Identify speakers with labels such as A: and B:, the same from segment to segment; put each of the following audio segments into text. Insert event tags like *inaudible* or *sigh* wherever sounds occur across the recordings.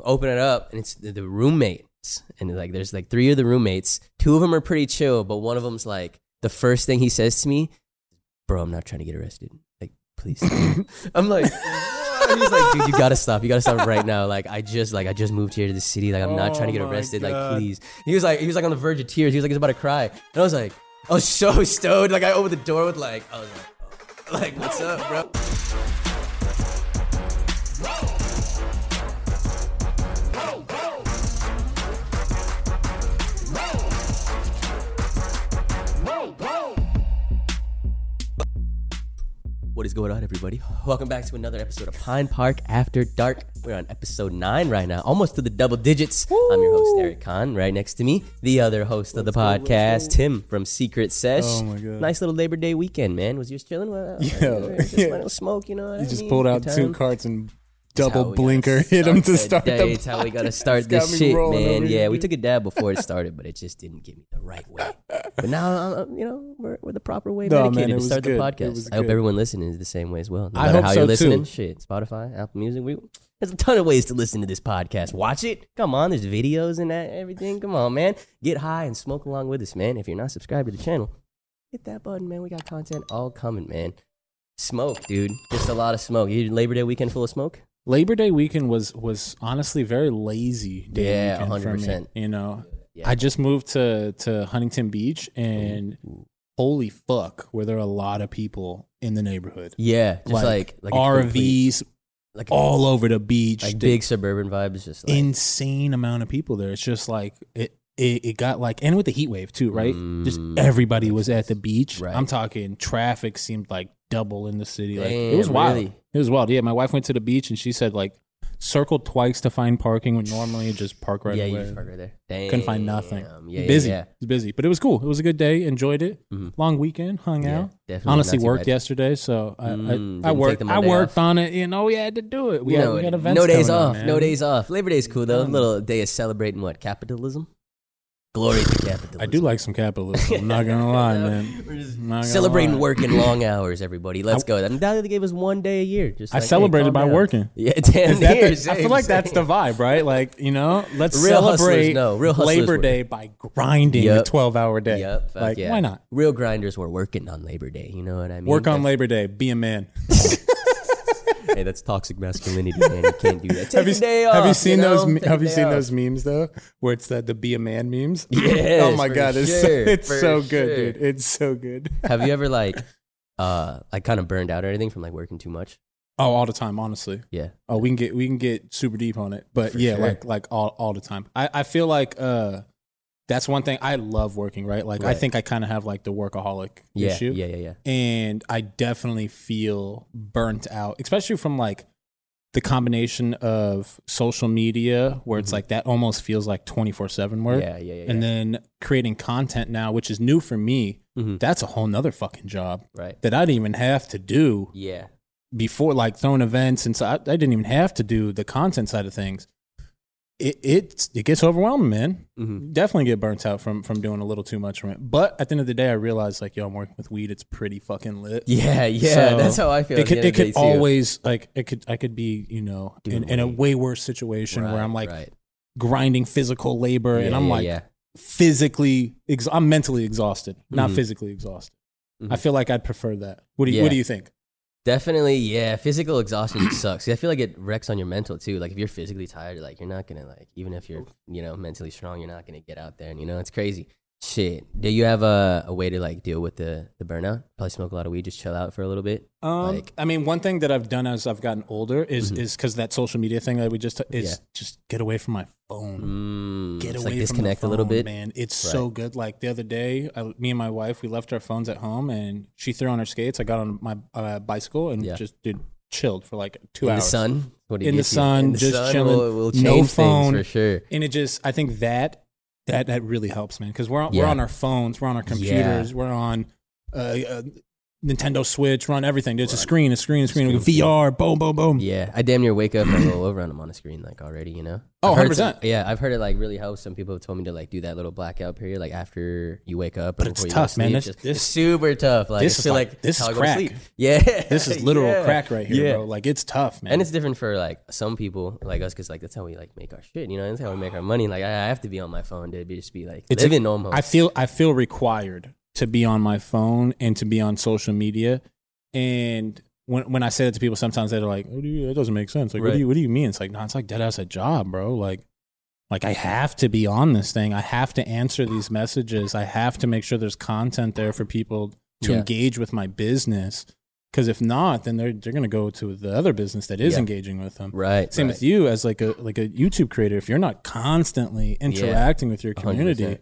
A: open it up, and it's the, the roommates, and like there's like three of the roommates. Two of them are pretty chill, but one of them's like the first thing he says to me, "Bro, I'm not trying to get arrested. Like, please."
B: *laughs*
A: stop." I'm like. "What?" He's like, dude, you gotta stop. You gotta stop right now. Like, I just, like, I just moved here to the city. Like, I'm not trying to get
B: Oh my
A: arrested. Like,
B: God.
A: please. He was like, he was like on the verge of tears. He was like, he's about to cry. And I was like, I was so *laughs* stoned. Like, I opened the door with like, I was like, like, what's up, bro? What is going on, everybody? Welcome back to another episode of Pine Park After Dark. We're on episode nine right now, almost to the double digits. I'm your host, Eric Khan. Right next to me, the other host of the podcast, Tim from Secret Sesh.
B: Oh my God.
A: Nice little Labor Day weekend, man. Was yours chilling? Well,
B: *laughs* Yeah,
A: just
B: *laughs* yeah.
A: a little smoke, you know.
B: You just pulled out two cards and double blinker hit
A: him
B: him to start the.
A: That's how we
B: *laughs*
A: gotta start
B: It's got
A: this
B: me
A: shit,
B: rolling
A: man.
B: over here,
A: Yeah, we
B: dude.
A: took a dab before it started, but it just didn't get me the right way. But now, uh, you know, we're, we're the proper
B: *laughs*
A: way
B: No, man,
A: medicated
B: it
A: to
B: was
A: start
B: good.
A: the
B: It
A: podcast.
B: was
A: I hope
B: good.
A: everyone listening is the same way as well. No
B: I
A: matter
B: hope
A: how
B: so,
A: you're
B: too.
A: listening, shit, Spotify, Apple Music, we there's a ton of ways to listen to this podcast. Watch it. Come on, there's videos and that everything. Come on, man. Get high and smoke along with us, man. If you're not subscribed to the channel, hit that button, man. We got content all coming, man. Smoke, dude. Just a lot of smoke. You Labor Day weekend full of smoke?
B: Labor Day weekend was was honestly very lazy. Day
A: Yeah,
B: weekend for me,
A: 100%.
B: You know,
A: Yeah.
B: I just moved to to Huntington Beach, and holy fuck, were there a lot of people in the neighborhood?
A: Yeah, just like like, a complete-
B: RVs
A: like
B: all over the beach,
A: like
B: the
A: big suburban vibes, just like
B: insane amount of people there. It's just like it, it, it got like, and with the heat wave too, right? just
A: Mm,
B: everybody was at the beach.
A: Right.
B: I'm talking traffic seemed like double in the city. Like it
A: Damn,
B: was wild.
A: really?
B: It was wild. Yeah, my wife went to the beach and she said like circle twice to find parking when normally you just park right
A: yeah,
B: away.
A: you just park right there. Damn,
B: Couldn't find nothing.
A: Yeah,
B: busy.
A: Yeah, yeah.
B: It was busy, but it was cool. It was a good day. Enjoyed it.
A: Mhm.
B: Long weekend. Hung
A: Yeah,
B: out.
A: definitely
B: Honestly,
A: not too
B: worked
A: bad.
B: yesterday, so I,
A: Mm,
B: I, I
A: didn't take
B: worked.
A: the
B: I
A: Monday
B: worked
A: off.
B: on it. You know, we had to do it. We,
A: You
B: had,
A: know
B: we
A: it.
B: got events.
A: no days
B: coming up,
A: off. no
B: man.
A: days off. Labor Day's cool though.
B: Done.
A: Little day of celebrating what capitalism, glory to capitalism.
B: *sighs* I do like some capitalism. I'm
A: *laughs*
B: not gonna lie,
A: No,
B: man.
A: we're just
B: Not gonna
A: Celebrating
B: lie.
A: working long hours, everybody. Let's go. I mean, that gave us one day a year. Just
B: I
A: like, hey,
B: celebrated
A: calm
B: by
A: down. *laughs*
B: working.
A: Yeah, damn
B: Is that
A: near,
B: the- I
A: same,
B: feel like that's the
A: same.
B: vibe, right? Like you know, let's
A: Real hustlers
B: celebrate
A: know. Real hustlers
B: Labor
A: work.
B: Day by grinding a
A: Yep.
B: twelve-hour day.
A: Yep. fuck
B: like
A: yeah.
B: why not
A: Real grinders were working on Labor Day. You know what I mean?
B: work on
A: That's-
B: Labor Day? Be a man.
A: hey, that's toxic masculinity, man. You can't do that. Take
B: have
A: a
B: you
A: day off.
B: have you seen
A: know?
B: those me-
A: Take a
B: Have you
A: day
B: seen
A: off.
B: those memes though, where it's the the be a man memes?
A: *laughs* Yes,
B: oh my
A: for
B: god, it's
A: sure,
B: so, it's
A: for
B: so good,
A: sure.
B: dude. It's so good.
A: Have you ever
B: *laughs*
A: like, uh, like kind of burned out or anything from like working too much?
B: Oh, all the time, honestly.
A: Yeah.
B: Oh, we can get we can get super deep on it, but
A: For
B: yeah,
A: sure.
B: like like all all the time. I I feel like uh that's one thing I love working, right? Like I
A: Right.
B: think I kind of have like the workaholic
A: Yeah.
B: issue,
A: Yeah. Yeah. Yeah.
B: and I definitely feel burnt out, especially from like the combination of social media where it's
A: Mhm.
B: like that almost feels like 24/7 work.
A: Yeah. Yeah. Yeah.
B: And
A: yeah.
B: then creating content now, which is new for me,
A: Mhm.
B: that's a whole nother fucking job
A: right.
B: that I didn't even have to do
A: Yeah.
B: before like throwing events and so I, I didn't even have to do the content side of things it it, it gets overwhelming man
A: Mhm.
B: definitely get burnt out from from doing a little too much from it but at the end of the day i realized like yo i'm working with weed it's pretty fucking lit
A: Yeah. *laughs* Yeah.
B: So,
A: that's how I feel.
B: it
A: at the
B: could,
A: end
B: it
A: of the
B: could
A: day, too.
B: always like it could i could be you know in,
A: Doing
B: in a
A: weed.
B: way worse situation
A: Right,
B: where i'm like
A: right.
B: grinding physical labor and
A: Yeah,
B: i'm
A: yeah,
B: like
A: yeah.
B: physically ex- i'm mentally exhausted not
A: Mhm.
B: physically exhausted i
A: Mhm.
B: feel like i'd prefer that what do you what
A: Yeah.
B: do you think
A: Definitely, yeah. Physical exhaustion *clears throat* sucks. I feel like it wrecks on your mental too. Like if you're physically tired, like you're not gonna like even if you're you know mentally strong, you're not gonna get out there. And you know it's crazy. Shit. Do you have a, a way to like deal with the the burnout? Probably smoke a lot of weed, just chill out for a little bit.
B: Um,
A: Like-
B: I mean, one thing that I've done as I've gotten older is
A: Mhm.
B: is because that social media thing that we just is
A: Yeah.
B: just get away from my phone.
A: Mm,
B: Get
A: just,
B: away
A: like
B: from
A: disconnect
B: the phone,
A: a little bit.
B: man. It's so good. Like the other day, I, me and my wife, we left our phones at home, and she threw on her skates. I got on my uh, bicycle and
A: Yeah.
B: just did chilled for like two
A: In the
B: hours.
A: sun, what do you
B: In
A: get
B: the
A: you?
B: sun,
A: In the
B: just
A: sun
B: chilling.
A: Will, will
B: No
A: change
B: phone.
A: things for sure.
B: And it just, I think that that that really helps, man. Because we're on, we're
A: Yeah.
B: on our phones, we're on our computers, we're on uh, uh, Nintendo Switch, run everything. It's a
A: Run.
B: screen, a screen, a screen.
A: Screen.
B: VR, boom, boom, boom.
A: Yeah, I damn near wake up and roll over and I'm on a screen like already, you know?
B: Oh,
A: I've heard some-
B: 100%.
A: yeah, I've heard it like really helps. Some people have told me to like do that little blackout period like after you wake up.
B: But
A: or
B: it's
A: before you go
B: tough,
A: to
B: man.
A: sleep,
B: This-
A: just-
B: this-
A: it's super tough. Like,
B: this
A: I
B: is
A: feel
B: like-
A: like
B: this
A: how
B: is
A: I go to
B: crack.
A: sleep. *laughs* Yeah.
B: This is literal
A: yeah.
B: crack right here,
A: Yeah.
B: bro. Like it's tough, man.
A: And it's different for like some people like us because like that's how we like make our shit, you know? That's how we make our money. Like, I I have to be on my phone to be, just be like
B: It's a-
A: living almost.
B: I feel I feel required to be on my phone and to be on social media. And when when I say that to people, sometimes they're like, "What do you? That doesn't make sense. Like, what do
A: Right.
B: you? What do you mean?" It's like, no, it's like dead ass a job, bro. Like, like I have to be on this thing. I have to answer these messages. I have to make sure there's content there for people to
A: Yeah.
B: engage with my business. Because if not, then they're they're gonna go to the other business that is
A: Yeah.
B: engaging with them.
A: right.
B: Same
A: right.
B: with you as like a like a YouTube creator. If you're not constantly interacting with your
A: 100%.
B: community,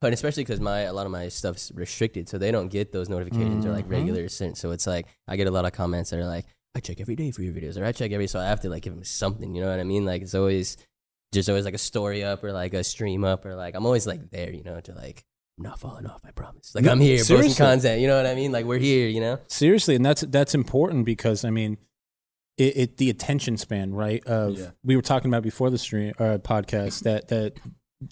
A: But especially because my a lot of my stuff's restricted, so they don't get those notifications or like
B: Mhm.
A: regular sent. So it's like I get a lot of comments that are like, "I check every day for your videos," or "I check every," so I have to like give them something. You know what I mean? Like it's always just always like a story up or like a stream up or like I'm always like there, you know, to like I'm not falling off. I promise. Like
B: No,
A: I'm here posting
B: seriously.
A: content. You know what I mean? Like we're here. You know?
B: seriously and that's that's important because i mean it, it the attention span right of
A: Yeah.
B: we were talking about before the stream uh, podcast that that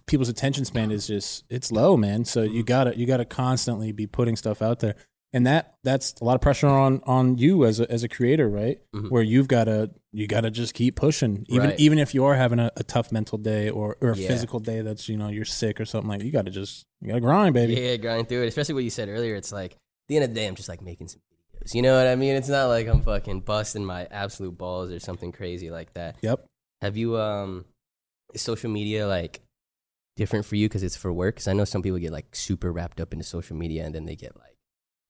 B: people's attention span is just it's low man so
A: Mm-hmm.
B: you gotta you gotta constantly be putting stuff out there and that that's a lot of pressure on on you as a as a creator right
A: Mhm.
B: where you've gotta you gotta just keep pushing even
A: Right.
B: even if you are having a, a tough mental day or or a
A: Yeah.
B: physical day that's you know you're sick or something like you gotta just you gotta grind baby
A: Yeah, grind through it. Especially what you said earlier. It's like at the end of the day, I'm just like making some videos. You know what I mean? It's not like I'm fucking busting my absolute balls or something crazy like that.
B: yep
A: Have you um is social media like different for you because it's for work? Because I know some people get like super wrapped up into social media and then they get like.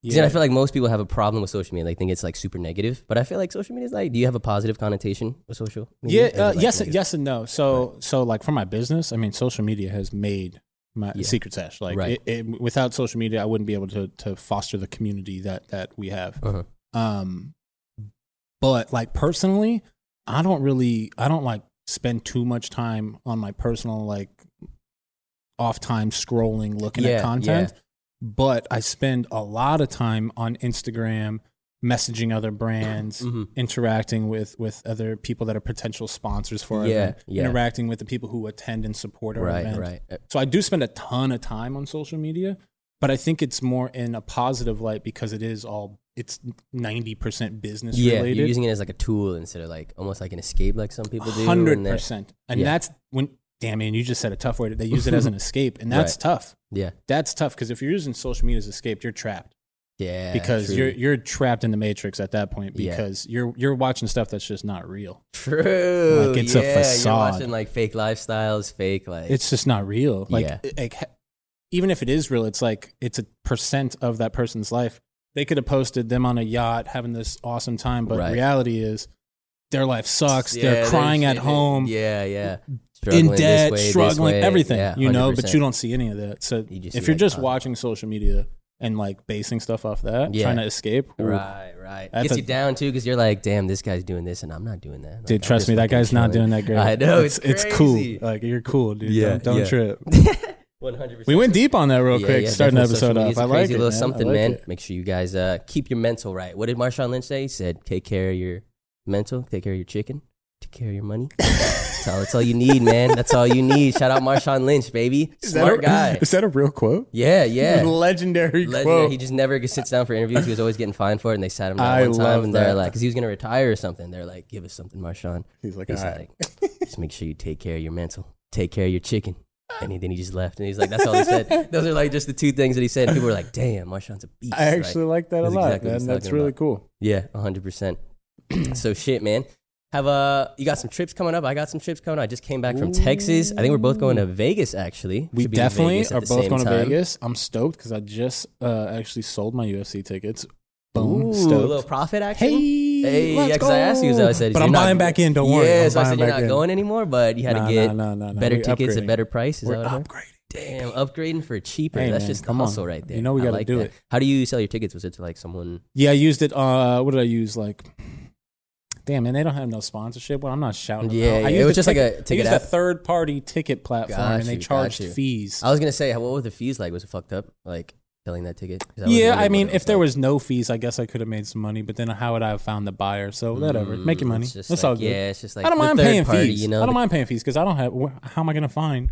A: Yeah. I feel like most people have a problem with social media. They think it's like super negative, but I feel like social media is like. Do you have a positive connotation with social? media? Or
B: Yeah.
A: is it,
B: Uh,
A: like,
B: yes.
A: negative?
B: Yes and no. So so like for my business, I mean, social media has made my
A: Yeah.
B: secret sesh. Like
A: Right.
B: it, it, without social media, I wouldn't be able to to foster the community that that we have.
A: Uh-huh.
B: Um, but like personally, I don't really, I don't like spend too much time on my personal like off time scrolling looking
A: Yeah,
B: at content. But I spend a lot of time on Instagram messaging other brands
A: Mhm.
B: interacting with with other people that are potential sponsors for our
A: Yeah,
B: event,
A: yeah.
B: interacting with the people who attend and support our
A: Right.
B: event.
A: Right. Uh,
B: So I do spend a ton of time on social media, but I think it's more in a positive light because it is all it's ninety percent business
A: Yeah.
B: related.
A: You're using it as like a tool instead of like almost like an escape, like some people do. and
B: hundred
A: they're-
B: percent, and
A: Yeah.
B: that's when. Damn man, you just said a tough word. They use it
A: *laughs*
B: as an escape, and that's
A: Right.
B: tough.
A: Yeah.
B: That's tough because if you're using social media as escape, you're trapped
A: Yeah.
B: because
A: true.
B: you're you're trapped in the matrix at that point
A: Yeah.
B: because you're you're watching stuff that's just not real.
A: true.
B: Like, it's a
A: yeah,
B: facade.
A: You're watching like fake lifestyles, fake like
B: it's just not real. Like,
A: Yeah.
B: it- like, even if it is real, it's like it's a percent of that person's life. They could have posted them on a yacht having this awesome time, but
A: Right.
B: reality is their life sucks.
A: Yeah,
B: they're crying at
A: shitting.
B: home,
A: Yeah, yeah.
B: in
A: Struggling this
B: debt,
A: way, this
B: struggling,
A: way.
B: everything,
A: Yeah,
B: you know. But
A: 100%.
B: you don't see any of that. So
A: You just
B: if
A: see, like, "Oh."
B: you're just
A: content.
B: watching social media and like basing stuff off that,
A: Yeah.
B: trying to escape, ooh.
A: Right, right.
B: That's
A: Gets
B: a-
A: you down too because you're like, damn, this guy's doing this and I'm not doing that. Like,
B: Dude,
A: I'm
B: trust
A: just
B: me, that
A: fucking
B: guy's not
A: chilling.
B: doing that great.
A: I know, it's crazy.
B: cool. Like you're cool, dude.
A: Yeah,
B: don't don't
A: yeah.
B: trip.
A: 100%.
B: We went deep on that real
A: Yeah,
B: quick,
A: yeah,
B: starting the
A: definitely social
B: episode
A: media
B: off.
A: is a
B: I
A: crazy
B: like it.
A: little
B: man. I
A: something,
B: like
A: man.
B: it.
A: Make sure you guys uh, keep your mental right. What did Marshawn Lynch say? He said, "Take care of your mental. Take care of your chicken. Take care of your money." that's all. That's all you need, man. That's all you need. Shout out Marshawn Lynch, baby. Smart guy.
B: *laughs* Is that a real quote?
A: Yeah, yeah.
B: *laughs* Legendary,
A: Legendary.
B: quote.
A: He just never sits down for interviews. He was always getting fined for it, and they sat him down
B: I
A: one time,
B: love
A: and they're
B: that.
A: like, because he was gonna retire or something. They're like, give us something, Marshawn.
B: He's like, all
A: He's
B: right.
A: like, just make sure you take care of your mental, take care of your chicken. And he- then he just left, and he's like, that's all he
B: *laughs*
A: said. Those are like just the two things that he said. And people were like, damn, Marshawn's a beast.
B: I actually
A: Like,
B: like that a
A: that's
B: lot,
A: exactly what
B: man.
A: he's
B: That's
A: talking
B: really
A: about.
B: cool.
A: yeah, hundred percent. *clears throat* So shit, man. Have uh, you got some trips coming up? I got some trips coming. up. I just came back from Texas. I think we're both going to Vegas. Actually,
B: We
A: Should be in
B: definitely
A: Vegas at
B: are
A: the
B: both
A: same
B: going to
A: time.
B: Vegas. I'm stoked because I just uh, actually sold my UFC tickets. Boom,
A: Ooh, a
B: stoked.
A: little profit action.
B: hey,
A: Hey, yeah,
B: let's
A: 'cause I asked you,
B: go.
A: I said,
B: but
A: you're
B: I'm
A: not-
B: buying back in. Don't worry.
A: yeah,
B: I'm
A: so I
B: buying
A: said you're
B: back
A: not
B: in.
A: going anymore, but you had
B: Nah,
A: to get
B: nah, nah, nah.
A: better
B: We're
A: tickets
B: upgrading.
A: at better prices.
B: We're
A: out here.
B: upgrading.
A: Damn, upgrading for cheaper.
B: Hey,
A: That's
B: man,
A: just the
B: come on.
A: hustle right there.
B: You know we
A: I
B: gotta
A: like
B: do
A: that.
B: it.
A: How do you sell your tickets? Was it to like someone?
B: Yeah, I used it. Uh, what did I use? Like, damn, man, they don't have no sponsorship. Well, I'm not shouting. them
A: Yeah,
B: out. I
A: yeah, it
B: used
A: was just like a
B: I
A: ticket
B: used
A: app.
B: a third party ticket platform,
A: Got
B: and they
A: you, got
B: charged
A: you.
B: fees.
A: I was gonna say, what were the fees like? Was it fucked up? Like selling that ticket? 'Cause would've
B: yeah,
A: wanted
B: I mean,
A: one of
B: if there
A: those.
B: was no fees, I guess I could have made some money. But then, how would I have found the buyer? So whatever,
A: Mm,
B: make your money.
A: It's just
B: That's
A: like,
B: all good.
A: Yeah, it's just like
B: I don't
A: the
B: mind
A: third
B: paying
A: party,
B: fees.
A: You know,
B: I don't
A: the- *laughs*
B: mind paying fees because I don't have. wh- How am I going to find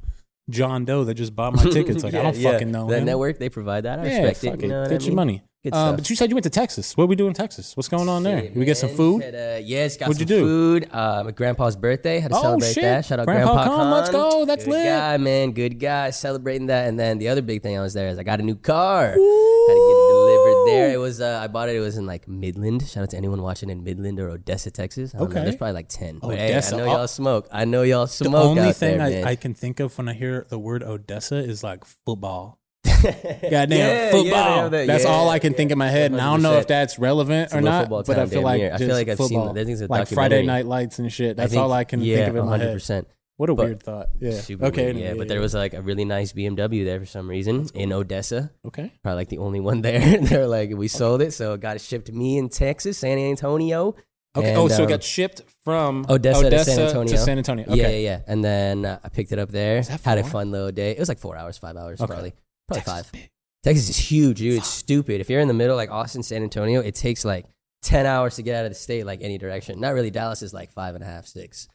B: John Doe that
A: *laughs*
B: just bought my tickets? Like I
A: Yeah,
B: don't
A: yeah.
B: fucking know
A: The
B: him.
A: network they provide that. I
B: yeah,
A: respect
B: fuck
A: it. You know what
B: Get
A: I
B: your
A: mean?
B: money.
A: Good
B: Uh,
A: stuff.
B: but you said you went to Texas. What we do in Texas? What's going on there?
A: Shit,
B: we get some
A: man.
B: food.
A: Had, uh, yes, got
B: What'd
A: some
B: you do?
A: food. Uh, my grandpa's birthday. Had to
B: Oh,
A: celebrate
B: shit.
A: that. Shout out
B: Grandpa
A: Grandpa,
B: Khan, let's go. That's
A: Good
B: lit.
A: guy, man. Good guy. Celebrating that. And then the other big thing I was there is I got a new car. Had to get it
B: Ooh.
A: delivered there. It was uh, I bought it. It was in like Midland. Shout out to anyone watching in Midland or Odessa, Texas. I don't
B: Okay.
A: know. There's probably like ten. But hey, I
B: Odessa.
A: know
B: Oh.
A: y'all smoke. I know y'all
B: The
A: smoke
B: only
A: out
B: thing
A: there, man.
B: I, I can think of when I hear the word Odessa is like
A: *laughs*
B: football. Goddamn
A: yeah,
B: football.
A: they have that.
B: that's
A: Yeah,
B: all I can
A: yeah.
B: think in my head, and I don't know if
A: 100%.
B: that's relevant or
A: a little
B: not.
A: football
B: But
A: town
B: I feel
A: damn
B: like
A: near. I feel
B: just
A: like I've seen
B: football,
A: that. I think it's a
B: like Friday
A: documentary.
B: Night Lights and shit. That's
A: think-
B: all I can
A: yeah,
B: think of in my head.
A: 100%.
B: What a
A: But-
B: weird thought. Yeah.
A: Super
B: okay.
A: weird,
B: anyway,
A: yeah, but there was like a really nice BMW there for some reason in Odessa.
B: okay.
A: Probably like the only one *laughs* there. They're like, we sold it, so it got shipped to me in Texas, San Antonio.
B: Okay.
A: And,
B: oh, so
A: um,
B: it got shipped from
A: Odessa to San Antonio.
B: San Antonio. Okay.
A: Yeah, yeah, yeah. And then uh, I picked it up there.
B: that
A: Had a
B: far?
A: fun little day. It was like four hours, five hours,
B: Okay.
A: probably, probably
B: Texas
A: five.
B: is big.
A: Texas is huge, dude. It's stupid. If you're in the middle, like Austin, San Antonio, it takes like 10 hours to get out of the state, like any direction. Not really. Dallas is like five and a half, six.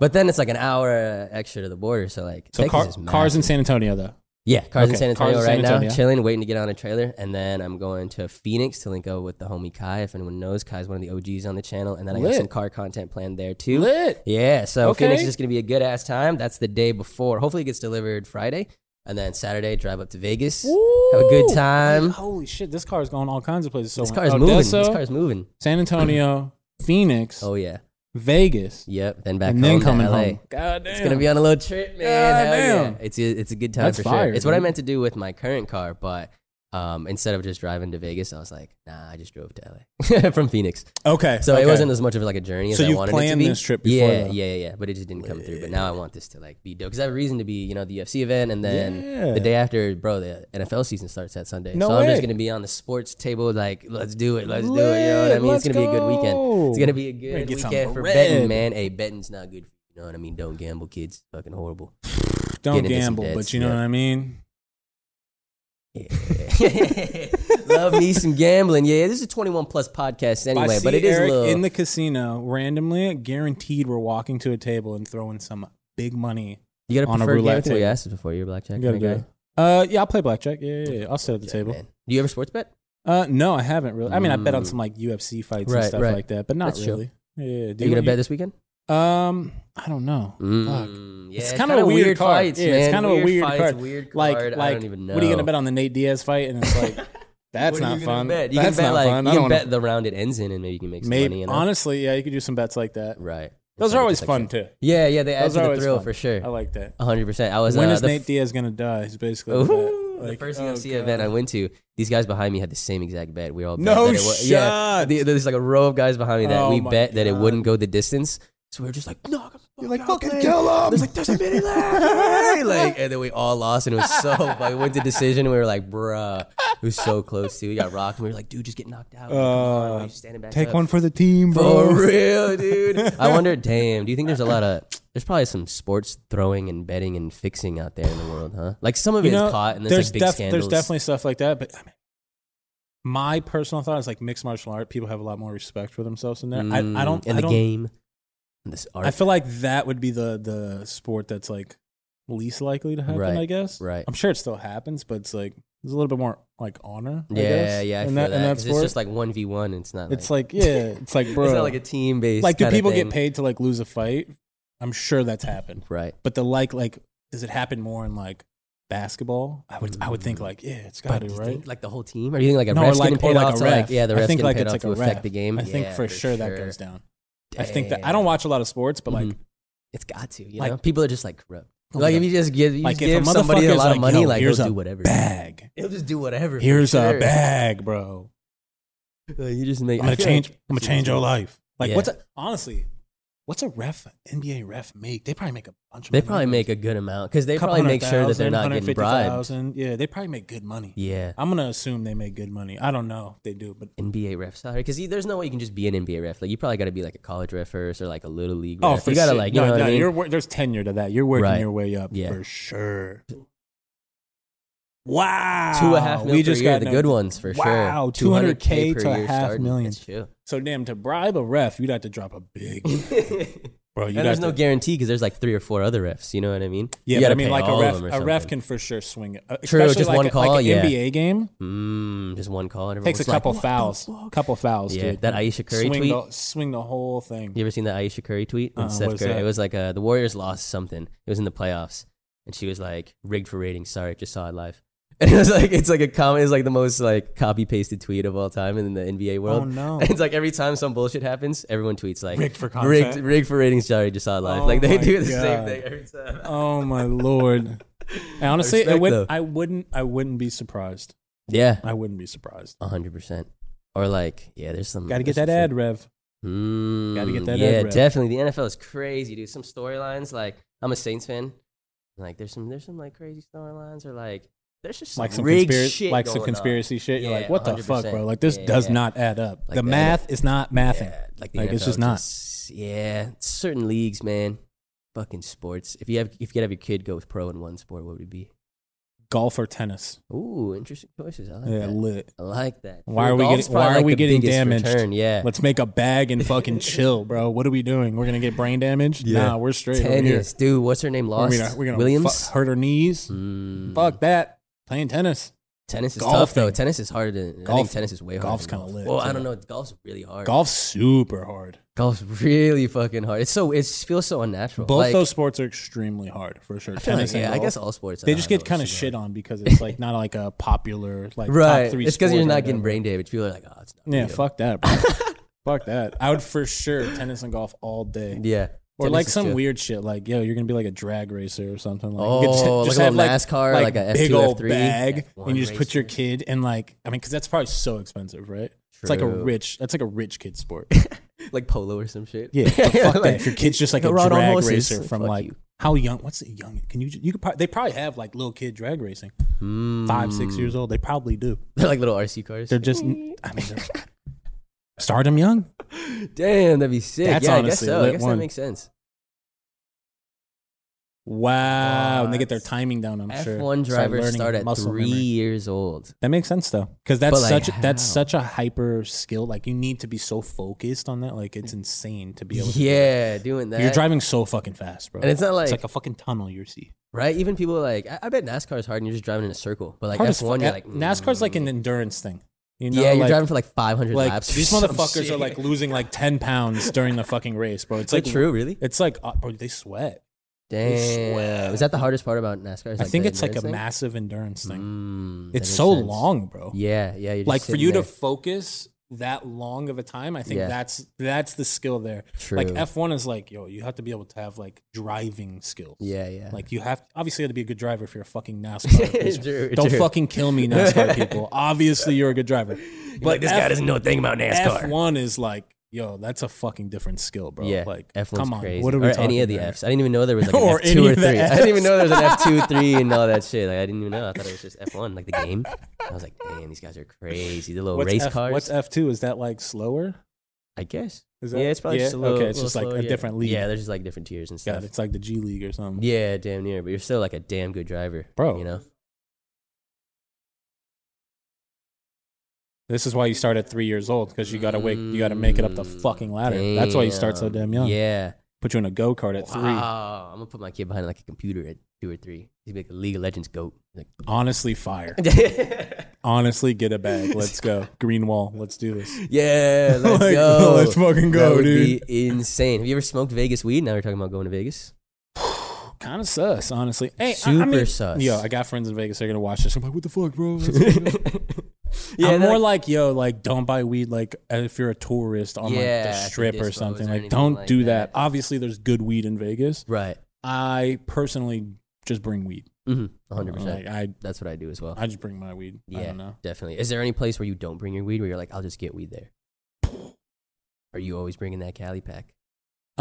A: But then it's like an hour uh, extra to the border. So, like,
B: So
A: Texas
B: car,
A: is
B: cars
A: massive.
B: in San Antonio though.
A: Yeah, cars in
B: Okay,
A: San
B: cars in
A: Antonio
B: San
A: right
B: Antonio.
A: now, chilling, waiting to get on a trailer, and then I'm going to Phoenix to link up with the homie Kai. If anyone knows, Kai's one of the OGs on the channel, and then I
B: Lit.
A: got some car content planned there too.
B: Lit.
A: Yeah, so
B: Okay.
A: Phoenix is just gonna be a good ass time. That's the day before. Hopefully, it gets delivered Friday, and then Saturday drive up to Vegas, have a
B: Ooh.
A: good time.
B: Holy shit! This car is going all kinds of places. Oh, So
A: This
B: it
A: car is
B: went
A: moving. This
B: Odessa,
A: car is moving. *clears throat*
B: San Antonio, Phoenix,
A: Oh yeah,
B: Vegas,
A: yep. Then back
B: and then
A: home to
B: coming
A: LA.
B: home. God damn.
A: It's gonna be on a little trip, man. Hell yeah.
B: Goddamn.
A: It's a, it's a good time
B: That's
A: for
B: fire,
A: sure. It's what I
B: dude.
A: meant to do with my current car, but um, instead of just driving to Vegas, I was like, nah, I just drove to LA *laughs* from Phoenix.
B: okay.
A: So
B: okay.
A: it wasn't as much of like a journey as
B: So
A: I
B: you've
A: wanted it to
B: planned
A: be.
B: this trip before,
A: yeah,
B: though.
A: yeah, yeah, but it just didn't come through. But now I want this to like be dope because I have a reason to be, you know, the UFC event, and then
B: Yeah.
A: the day after, bro, the NFL season starts that Sunday.
B: No
A: so I'm
B: way.
A: just gonna be on the sports table, like, let's do it, let's do it. You know what I
B: Lit,
A: mean? It's
B: let's
A: gonna be a good
B: go.
A: weekend. It's gonna be a
B: Gonna
A: good
B: get some
A: weekend for
B: bread.
A: betting, man. Hey, betting's not good. For you you know what I mean? Don't gamble, kids. Fucking horrible.
B: Don't
A: getting into some
B: gamble, but
A: debts,
B: you know
A: yeah.
B: what I mean.
A: Yeah. *laughs* Love me some gambling. Yeah, this is a 21 plus podcast
B: If I
A: anyway, but
B: see
A: it is
B: Eric
A: a little.
B: in the casino randomly. Guaranteed, we're walking to a table and throwing some big money.
A: you got
B: on a
A: preferred
B: roulette
A: game? I think we
B: table.
A: asked this before. You're a blackjack.
B: You gotta
A: kind
B: do
A: of
B: it.
A: guy?
B: Uh, yeah, I'll play blackjack. Yeah, yeah, yeah. I'll sit at the
A: Yeah,
B: table.
A: man. Do you ever sports bet?
B: Uh, no, I haven't really. I mean, I bet on
A: Mm.
B: some like UFC fights
A: Right,
B: and stuff
A: right.
B: like that, but not
A: That's chill.
B: really. Yeah, yeah.
A: Are you gonna bet this weekend?
B: bet? Um, I don't know.
A: Mm, yeah,
B: It's kinda a weird card.
A: fights,
B: Yeah,
A: man.
B: it's kinda a weird
A: fights,
B: card.
A: Weird
B: Like,
A: card.
B: like,
A: I don't even know.
B: what are you gonna bet on the Nate Diaz fight? And it's
A: *laughs*
B: like, that's
A: What are
B: not
A: you gonna
B: fun.
A: Bet? You
B: that's
A: can bet
B: not
A: like
B: fun.
A: you
B: I
A: can
B: don't
A: bet the round it ends in, and maybe you can make
B: know.
A: some
B: Maybe
A: money. You know?
B: honestly, yeah, you could do some bets like that.
A: right?
B: Those are always fun
A: Too.
B: too.
A: Yeah, yeah, they add
B: Those
A: to
B: are
A: the
B: always
A: thrill
B: fun.
A: for
B: I
A: sure.
B: like that.
A: hundred percent. I was
B: When
A: uh,
B: is
A: the
B: Nate Diaz gonna die? Is basically the bet.
A: Ooh, *laughs*
B: Like,
A: the first
B: oh,
A: UFC
B: God.
A: event I went to, these guys behind me had the same exact bet. We all bet
B: No
A: that it was, yeah.
B: shot.
A: the- There's like a row of guys behind me that
B: Oh
A: we
B: my
A: bet that it
B: God.
A: wouldn't go the distance. So we were just like, no,
B: You're like fucking kill him.
A: There's like there's a minute left. like, and then we all lost, and it was
B: *laughs*
A: so. Like, we went to decision, and we were like, bruh, it was so close to. We got rocked, and we were like, dude, just get knocked out. Like, come on, why are you standing back
B: Uh, Take
A: up?
B: one for the team,
A: For
B: bro.
A: real, dude. *laughs* I wonder, damn, do you think there's a lot of there's probably some sports throwing and betting and fixing out there in the world, huh? Like some of it
B: You
A: is
B: know,
A: caught and
B: there's
A: there's, like big
B: def-
A: scandals.
B: there's definitely stuff like that, but I mean, my personal thought is like mixed martial art. People have a lot more respect for themselves in there. I, I don't.
A: Mm, in
B: I
A: the
B: don't,
A: game. In this art.
B: I feel like that would be the the sport that's like least likely to happen.
A: Right,
B: I guess.
A: right.
B: I'm sure it still happens, but it's like there's a little bit more like honor. I
A: yeah,
B: guess,
A: yeah, I
B: in
A: feel
B: that,
A: that.
B: in that
A: 'cause
B: sport.
A: it's just like one v one. It's not.
B: It's
A: like, *laughs*
B: like, yeah, it's like bro.
A: it's not like a team based.
B: like, do people get paid to like lose a fight? I'm sure that's happened,
A: Right.
B: but the like like does it happen more in like basketball? I would I would think like yeah, it's got
A: Mm. But
B: to
A: do you
B: right.
A: think, like the whole team, or do you think like a
B: No, or
A: ref's
B: like-
A: getting
B: or
A: paid
B: like
A: off
B: a
A: to
B: ref.
A: like yeah, the
B: I
A: ref's
B: think
A: getting
B: like
A: paid
B: it's
A: off
B: like
A: to
B: a
A: affect
B: ref.
A: the game.
B: I think
A: Yeah,
B: for, sure, that goes down. I think that I
A: Damn.
B: don't watch a lot of sports, but like
A: Mhm. It's got to. You
B: Like-
A: know, people are just like corrupt.
B: Oh my
A: Mm-hmm. Like
B: God.
A: if you just give, you
B: Like,
A: just
B: if a
A: give somebody a
B: motherfucker's
A: lot
B: like,
A: of money,
B: "Yo,
A: like
B: here's
A: he'll
B: a
A: do whatever. *laughs*
B: bag.
A: He'll just do whatever. for
B: Here's
A: sure.
B: a bag, bro.
A: *laughs* Like, you just make.
B: I'm
A: *laughs*
B: gonna
A: I feel
B: change.
A: like-
B: I'm gonna change your life. Like
A: Yeah.
B: what's a, honestly, what's a ref NBA ref make? They probably make a bunch of.
A: They
B: money.
A: probably make a good amount because they
B: Couple
A: probably make
B: hundred
A: sure that
B: thousand,
A: they're not getting bribed.
B: 150,000. Yeah, they probably make good money.
A: Yeah.
B: I'm gonna assume they make good money. I don't know if they do, but
A: NBA ref salary because there's no way you can just be an NBA ref. Like you probably got to be like a college ref first or like a little league. Ref.
B: oh, for
A: you gotta
B: sure.
A: like you
B: no,
A: know
B: no,
A: what I mean.
B: you're wor- there's tenure to that. You're working
A: Right.
B: your way up
A: Yeah.
B: for sure. Wow.
A: Two and a half million
B: We just
A: per year,
B: got
A: the
B: no-
A: good ones for sure.
B: Wow, 200K
A: per
B: to a
A: year
B: half
A: starting.
B: million.
A: That's
B: *laughs*
A: chill.
B: So damn, to bribe a ref, you'd have to drop a big bro. You
A: and there's
B: have
A: no
B: to,
A: guarantee because there's like three or four other refs. You know what I mean? you
B: yeah, but
A: gotta
B: I mean,
A: pay
B: like a
A: all
B: ref,
A: of them or
B: a ref
A: something.
B: can for sure swing it. Uh,
A: True,
B: especially
A: just
B: like
A: one
B: a-
A: call,
B: Like an
A: yeah.
B: NBA game
A: Mm, just one call. And
B: takes a
A: everyone's like,
B: couple
A: "What the
B: fouls,
A: fuck?"
B: couple fouls.
A: Yeah,
B: dude.
A: that Aisha Curry
B: swing
A: tweet.
B: The, swing the whole thing.
A: You ever seen that Aisha Curry tweet when
B: Uh-uh,
A: Steph
B: what is
A: Curry?
B: that?
A: It was like uh, the Warriors lost something. It was in the playoffs, and she was like rigged for ratings. Sorry, just saw it live. *laughs* And it was like it's like a comment. It's like the most like copy pasted tweet of all time in the NBA world.
B: Oh no.
A: And *laughs* it's like every time some bullshit happens, everyone tweets like
B: Rigged for content.
A: rigged, rigged for ratings. Sorry, just saw it live.
B: Oh
A: like they
B: my
A: *laughs* do the same
B: God.
A: thing every time.
B: *laughs* oh my lord. And honestly, I
A: respect,
B: would,
A: though.
B: I wouldn't, I wouldn't be surprised.
A: *laughs* Yeah,
B: I wouldn't be surprised.
A: hundred percent. Or like, yeah, there's some.
B: Got to get
A: there's
B: that
A: some shit.
B: ad rev.
A: Mm,
B: Gotta get that
A: Yeah,
B: ad rep.
A: definitely. The NFL is crazy, dude. Some storylines, like I'm a Saints fan. Like there's some there's some like crazy storylines, or like there's just some,
B: Like some
A: rigged
B: conspiracy,
A: shit
B: like some
A: going on.
B: conspiracy shit. You're
A: Yeah,
B: like, what the fuck,
A: 100%.
B: bro? Like this
A: Yeah,
B: does
A: yeah.
B: not add up.
A: Like that.
B: the math is not mathing.
A: Yeah, like the
B: Like,
A: NFL
B: it's just not.
A: just- yeah, certain leagues, man. Fucking sports. If you have if you could have your kid go with pro in one sport, what would it be?
B: Golf or tennis?
A: Ooh, interesting choices. I like
B: Yeah,
A: that.
B: lit.
A: I like that.
B: Why are we
A: Golf's
B: getting- why
A: probably,
B: are
A: like,
B: we
A: the
B: getting
A: biggest
B: damaged?
A: Return. Yeah,
B: *laughs* Let's make a bag and fucking chill, bro. What are we doing? We're gonna get brain damage?
A: Yeah.
B: Nah, we're straight over here.
A: tennis, dude. What's her name?
B: We're
A: Lost
B: gonna, we're gonna
A: Williams.
B: fu- hurt her knees.
A: Mm.
B: Fuck that. Playing tennis.
A: Tennis is tough
B: Golfing.
A: though. Tennis is harder than I
B: Golf-
A: think tennis is way harder.
B: golf's
A: than
B: kinda
A: golf.
B: lit,
A: Well,
B: too.
A: I don't know. Golf's really hard.
B: Golf's super hard.
A: Golf's really fucking hard. It's so it feels so unnatural.
B: Both
A: Like,
B: those sports are extremely hard for sure.
A: I feel like,
B: and
A: yeah, I
B: golf.
A: guess all sports.
B: they just get kind of shit on because it's like not like a popular like
A: Right.
B: Top three
A: it's because you're
B: sport or
A: not getting
B: whatever.
A: brain damage. People are like, oh, it's not.
B: Yeah,
A: real."
B: fuck
A: *laughs*
B: that. Bro. fuck that. I would for sure tennis and golf all day.
A: Yeah.
B: Or
A: Tennis
B: like
A: is
B: some
A: chill.
B: weird shit, like yo, you're gonna be like a drag racer or something. Like,
A: Oh,
B: you could ju-
A: like a little NASCAR, like a
B: big
A: F2,
B: old
A: F3,
B: bag,
A: F1
B: and you just put your
A: racer.
B: kid in like, I mean, because that's probably so expensive, right? It's like a
A: True.
B: rich, that's like a rich
A: *laughs*
B: kid sport.
A: like polo or some *laughs* shit.
B: Yeah, but fuck that.
A: Like,
B: If your kid's just like
A: go
B: a
A: ride on
B: drag
A: horses,
B: racer from
A: fuck
B: like
A: you.
B: how young? What's the young? Can you you could probably, they probably have like little kid drag racing
A: Mm.
B: five six years old. They probably do.
A: They're like little RC cars.
B: They're just I mean, they're, start them young.
A: *laughs* Damn, that'd be sick.
B: That's
A: yeah, I guess
B: honestly a
A: so. I
B: lit
A: guess
B: one.
A: that makes sense.
B: Wow, and they get their
A: What?
B: timing down. I'm sure
A: F1
B: Start
A: drivers
B: learning
A: start at
B: muscle
A: three
B: memory.
A: years old.
B: That makes sense though, because that's
A: But, like,
B: such that's
A: how?
B: such a hyper skill. Like you need to be so focused on that. Like it's insane to be able. to do that.
A: Yeah, doing that.
B: you're driving so fucking fast, bro.
A: And it's not
B: It's
A: like-
B: like a fucking tunnel you see.
A: Right? Even people are like, I, I bet NASCAR is hard and you're just driving in a circle. But like
B: Hard as
A: F1,
B: fuck.
A: you're like, mm.
B: NASCAR's like an endurance thing. You know,
A: yeah, you're
B: like,
A: driving for like 500
B: like
A: laps. or *laughs*
B: these
A: some
B: motherfuckers
A: shit.
B: are like losing like ten pounds during the fucking race, bro. It's
A: Is that
B: like
A: true, really?
B: It's like uh, bro, they sweat. They sweat.
A: Damn. Is that the hardest part about NASCAR? Is
B: I
A: like
B: think
A: the
B: it's like a
A: endurance
B: massive endurance
A: thing?
B: thing.
A: Mm, that
B: it's
A: makes
B: so
A: sense.
B: long, bro.
A: Yeah, yeah. You're just
B: like for
A: sitting
B: you
A: there.
B: to focus that long of a time, I think
A: Yeah.
B: that's that's the skill there.
A: True.
B: Like F one is like, yo, you have to be able to have like driving skills.
A: Yeah, yeah. *laughs*
B: Like you have obviously you have to be a good driver if you're a fucking NASCAR. racer.
A: True,
B: Don't
A: true.
B: fucking kill
A: *laughs*
B: me, NASCAR people. Obviously you're a good driver.
A: You're
B: But
A: like, this guy
B: F-
A: doesn't know a thing about NASCAR.
B: F one is like, yo, that's a fucking different skill, bro.
A: yeah,
B: Like
A: F1's
B: come on,
A: crazy.
B: what are we
A: or
B: talking
A: any of the
B: about?
A: Fs. I didn't even know there
B: *laughs*
A: was like an
B: Or
A: F2
B: any
A: or
B: of the
A: 3. I didn't even
B: Fs.
A: know there was an F2, 3, and all
B: *laughs*
A: that shit. Like, I didn't even know. I thought it was just F1, like the game. I was like, damn, these guys are crazy. The little
B: What's
A: race
B: F,
A: cars.
B: What's F two? Is that like slower?
A: I guess.
B: Is that,
A: yeah, it's probably just a little.
B: okay. It's
A: little
B: just like
A: slower,
B: a
A: yeah.
B: different league.
A: Yeah, there's just like different tiers and
B: Yeah,
A: stuff.
B: it's like the G League or something.
A: Yeah, damn near. But you're still like a damn good driver,
B: Bro.
A: You know,
B: This is why you start at three years old because you gotta wake, you gotta make it up the
A: Mm,
B: fucking ladder. That's why you start so damn young.
A: Yeah.
B: Put you in a go kart at three.
A: Wow. I'm gonna put my kid behind like a computer at two or three. He's like a League of Legends goat. Like,
B: Honestly, fire.
A: *laughs*
B: Honestly, get a bag. Let's go. Green wall. Let's do this. *laughs*
A: yeah, let's
B: Like,
A: go.
B: let's fucking
A: that
B: go,
A: would
B: dude.
A: be insane. Have you ever smoked Vegas weed? Now we're talking about going to Vegas.
B: Kind of sus, honestly. Hey, I, I
A: Super
B: mean,
A: sus.
B: Yo, I got friends in Vegas. They're gonna watch this. *laughs* I'm like, what the fuck, bro?
A: *laughs* yeah,
B: I'm
A: they're
B: more like, yo, like don't buy weed like if you're a tourist on like
A: Yeah,
B: the
A: at the
B: strip or
A: dispos
B: something.
A: or
B: Like,
A: anything
B: don't
A: like
B: do that.
A: that.
B: Obviously, there's good weed in Vegas.
A: right.
B: I personally just bring weed.
A: Mm-hmm. 100. percent
B: Like, I
A: That's what I do as well.
B: I just bring my weed. I
A: Yeah,
B: don't know.
A: definitely. Is there any place where you don't bring your weed where you're like, I'll just get weed there? Are you always bringing that Cali pack?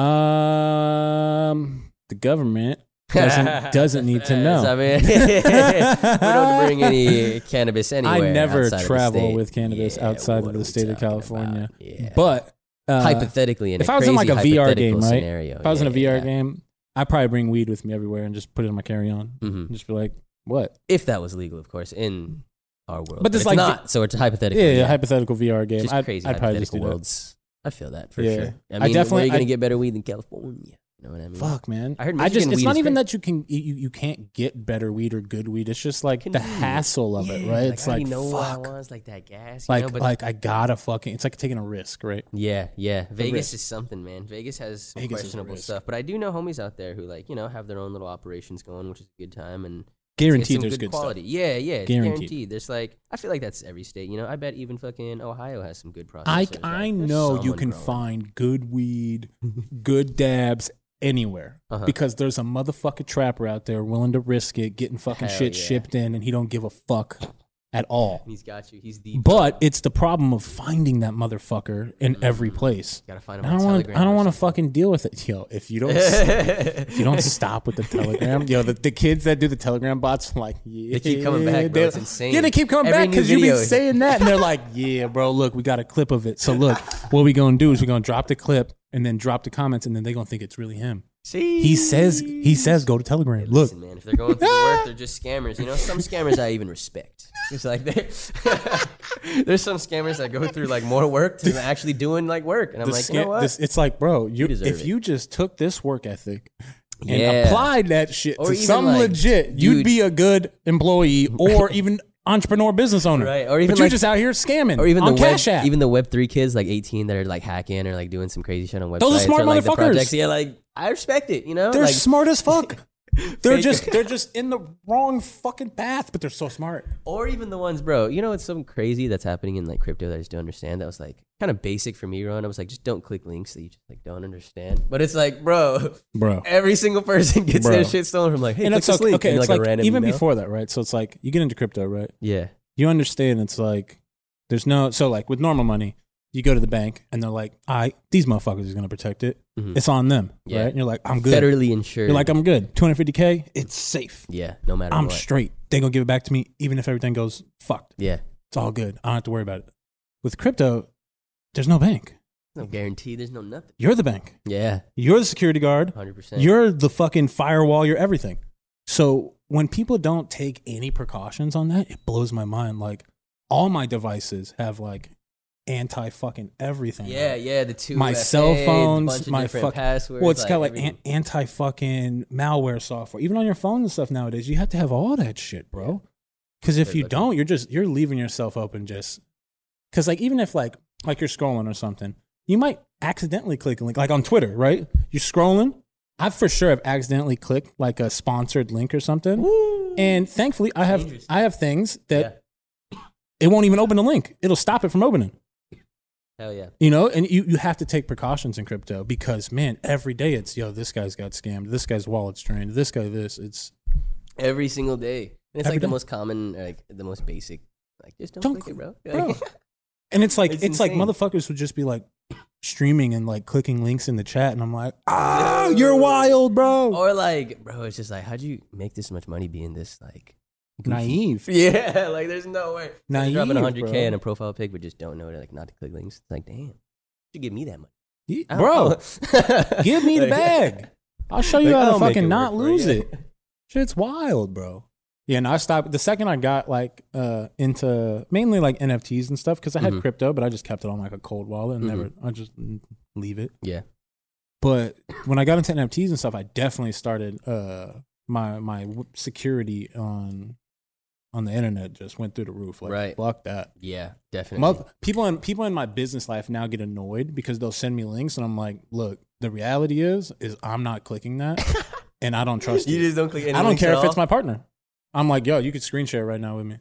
B: Um, the government doesn't doesn't
A: *laughs*
B: need to know.
A: I
B: *laughs*
A: mean, *laughs* we don't bring any cannabis anywhere.
B: I never
A: outside of the
B: travel
A: state.
B: with cannabis
A: Yeah,
B: outside
A: what
B: of
A: are we
B: the state of
A: talking
B: California.
A: about? Yeah.
B: But uh,
A: hypothetically, in
B: if
A: a
B: I was in, like,
A: crazy
B: a VR
A: hypothetical
B: game, right?
A: Scenario,
B: if I was in a
A: yeah,
B: VR game, I'd probably bring weed with me everywhere and just put it in my carry on.
A: yeah. Mhm.
B: Just be like, What?
A: if that was legal, of course, in our world.
B: But
A: But,
B: there's
A: it's
B: like
A: not, so it's hypothetical.
B: yeah, yeah, hypothetical VR game.
A: just
B: I'd,
A: crazy
B: I'd probably just
A: hypothetical
B: do that.
A: worlds. I feel that for
B: Yeah.
A: sure. I mean,
B: definitely-
A: where are you
B: I-
A: gonna get better weed than California? You know what I mean?
B: Fuck, man.
A: I heard
B: I just
A: Michigan
B: it's
A: weed
B: not
A: is
B: even
A: great.
B: that you can you, you- you can't get better weed or good weed. It's just like the
A: Convenient.
B: hassle of it,
A: Yeah,
B: right? it's
A: I already
B: like
A: know what I
B: fuck.
A: want. It's like that gas, you
B: like
A: know, but
B: like I gotta fucking. It's like taking a risk, right?
A: yeah, yeah. Vegas
B: risk.
A: is something, man. Vegas has some
B: Vegas is a
A: questionable
B: risk.
A: stuff, but I do know homies out there who like you know have their own little operations going, which is a good time and it's
B: Guaranteed,
A: some
B: there's good,
A: quality. Yeah, yeah, it's
B: Guaranteed.
A: guaranteed. There's like I feel like that's every state. You know, I bet even fucking Ohio has some good
B: stuff. I
A: processors.
B: I
A: like, there's
B: know you
A: someone
B: can
A: growing.
B: find
A: *laughs*
B: good weed, good dabs anywhere
A: Uh-huh.
B: because there's a motherfucking trapper out there willing to risk it, getting fucking
A: Hell
B: shit
A: yeah.
B: shipped in, and he don't give a fuck at all.
A: He's got you. He's the
B: But it's the problem of finding that motherfucker in every
A: Mm.
B: place.
A: gotta find him.
B: I don't want. I don't want to fucking deal with it, yo. If
A: *laughs*
B: you don't, s-
A: to.
B: if you don't stop with the telegram, yo, the, the kids that do the telegram bots, are like, yeah,
A: They keep coming back, bro. It's insane.
B: Yeah, they keep coming
A: Every
B: back
A: new
B: because you
A: video
B: be
A: is-
B: saying that, and
A: *laughs*
B: they're like, yeah, bro. Look, we got a clip of it. So look, what we gonna do is we gonna drop the clip and then drop the comments, and then they gonna think it's really him.
A: See,
B: He says, he says, go to telegram. Look,
A: Listen, man, if they're going through the work, they're
B: *laughs*
A: just scammers. You know, some scammers I even respect. It's like they, *laughs* there's some scammers that go through like more work to actually doing like work, and I'm
B: the
A: like, you
B: sca-
A: know what?
B: this- it's like, bro, you,
A: deserve
B: if
A: it.
B: you just took this work ethic. And
A: Yeah.
B: applied that shit
A: Or
B: to
A: even
B: some
A: like,
B: legit, you'd
A: dude-
B: be a good
A: *laughs*
B: employee or even entrepreneur business owner.
A: Right, or even
B: but you're
A: like-
B: just out here scamming
A: or even
B: on
A: the
B: Cash
A: web,
B: App.
A: even the Web three kids like 18 that are like hacking or like doing some crazy shit on websites.
B: Those are smart
A: or, like, the
B: motherfuckers.
A: projects. Yeah, like I respect it. You know,
B: They're
A: like,
B: smart
A: *laughs*
B: as fuck. They're
A: Fake-
B: just they're just in the wrong fucking path, but they're so smart.
A: or even the ones, bro. You know, it's something crazy that's happening in like crypto that I just don't understand. That was like kind of basic for me, Ron. I was like, just don't click links that you just like don't understand. But it's like, bro,
B: Bro.
A: every single person *laughs* gets
B: Bro.
A: their shit stolen from like, hey,
B: And
A: click
B: it's
A: this
B: okay,
A: link.
B: okay,
A: and,
B: it's
A: like,
B: like,
A: a random
B: even
A: email.
B: before that, right? So it's like you get into crypto, right?
A: yeah,
B: You understand it's like there's no so like with normal money, you go to the bank and they're like, I these motherfuckers is gonna protect it.
A: Mhm.
B: It's on them.
A: Yeah.
B: Right? And you're like, I'm good.
A: federally insured.
B: You're like, I'm good. 250K, it's safe.
A: yeah, no matter
B: I'm
A: what.
B: straight. They gonna give it back to me, even if everything goes fucked.
A: yeah,
B: It's all good. I don't have to worry about it. With crypto, there's no bank.
A: no guarantee. There's no nothing.
B: You're the bank.
A: Yeah,
B: You're the security guard.
A: hundred percent.
B: You're the fucking firewall. You're everything. So when people don't take any precautions on that, it blows my mind. Like all my devices have like anti fucking everything.
A: yeah, yeah. The two
B: My cell
A: FAs,
B: phones,
A: bunch of
B: my
A: different
B: fuck-
A: passwords.
B: Well, it's got like
A: everything.
B: an- anti fucking malware software. Even on your phone and stuff nowadays, you have to have all that shit, bro. Because if
A: They're
B: you
A: looking.
B: don't, you're just you're leaving yourself open just because like even if like like you're scrolling or something, you might accidentally click a link like on Twitter, right? You're scrolling. I for sure have accidentally clicked like a sponsored link or something, and thankfully I have
A: Dangerous.
B: I have things that it won't even open the link. It'll stop it from opening.
A: yeah. hell yeah.
B: You know, and you, you have to take precautions in crypto because man, every day it's yo, this guy's got scammed, this guy's wallet's drained, this guy this. It's
A: every single day. And it's
B: Every
A: like the
B: day.
A: most common, like the most basic. Like just don't,
B: Don't
A: click it, bro.
B: bro.
A: Like, *laughs*
B: and it's like
A: It's
B: it's, like
A: insane.
B: motherfuckers would just be like streaming and like clicking links in the chat and I'm like, Ah, you're wild, bro.
A: or like, bro, it's just like, how'd you make this much money being this like? goofy? *laughs*
B: Naive.
A: Yeah, like there's no way. You're
B: Naive.
A: dropping 100k
B: bro.
A: on a profile pic, but just don't know to like not to click links. It's like, damn, you give me that money,
B: Ye-
A: I
B: Bro,
A: don't follow-
B: *laughs* give me
A: *laughs*
B: the
A: Like-
B: bag. I'll show you
A: like,
B: how to
A: I'll make
B: fucking
A: it
B: not
A: work for you.
B: lose it. Shit's wild, bro. Yeah, and I stopped the second I got like uh into mainly like NFTs and stuff because I had
A: Mhm.
B: crypto, but I just kept it on like a cold wallet and
A: Mhm.
B: never I just mm, leave it.
A: Yeah.
B: But when I got into NFTs and stuff, I definitely started uh my my w- security on on the internet just went through the roof. Like
A: Right.
B: fuck that.
A: *laughs* Yeah, definitely.
B: Mother, people in people in my business life now get annoyed because they'll send me links and I'm like, look, the reality is is I'm not
A: *laughs*
B: clicking that and I don't
A: *laughs*
B: trust
A: you
B: you.
A: just don't click. Any
B: I don't
A: links
B: care
A: at
B: if it's
A: all?
B: my partner. I'm like, yo, you could screen share right now
A: *laughs*
B: with me.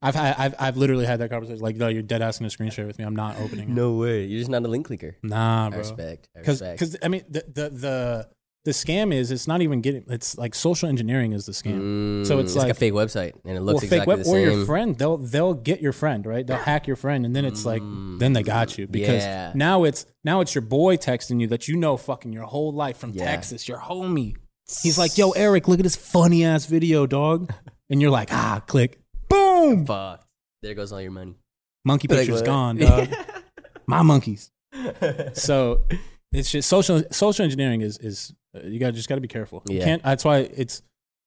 B: I've had, I've I've literally had that conversation. Like, no, you're dead asking to screen share with me. I'm not opening. It.
A: No way. You're just not a link clicker.
B: Nah,
A: I
B: bro.
A: respect. I
B: Because
A: respect.
B: because I mean the, the the the scam is it's not even getting. It's like social engineering is the scam. So
A: Mm,
B: it's
A: like, a
B: like-
A: fake website, and it looks
B: well, fake
A: exactly
B: web
A: the
B: or
A: same.
B: your friend, they'll they'll get your friend, right? They'll hack your friend, and then it's like,
A: Mm.
B: then they got you because
A: Yeah.
B: now it's now it's your boy texting you that you know fucking your whole life from
A: Yeah.
B: Texas, your homie. He's like, yo, Eric, look at this funny ass video, dog, and you're like, ah, click, boom,
A: Fuck. There goes all your money.
B: monkey
A: Like,
B: picture's
A: what? *laughs*
B: gone, dog. My monkeys. So it's just social social engineering is is uh, you got to just got to be careful. You
A: Yeah.
B: can't. That's why it's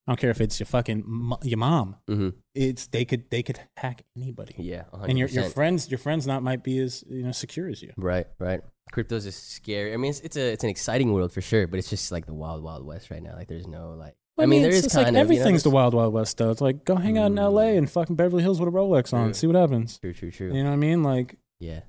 B: I don't care if it's your fucking mo- your mom.
A: hmm
B: It's they could they could hack anybody.
A: Yeah, 100%.
B: And your your friends your friends not might be as you know secure as you.
A: Right, right. Crypto's is scary. I mean, it's, it's a it's an exciting world for sure, but it's just like the wild, wild west right now. Like, there's no like. I, mean, there
B: it's
A: is
B: just
A: kind
B: like
A: of
B: everything's
A: you
B: the
A: know,
B: wild wild west though. It's like go hang out in
A: Mm.
B: L.A. and fucking Beverly Hills with a Rolex on,
A: True.
B: see what happens.
A: True, true, true.
B: You know what I mean? Like
A: Yeah,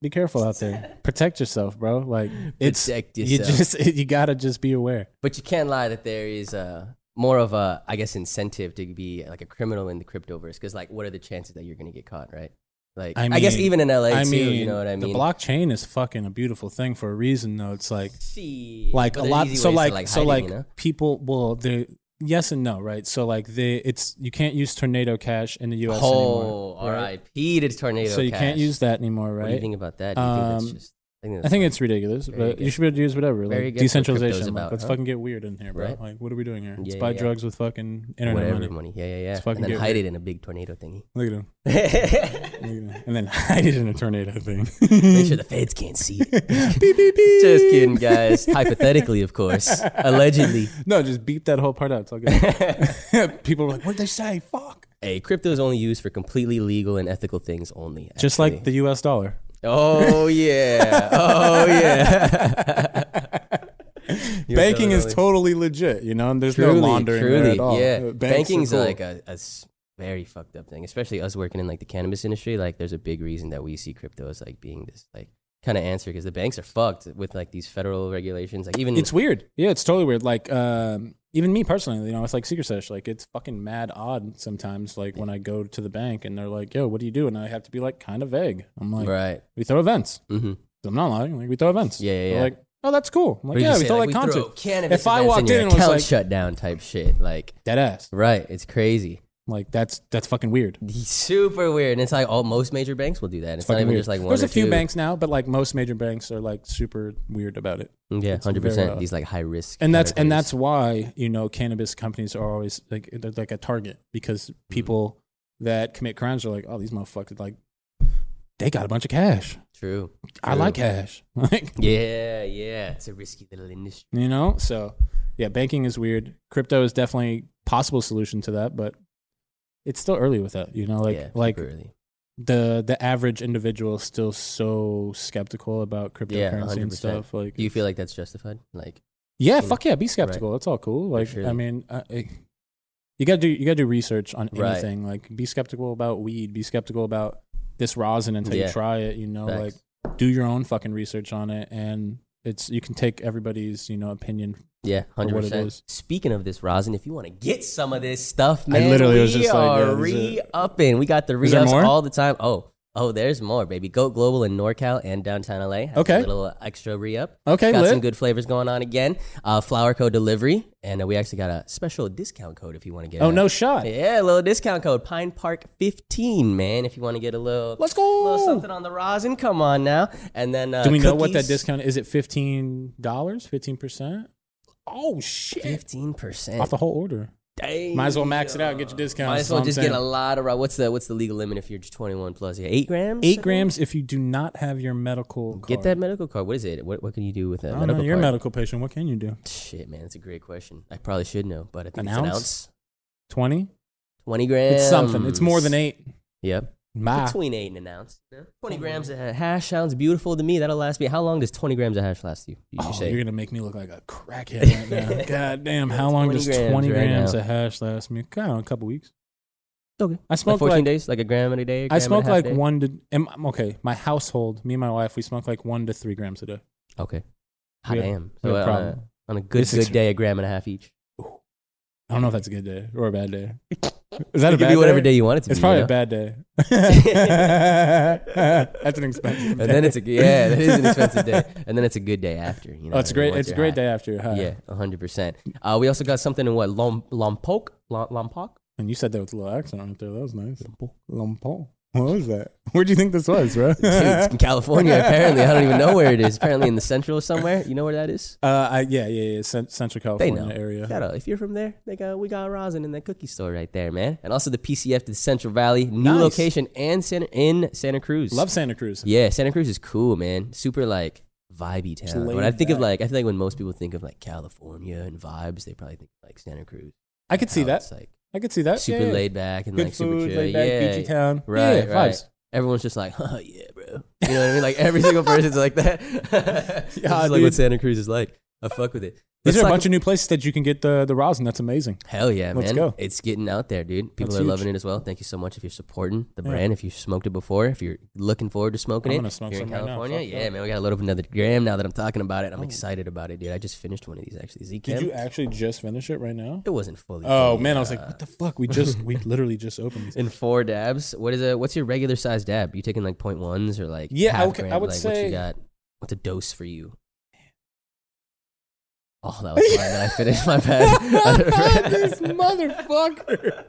B: be careful out
A: *laughs*
B: there. Protect yourself, bro. Like it's
A: protect
B: you
A: yourself.
B: just *laughs* you gotta just be aware.
A: but you can't lie that there is a more of a I guess incentive to be like a criminal in the cryptoverse because like what are the chances that you're gonna get caught, right? Like
B: I
A: I, guess
B: mean-
A: even in LA
B: I
A: too,
B: mean,
A: you know what I mean?
B: the blockchain is fucking a beautiful thing for a reason, though. It's like
A: Shit.
B: like
A: But
B: a
A: there's
B: lot.
A: easy
B: So
A: ways to,
B: like, so
A: hide it,
B: like
A: you know?
B: people. Well, they yes and no, right? So like they, it's you can't use Tornado Cash in the U.S.
A: oh,
B: anymore. right?
A: R.I.P. to tornado.
B: So you
A: cash.
B: can't use that anymore,
A: What do you
B: right?
A: think about that? Do you think
B: Um,
A: that's just? I think,
B: I
A: that's
B: think it's ridiculous,
A: Very
B: but you
A: good.
B: should be able to use whatever.
A: Very
B: Like
A: good for what crypto's
B: decentralization. Like,
A: about,
B: let's
A: huh?
B: fucking get weird in here, bro.
A: Right.
B: Like, what are we doing here? Let's
A: Yeah,
B: buy
A: yeah.
B: drugs with fucking internet
A: whatever
B: money.
A: money. Yeah, yeah, yeah. And
B: fucking
A: then
B: get
A: hide it in a big tornado
B: *laughs*
A: thingy. *laughs*
B: Look at him.
A: Make
B: Look at him. And then *laughs* hide it in a tornado thing. *laughs*
A: sure the feds can't see it.
B: beep, beep, beep.
A: Just kidding, guys. Hypothetically, of course. Allegedly.
B: No, just beep that whole part out. It's all good. *laughs* People were like, "What did they say? Fuck!"
A: Hey, crypto is only used for completely legal and ethical things only.
B: Just
A: actually.
B: like the U.S. dollar.
A: Oh, yeah. oh,
B: *laughs*
A: yeah. *laughs* You're
B: Banking is
A: totally-
B: totally legit, you know, and there's
A: Truly,
B: no laundering there
A: truly,
B: at all.
A: Yeah,
B: Uh, banks are
A: banking's
B: cool.
A: like a, a s- very fucked up thing, especially us working in like the cannabis industry. Like, there's a big reason that we see crypto as like being this like kind of answer because the banks are fucked with like these federal regulations. Like, even
B: it's weird. Yeah, it's totally weird. Like, um, even me personally, you know, it's like secret sesh. Like, it's fucking mad odd sometimes. Like when I go to the bank and they're like, "Yo, what do you do?" and I have to be like kind of vague. I'm
A: *laughs*
B: like,
A: right.
B: "We throw events."
A: Mm-hmm.
B: I'm not lying. Like we throw events.
A: Yeah, yeah,
B: They're
A: yeah.
B: Like, oh, that's cool. I'm
A: What
B: like,
A: did
B: yeah,
A: you
B: we
A: say?
B: throw
A: Like,
B: like,
A: we
B: concerts.
A: throw cannabis
B: If I
A: events
B: walked
A: your
B: in and was
A: account
B: like-
A: shut down type shit, like
B: Dead ass.
A: right, it's crazy,
B: Like that's that's fucking weird.
A: super weird, and it's like all most major banks will do that. It's, not
B: fucking
A: even
B: weird.
A: just like one.
B: There's
A: or
B: a few
A: two.
B: banks now, but like most major banks are like super weird about it.
A: Mm, yeah,
B: It's
A: hundred
B: very
A: percent.
B: odd.
A: These like high risk,
B: And that's and that's why you know cannabis companies are always like they're like a target because
A: Mm-hmm.
B: people that commit crimes are like, oh, these motherfuckers like they got a bunch of cash.
A: true.
B: I
A: True.
B: like cash. *laughs* Like
A: Yeah, yeah, it's a risky little industry.
B: you know, so yeah, banking is weird. Crypto is definitely possible solution to that, but it's still early with that. You know, like
A: yeah,
B: like
A: super early.
B: the the average individual is still so skeptical about
A: Yeah,
B: cryptocurrency and
A: 100%.
B: stuff. Like,
A: Do you feel like that's justified? Like,
B: yeah,
A: you know?
B: fuck yeah, be skeptical. It's all cool. Like,
A: sure.
B: I mean, I, I- you gotta do you gotta do research on
A: Right.
B: anything. Like, be skeptical about weed. Be skeptical about this rosin until
A: Yeah.
B: you try it. You know,
A: Facts.
B: like, do your own fucking research on it, and it's you can take everybody's you know opinion.
A: yeah,
B: Or
A: hundred
B: what it
A: percent.
B: is.
A: Speaking of this rosin, if you want to get some of this stuff,
B: I
A: man,
B: literally
A: we
B: was just like,
A: are
B: yeah, there's a-
A: re-upping. We got the
B: Is there
A: re-ups
B: more?
A: all the time. Oh, oh, there's more, baby. Goat Global in NorCal and downtown LA. Has
B: Okay.
A: a little uh, extra re-up.
B: Okay,
A: got
B: lit.
A: some good flavors going on again. Uh, flower code delivery, and uh, we actually got a special discount code if you want to get.
B: oh
A: a-
B: no shot.
A: Yeah, a little discount code Pine Park fifteen, man. If you want to get a little,
B: Let's
A: little
B: go.
A: something on the rosin. Come on now, and then uh,
B: Do we know what that
A: cookies.
B: discount is? It fifteen dollars, fifteen percent. Oh shit!
A: Fifteen percent.
B: Off the whole order. Might as well max it out and get your discount.
A: Might
B: That's
A: as well
B: what I'm
A: just
B: saying.
A: get a lot of. ro- What's the what's the legal limit if you're just 21 plus? Yeah, eight grams. I
B: eight
A: think?
B: grams if you do not have your medical. Card.
A: Get that medical card. What is it? What what can you do with a
B: I don't
A: medical
B: know, you're a
A: card?
B: medical patient. What can you do?
A: Shit, man, that's a great question. I probably should know, but I think
B: An
A: it's
B: ounce?
A: an ounce.
B: 20?
A: 20 grams.
B: It's something. It's more than eight. Ah. Oh.
A: Yep.
B: My.
A: Between eight and an ounce. you know? 20 grams of hash sounds beautiful to me. That'll last me. How long does 20 grams of hash last you? you
B: Oh,
A: say?
B: you're going to make me look like a crackhead right
A: *laughs*
B: now. God damn. How long
A: 20
B: does
A: grams
B: 20
A: right
B: grams
A: now.
B: of hash last me? God, a couple weeks.
A: Okay.
B: I
A: like
B: smoke
A: 14
B: like,
A: days, like a gram a day. a
B: I
A: gram and a
B: smoke
A: half
B: like
A: day?
B: one to, am, I'm- okay, my household, me and my wife, we smoke like one to three grams a day.
A: Okay. Hot
B: Yeah,
A: damn.
B: no
A: So, uh, on,
B: problem.
A: a, on a good,
B: It's
A: good
B: extre-
A: day, a gram and a half each.
B: I don't know if that's a good day or a bad day.
A: *laughs*
B: Is that
A: it
B: a
A: could
B: bad
A: be whatever day
B: day?
A: you want it to
B: It's
A: be.
B: probably
A: you
B: a
A: know?
B: bad
A: *laughs*
B: day. *laughs* that's an expensive
A: And then it's a yeah, that
B: *laughs*
A: is an expensive day. And then it's a good day after. You know,
B: Oh, it's
A: and
B: great.
A: once
B: It's a
A: you're
B: great
A: high.
B: day Uh-huh. after you're high.
A: Yeah, hundred percent. Uh, we also got something in what Lom, Lompok, Lom,
B: *laughs*
A: Lompok.
B: And you said that with a little accent right there. That was nice. Lampol. What was that? Where do you think this was, bro?
A: *laughs* Dude, it's in California. Apparently, I don't even know where it is. Apparently, in the central somewhere. You know where that is?
B: *laughs* Uh, I, yeah, yeah, yeah. Cent- Central
A: They
B: California
A: know.
B: area.
A: Shout out. If you're from there, they got we got rosin in that cookie store right there, man. And also the PCF to the Central Valley, new
B: Nice.
A: location and Santa, in Santa Cruz.
B: Love Santa Cruz.
A: Yeah, Santa Cruz is cool, man. Super like vibey town. When I
B: laid
A: think of
B: back.
A: like, I feel like when most people think of like California and vibes, they probably think like Santa Cruz.
B: I could see
A: how
B: that.
A: It's like
B: I could see that.
A: super
B: yeah, yeah.
A: laid back and
B: Good
A: like super
B: food,
A: chill.
B: laid back,
A: yeah,
B: beachy town.
A: Right,
B: yeah,
A: right.
B: Vibes.
A: everyone's just like, *laughs* oh yeah, bro. You know what I mean? Like every single person's like that. *laughs* This is like
B: dude.
A: what Santa Cruz is like. I fuck with it.
B: These
A: Let's
B: are a
A: talk
B: bunch of new places that you can get the the rosin. That's amazing.
A: Hell yeah,
B: Let's
A: man.
B: go.
A: It's getting out there, dude. People
B: That's
A: are
B: huge.
A: loving it as well. Thank you so much if you're supporting the
B: Yeah.
A: brand. If you smoked it before, if you're looking forward to smoking
B: I'm
A: it
B: gonna smoke
A: here in
B: some right now.
A: California.
B: Fuck
A: yeah,
B: yeah.
A: man. We got to load up another gram now that I'm talking about it. I'm
B: Oh.
A: excited about it, dude. I just finished one of these actually. Z
B: Did
A: Chem.
B: you actually just finish it right
A: *laughs*
B: now?
A: It wasn't fully.
B: Oh
A: fully,
B: man, I was like,
A: uh,
B: what the fuck? We just
A: *laughs*
B: we literally just opened these.
A: in four dabs. What is a what's your regular size dab? You taking like point ones or like
B: Yeah, I
A: half
B: would-
A: gram?
B: I would
A: like, what
B: say-
A: you got. What's a dose for you? Oh, that was mine that *laughs* I finished. My
B: *laughs*
A: bad.
B: this motherfucker.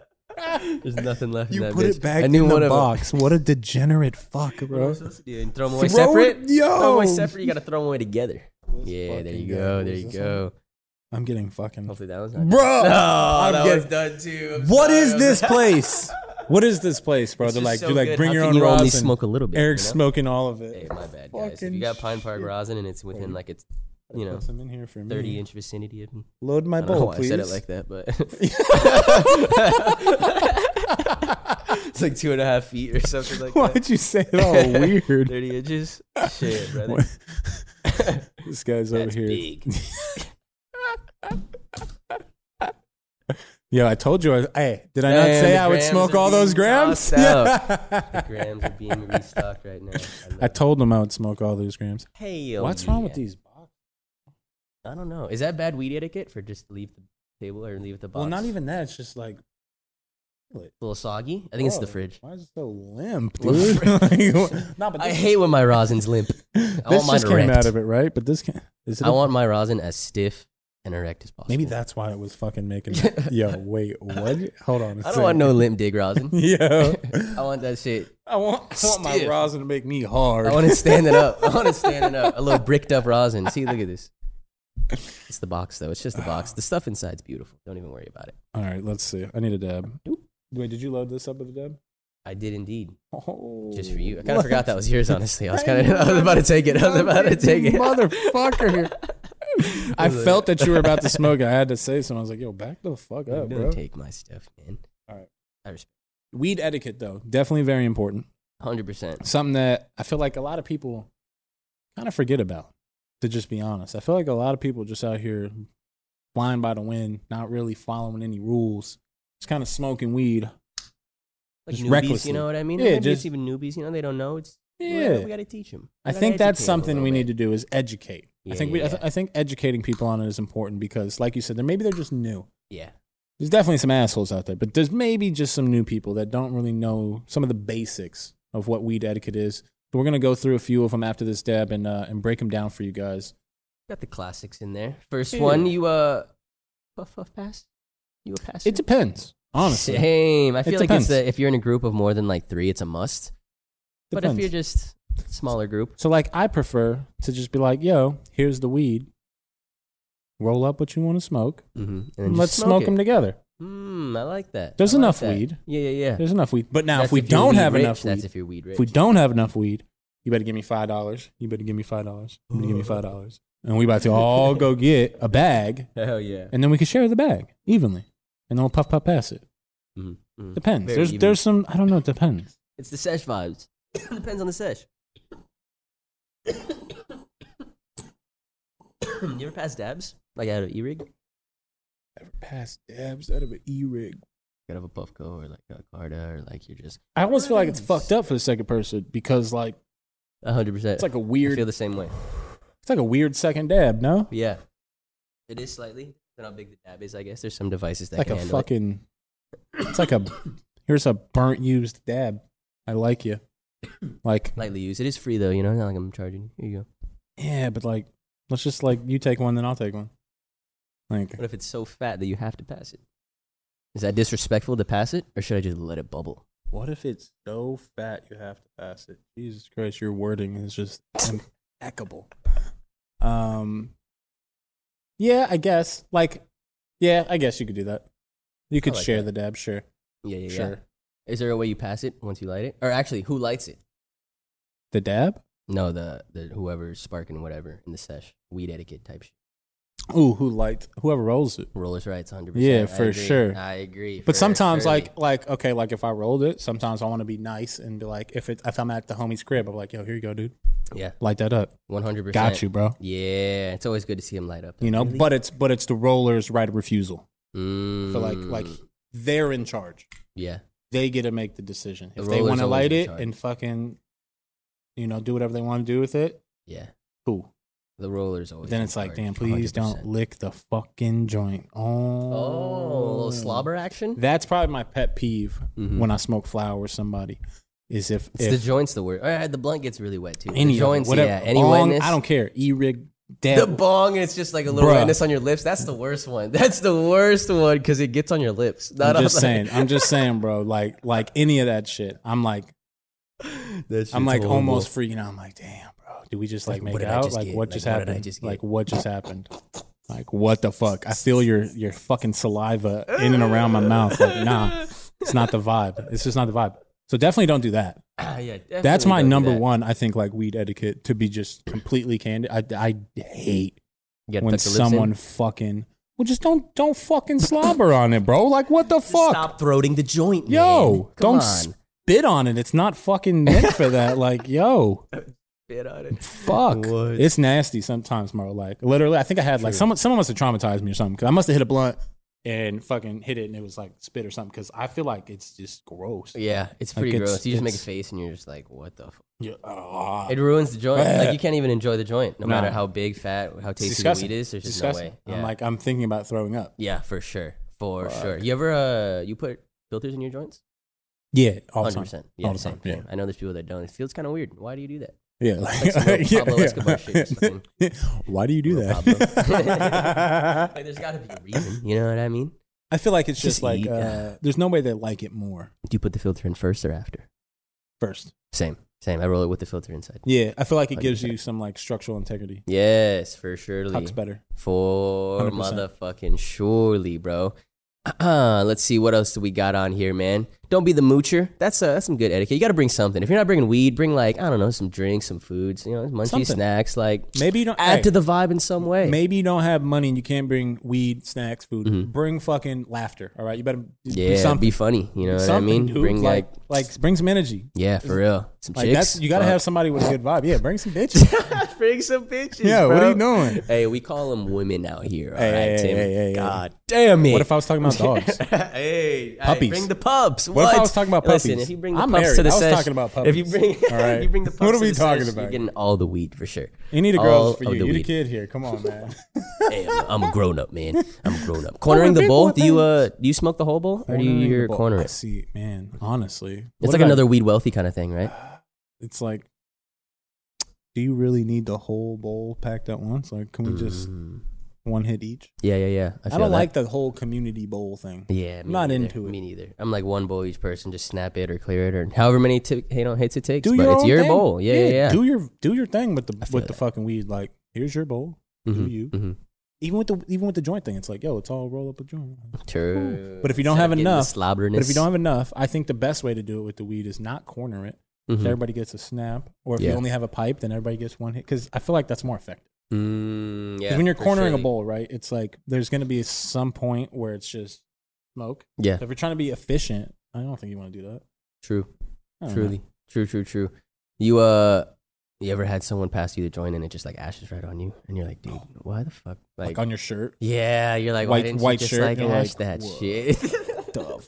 A: *laughs* There's nothing left.
B: You
A: in that
B: put
A: bitch.
B: it back
A: I knew
B: in
A: one
B: the
A: of 'em.
B: box. What a degenerate fuck,
A: What am I
B: bro.
A: supposed to do? And throw them away
B: Throw it-
A: separate. Throw them away
B: Yo.
A: separate. You gotta throw them away together. yeah, there
B: fucking
A: you
B: guy.
A: go.
B: What
A: There
B: is
A: you
B: this
A: go.
B: I'm getting fucking.
A: Hopefully that was not.
B: *laughs*
A: *laughs*
B: Bro,
A: Oh,
B: I'm
A: that
B: getting-
A: was done too. I'm
B: What
A: sorry,
B: is
A: I'm
B: this
A: sorry.
B: place? What is this place, bro?
A: It's
B: They're
A: just
B: like,
A: so
B: do like
A: good.
B: bring
A: How
B: your
A: can
B: own
A: you only
B: rosin.
A: smoke a little bit.
B: Eric's
A: you know? Eh,
B: smoking all of
A: Hey,
B: it.
A: my bad, guys. If
B: Fucking
A: you got Pine Park
B: shit.
A: rosin and it's within like it's, you
B: Put
A: know,
B: some in here for me.
A: thirty inch vicinity of me.
B: Load my
A: I don't know
B: bowl,
A: why
B: please.
A: I said it like that,
B: *laughs*
A: but it's like two and a half feet or something like that.
B: *laughs* Why'd you say it
A: *laughs*
B: all weird?
A: Thirty inches. Shit, brother. *laughs*
B: What- this guy's over
A: That's
B: here.
A: big.
B: *laughs* Yeah, I told you. I, hey, did I not
A: Damn,
B: say
A: the
B: I would
A: grams
B: smoke
A: are
B: all those
A: being
B: grams?
A: tossed
B: *laughs*
A: out. The
B: Yeah.
A: grams are being restocked right now.
B: I told him I would smoke all those grams.
A: Hey,
B: What's wrong with these boxes?
A: I don't know. Is that bad weed etiquette for just leave the table or leave the box?
B: Well, not even that. It's just like
A: a little soggy. I think it's the
B: Whoa,
A: fridge.
B: Why is it so limp,
A: Well,
B: dude?
A: fridge.
B: *laughs*
A: *laughs*
B: Like, what- no, but
A: I
B: this,
A: hate when my rosin's
B: *laughs*
A: limp.
B: this
A: I want mine
B: just came
A: erect.
B: out of it, right? But this can is it?
A: I
B: a-
A: want my rosin as stiff and erect as possible.
B: maybe that's why it was
A: *laughs*
B: fucking making. Yo, wait, what? Hold on. I
A: I don't want no limp dig rosin.
B: *laughs* Yo,
A: *laughs*
B: *laughs*
A: I want that shit.
B: I want, I want my
A: Stiff.
B: rosin to make me hard.
A: I
B: *laughs*
A: want it standing up. I want it standing up. A little bricked up rosin. See, look at this. It's the box though. It's just the box. The stuff inside's beautiful. Don't even worry about it.
B: All right, let's see. I need a dab. Wait, did you load this up with a dab?
A: I did indeed.
B: Oh,
A: Just for you. I kind of forgot that was yours, honestly. I was kind of *laughs* I was about to take it. I was about to take it.
B: motherfucker. *laughs*
A: *laughs*
B: I felt that you were about to smoke. it. I had to say something. I was like, "Yo, back the fuck up,
A: Don't
B: bro."
A: take my stuff, man.
B: All right.
A: I respect
B: Weed etiquette, though, definitely very important.
A: hundred percent.
B: Something that I feel like a lot of people kind of forget about. To just be honest, I feel like a lot of people just out here flying by the wind, not really following any rules, just kind of smoking weed.
A: Like
B: Just
A: newbies,
B: recklessly.
A: you know what I mean?
B: Yeah,
A: Yeah, Maybe
B: just-
A: it's even newbies, you know, they don't know. It's
B: Yeah,
A: we got to teach them.
B: I think that's something we need to do is educate. I
A: Yeah,
B: think we, I,
A: yeah,
B: th- I think educating people on it is important because, like you said, there maybe they're just new.
A: Yeah,
B: There's definitely some assholes out there, but there's maybe just some new people that don't really know some of the basics of what weed etiquette is. So we're gonna go through a few of them after this dab and uh, and break them down for you guys.
A: got the classics in there. First
B: Yeah.
A: one, you uh, puff puff pass. You a pass?
B: It depends, honestly.
A: Same. I feel like
B: depends.
A: it's the if you're in a group of more than like three, it's a must. But if
B: Depends.
A: you're just smaller group,
B: so like, I prefer to just be like, "Yo, here's the weed. Roll up what you want to smoke.
A: mhm, and then
B: And
A: just
B: let's smoke,
A: it.
B: them together.
A: Mm, I like that.
B: There's
A: I like
B: enough
A: that.
B: weed.
A: Yeah, yeah, yeah.
B: There's enough weed. But now,
A: That's
B: if we
A: you're
B: don't
A: weed
B: have
A: rich,
B: enough weed,
A: that's if you're weed rich.
B: If we don't have enough weed, you better give me five dollars. You better give me five dollars. You better give me five dollars. And we about to all go get a bag,
A: Hell yeah.
B: and then we can share the bag evenly, and then we'll puff puff pass it.
A: Mhm, mhm.
B: Depends.
A: Very
B: there's
A: even.
B: there's some I don't know. It depends.
A: It's the sesh vibes. *coughs* Depends on the sesh. *coughs* you ever pass dabs? Like out of E rig?
B: Ever pass dabs out of an e rig?
A: Out of a Puffco or like a Carta or like you're just
B: I almost feel like it's fucked up for the second person because like
A: 100%.
B: it's like a
A: I
B: weird
A: feel the same way.
B: it's like a weird second dab. No,
A: But yeah. It is slightly. Depending on how big the dab is, I guess. There's some devices that
B: like
A: can
B: a
A: handle it.
B: fucking. It's like a here's a burnt used dab. I like you. Like
A: Lightly used. It is free though, you know? Not like I'm charging. Here you go.
B: yeah, but like let's just like you take one, then I'll take one. Like
A: What if it's so fat that you have to pass it? Is that disrespectful to pass it or should I just let it bubble?
B: What if it's so fat you have to pass it? Jesus Christ, your wording is just impeccable. Um, yeah, I guess. Like, yeah, I guess you could do that. You could
A: like
B: share
A: that.
B: the dab, sure,
A: Yeah, yeah, yeah.
B: sure.
A: Is there a way you pass it once you light it? Or actually, who lights it?
B: The dab?
A: No, the, the whoever's sparking whatever in the sesh, weed etiquette type shit.
B: Ooh, who liked whoever rolls it.
A: Rollers' rights, hundred
B: Yeah,
A: percent.
B: for sure.
A: I agree.
B: But
A: for-
B: sometimes,
A: surely.
B: like, like okay, like if I rolled it, sometimes I want to be nice and be like, if it, if I'm at the homie's crib, I'm like, yo, here you go, dude,
A: yeah,
B: light that up,
A: one hundred percent.
B: got you, bro.
A: Yeah, it's always good to see him light up.
B: You know, but it's but it's the roller's right of refusal.
A: Mm,
B: For like like they're in charge.
A: yeah,
B: They get to make the decision
A: The
B: if they
A: roller's
B: want to
A: always
B: light
A: in
B: it
A: charge.
B: and fucking, you know, do whatever they want to do with it.
A: yeah.
B: Cool.
A: The rollers always.
B: But then
A: in
B: it's like,
A: charge,
B: damn, please do
A: 100%.
B: not lick the fucking joint. Oh,
A: Oh, a little slobber action.
B: That's probably my pet peeve
A: Mhm.
B: when I smoke flower with somebody. Is if
A: It's
B: if
A: the joints the word. All right, the blunt gets really wet too.
B: any
A: the
B: of it,
A: joints,
B: whatever,
A: yeah. Any
B: bong,
A: wetness.
B: I don't care. E rig,
A: The
B: damn.
A: bong, and it's just like a little
B: Bruh.
A: wetness on your lips. That's the worst one. *laughs* That's the worst one because it gets on your lips. Not *laughs*
B: I'm
A: on,
B: just
A: like-
B: saying. I'm just saying, bro. Like like any of that shit. I'm like
A: That
B: I'm
A: shit's
B: like
A: horrible.
B: almost freaking out. I'm like, damn, bro. Did we just like
A: Like,
B: make
A: what did I
B: out?
A: just
B: like
A: get?
B: what
A: Like,
B: just
A: what did
B: happened?
A: I just get?
B: Like what just happened? Like what the fuck? I feel your your fucking saliva in and around my mouth. Like nah, it's not the vibe. It's just not the vibe. So definitely don't do that.
A: Ah, yeah,
B: That's
A: definitely
B: my
A: don't do
B: number
A: that.
B: one. I think like weed etiquette to be just completely candid. I I hate
A: You gotta
B: when
A: tuck your lips in.
B: someone fucking well just don't don't fucking slobber on it, bro. Like what the fuck?
A: stop throating the joint. man.
B: Yo,
A: Come on.
B: don't spit on it. It's not fucking meant for that. Like yo.
A: spit on
B: *laughs*
A: it.
B: Fuck.
A: What?
B: It's nasty sometimes, bro. Like literally, I think I had like
A: True.
B: someone someone must have traumatized me or something because I must have hit a blunt and fucking hit it and it was like spit or something because I feel like it's just gross.
A: Yeah, it's
B: Like,
A: pretty
B: it's-
A: gross. You just make a
B: it's-
A: face and you're just like, what the? Fuck?
B: Yeah. Ah.
A: It ruins the joint.
B: Bleh.
A: Like you can't even enjoy the joint, no
B: Nah.
A: matter how big, fat, how
B: It's
A: tasty the
B: disgusting.
A: weed is. There's
B: It's
A: just
B: disgusting.
A: no way. Yeah.
B: I'm like I'm thinking about throwing up.
A: yeah, for sure, for
B: Fuck.
A: sure. You ever uh, you put filters in your joints?
B: Yeah, all the
A: Hundred
B: time.
A: percent. Yeah,
B: All the
A: same,
B: time, yeah.
A: same. I know there's people that don't. It feels kind of weird. Why do you do that?
B: *laughs* Yeah, like,
A: Like some real Pablo Escobar shit, just
B: *laughs*
A: fucking-
B: Why do you do
A: Real
B: that?
A: Like, there's got to be a reason. You know what I mean?
B: *laughs* I feel like it's
A: Just
B: just like
A: eat. *laughs*
B: uh, there's no way they like it more
A: Do you put the filter in first or after?
B: first.
A: Same, same. I roll it with the filter inside.
B: Yeah, I feel like it gives
A: 100%.
B: you some like structural integrity.
A: Yes, for surely.
B: Tucks better.
A: For
B: 100%.
A: motherfucking surely, bro. *clears throat* Let's see what else do we got on here, man. Don't be the moocher. That's uh, that's some good etiquette. You got to bring something. If you're not bringing weed, bring like I don't know, some drinks, some foods, you know, munchie
B: Something.
A: snacks. Like
B: Maybe you don't
A: add
B: hey.
A: to the vibe in some way.
B: Maybe you don't have money and you can't bring weed, snacks, food.
A: Mhm.
B: Bring fucking laughter. All right, you better
A: yeah,
B: do something.
A: be funny. You know what I
B: something,
A: mean?
B: dude.
A: Bring like,
B: like, like bring some energy.
A: yeah, for real, some
B: Like
A: chicks.
B: that's you gotta have somebody with a good vibe.
A: *laughs*
B: Yeah, bring some bitches.
A: have bring some bitches.
B: yeah, what
A: bro.
B: are you doing?
A: Hey, we call them women out here. All right,
B: Hey, hey,
A: Tim.
B: hey, hey, hey.
A: God *laughs* damn it.
B: What if I was talking
A: *laughs*
B: about dogs?
A: hey,
B: Puppies.
A: Hey, bring the pups. What,
B: What if I was talking about
A: Listen,
B: puppies?
A: if you bring the
B: I'm
A: pups
B: married.
A: to the
B: I was
A: sesh-
B: talking about
A: If you
B: puppies.
A: bring, *laughs*
B: All right.
A: if you bring the pups,
B: *laughs* What are
A: to
B: we
A: the
B: talking
A: sesh, You're
B: about?
A: getting all the weed for
B: *laughs*
A: sure.
B: Any of the
A: All
B: girls for
A: of
B: you.
A: the
B: you the
A: weed.
B: kid here. Come on,
A: *laughs*
B: man.
A: Damn, I'm a grown up, man. I'm a grown up. Cornering the
B: big
A: bowl.
B: boy
A: Do you uh do you smoke the whole bowl or do you
B: Cornering
A: your
B: the ball.
A: corner?
B: I
A: it?
B: see, man. Honestly,
A: It's
B: What
A: like
B: about-
A: another weed wealthy kind of thing, right?
B: It's like, do you really need the whole bowl packed at once? Like, can we just
A: Mm.
B: one hit each?
A: yeah, yeah, yeah. I,
B: I,
A: feel
B: don't
A: that.
B: like the whole community bowl thing.
A: Yeah,
B: I'm
A: me
B: not
A: neither.
B: into it.
A: Me neither. I'm like one bowl each person. Just snap it or clear it or however many t- you know hits it takes.
B: do
A: but
B: your
A: it's
B: own
A: your
B: thing.
A: bowl. Yeah, yeah, yeah.
B: Do your do your thing with the
A: I feel
B: with the
A: that.
B: fucking weed. Like, here's your bowl.
A: Mhm,
B: do you.
A: mhm.
B: Even with the even with the joint thing, it's like, yo, it's all roll up a joint.
A: True.
B: But if you don't
A: Instead
B: have
A: of getting the
B: enough-
A: slobberness.
B: But if you don't have enough, I think the best way to do it with the weed is not corner it.
A: Mhm.
B: So everybody gets a snap, or if
A: Yeah.
B: you only have a pipe, then everybody gets one hit. Because I feel like that's more effective.
A: Mm, yeah.
B: Because when you're
A: for
B: cornering
A: surely.
B: a bowl, right, it's like there's going to be some point where it's just smoke.
A: Yeah.
B: So if you're trying to be efficient, I don't think you want to do that.
A: True.
B: I don't know.
A: Truly. True, true, true. You uh you ever had someone pass you the joint and it just like ashes right on you and you're like, dude, why the fuck
B: Like,
A: like,
B: on your shirt.
A: Yeah, you're like, why
B: White-
A: didn't
B: white
A: you just
B: shirt,
A: like
B: you're
A: ash
B: like,
A: that
B: "Whoa."
A: shit? *laughs*
B: the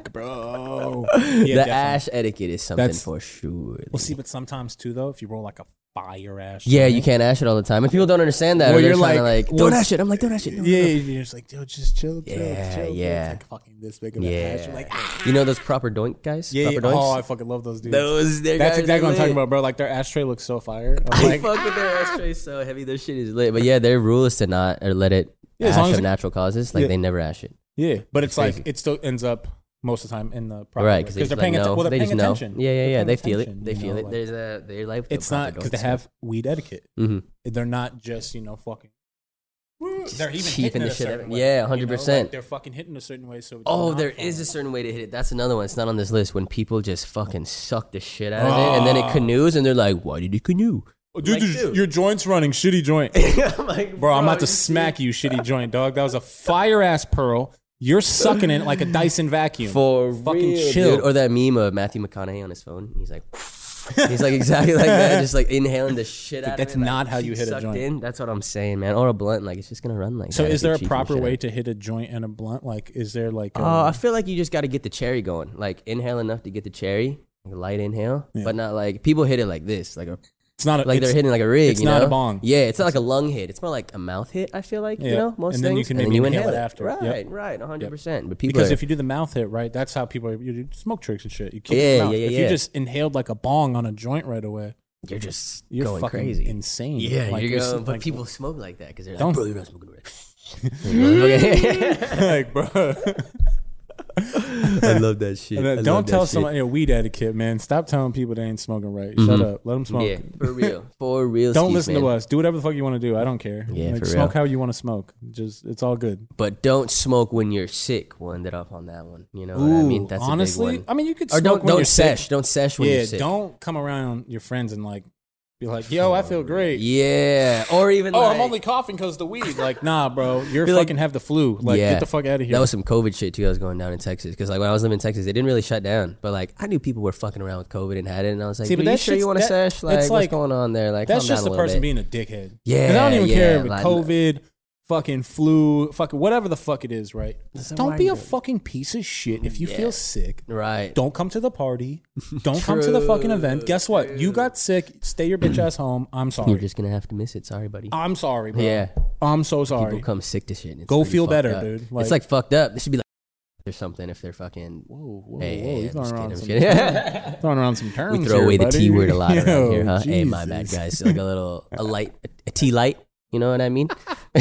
B: fuck, bro.
A: the
B: definitely.
A: ash etiquette is something
B: That's-
A: for sure.
B: Well, see, but sometimes too, though, if you roll like a fire ash.
A: yeah, you
B: joint-
A: can't ash it all the time. And people don't understand that.
B: Well,
A: or they're
B: you're
A: trying to,
B: like,
A: like,
B: well,
A: don't ash it. I'm like, don't ash it. no, no,
B: Yeah,
A: no."
B: you're just like, dude, just chill, chill,
A: Yeah,
B: chill.
A: yeah.
B: It's like fucking this big of an ash.
A: Yeah.
B: You're like, ah.
A: You know those proper doink guys?
B: yeah, yeah.
A: proper
B: Oh,
A: doinks?
B: I fucking love those dudes.
A: those, they're
B: That's
A: guys are
B: exactly what I'm talking
A: lit.
B: about, bro. Like their ashtray looks so fire.
A: *laughs*
B: I'm
A: I
B: like,
A: fuck with their ashtray so heavy. Their shit is lit. But yeah, their rule is to not or let it
B: Yeah, as long
A: ash of
B: as it-
A: natural causes. Like
B: Yeah.
A: they never ash it.
B: yeah, but it's
A: Crazy.
B: like it still ends up most of the time in the proper
A: right?
B: because
A: Because
B: they're paying
A: like,
B: atten-
A: no.
B: well, they're
A: they
B: paying
A: just know.
B: attention.
A: Yeah, yeah,
B: They're
A: yeah. They
B: paying
A: feel
B: attention,
A: it. They
B: you
A: feel
B: know,
A: it.
B: like-
A: There's a they like.
B: It's not because they have weed etiquette.
A: mm
B: They're not just you know fucking. They're even
A: cheaping
B: hitting
A: the
B: it a
A: shit
B: certain
A: out-
B: way,
A: yeah,
B: you know, like
A: 100%.
B: They're fucking hitting a certain way. So it's
A: Oh,
B: not
A: there
B: fun.
A: is a certain way to hit it. That's another one. It's not on this list. When people just fucking suck the shit out of it, and then
B: Ah.
A: it canoes, and they're like, "Why did it canoe?
B: Dude,
A: Like,
B: dude,
A: dude.
B: your joint's running.
A: *laughs*
B: Shitty joint.
A: I'm like,
B: Bro, I'm about to
A: you
B: smack you, shitty joint, dog. That was a fire ass pearl. You're sucking it like a Dyson vacuum.
A: For
B: Fucking
A: real,
B: chill.
A: dude. Or that meme of Matthew McConaughey on his phone. He's like, *laughs* he's like exactly like that, just like inhaling the shit out.
B: that's
A: of it, like,
B: not how you hit a
A: sucked
B: joint.
A: In. That's what I'm saying, man. Or a blunt, like it's just gonna run like.
B: so,
A: that if
B: is
A: you
B: there a
A: cheap and
B: proper
A: shit.
B: way to hit a joint and a blunt? Like, is there like a,
A: Uh, I feel like you just got to get the cherry going. Like inhale enough to get the cherry, like a light inhale,
B: Yeah.
A: but not like people hit it like this, like a,
B: it's not a,
A: like
B: it's-
A: they're hitting like a rig.
B: it's
A: you
B: not a
A: know?
B: bong.
A: Yeah, it's not like a lung hit. It's more like a mouth hit. I feel like
B: Yeah.
A: you know most
B: And
A: things,
B: then you can
A: and
B: maybe
A: then you
B: inhale
A: inhale
B: it
A: it
B: after. Yep.
A: Right, right, 100. percent But people
B: because
A: are-
B: if you do the mouth hit right, that's how people are, you do smoke tricks and shit. You keep
A: Yeah,
B: your mouth.
A: yeah, yeah,
B: If you
A: yeah.
B: just inhaled like a bong on a joint right away,
A: you're just
B: you're
A: going
B: fucking
A: crazy.
B: insane.
A: Yeah,
B: like,
A: you're
B: s-
A: going, but
B: like,
A: people smoke like that because they're
B: Don't-
A: like, bro, you're not smoking *laughs* right.
B: *laughs*
A: *laughs*
B: like, bro. *laughs*
A: I love that shit. Mm-hmm.
B: And then don't tell someone your weed etiquette, man. Stop telling people they ain't smoking right. Shut up. Let them smoke.
A: Yeah, for real, for real.
B: Don't
A: skis,
B: listen
A: man.
B: to us. Do whatever the fuck you want to do. I don't care.
A: Yeah,
B: like,
A: for
B: smoke
A: real.
B: how you want to smoke. Just it's all good.
A: But don't smoke when you're sick. We'll end it up on that one. You know what I mean? That's
B: honestly,
A: a big one.
B: I mean, you could
A: Or
B: smoke
A: don't
B: when you're
A: don't
B: sick.
A: sesh. Don't sesh when
B: yeah,
A: you're sick.
B: don't come around your friends and like be like, "Yo, I feel great."
A: Yeah, or even
B: Oh,
A: like,
B: I'm only coughing because the weed. Like, nah, bro, you're
A: Be like-
B: fucking have the flu. Like,
A: Yeah.
B: get the fuck out of here.
A: That was some COVID shit too. I was going down in Texas because like when I was living in Texas, they didn't really shut down, but like I knew people were fucking around with COVID and had it, and I was like,
B: See,
A: "Dude, you
B: but that
A: sure
B: shit's-
A: you want to
B: that-
A: sesh? Like, what's
B: it's like-
A: going on there? Like,
B: That's
A: calm
B: just
A: down
B: the
A: a little
B: person
A: bit.
B: being a dickhead. 'Cause I
A: Yeah,
B: don't even
A: yeah,
B: care if it's
A: like-
B: COVID, fucking flu, fucking whatever the fuck it is, right?
A: So
B: Don't
A: why
B: be
A: you
B: a
A: doing-
B: fucking piece of shit if you
A: Yeah.
B: feel sick.
A: right.
B: Don't come to the party.
A: *laughs*
B: Don't come to the fucking event. Guess what? You got sick. Stay your bitch ass home. I'm
A: You're
B: sorry.
A: just gonna have to miss it. Sorry, buddy.
B: I'm sorry, bro.
A: Yeah,
B: I'm so
A: people
B: sorry.
A: come sick to shit. and it's
B: Go
A: pretty
B: feel
A: fucked
B: better,
A: up.
B: dude.
A: it's like fucked up. They should be like or something if they're fucking.
B: whoa, whoa,
A: Hey,
B: whoa.
A: hey,
B: You're
A: I'm
B: throwing
A: just
B: around, some,
A: kidding. I'm just *laughs* kidding.
B: throwing around some terms.
A: we throw
B: here,
A: away the
B: buddy.
A: T word a
B: *laughs*
A: lot around here,
B: Yo,
A: huh? Hey, my bad,
B: Jesus.
A: guys. Like a little,
B: *laughs*
A: a light, a, a tea light. You know what I mean? *laughs*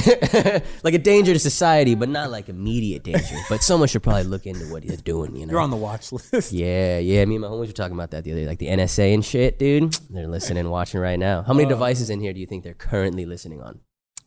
A: like a danger to society, but not like immediate danger. But someone should probably look into what he's doing. You know?
B: You're on the watch list.
A: yeah, yeah. Me and my homies were talking about that the other day, like the NSA and shit, dude. They're listening, watching right now. How many devices in here do you think they're currently listening on,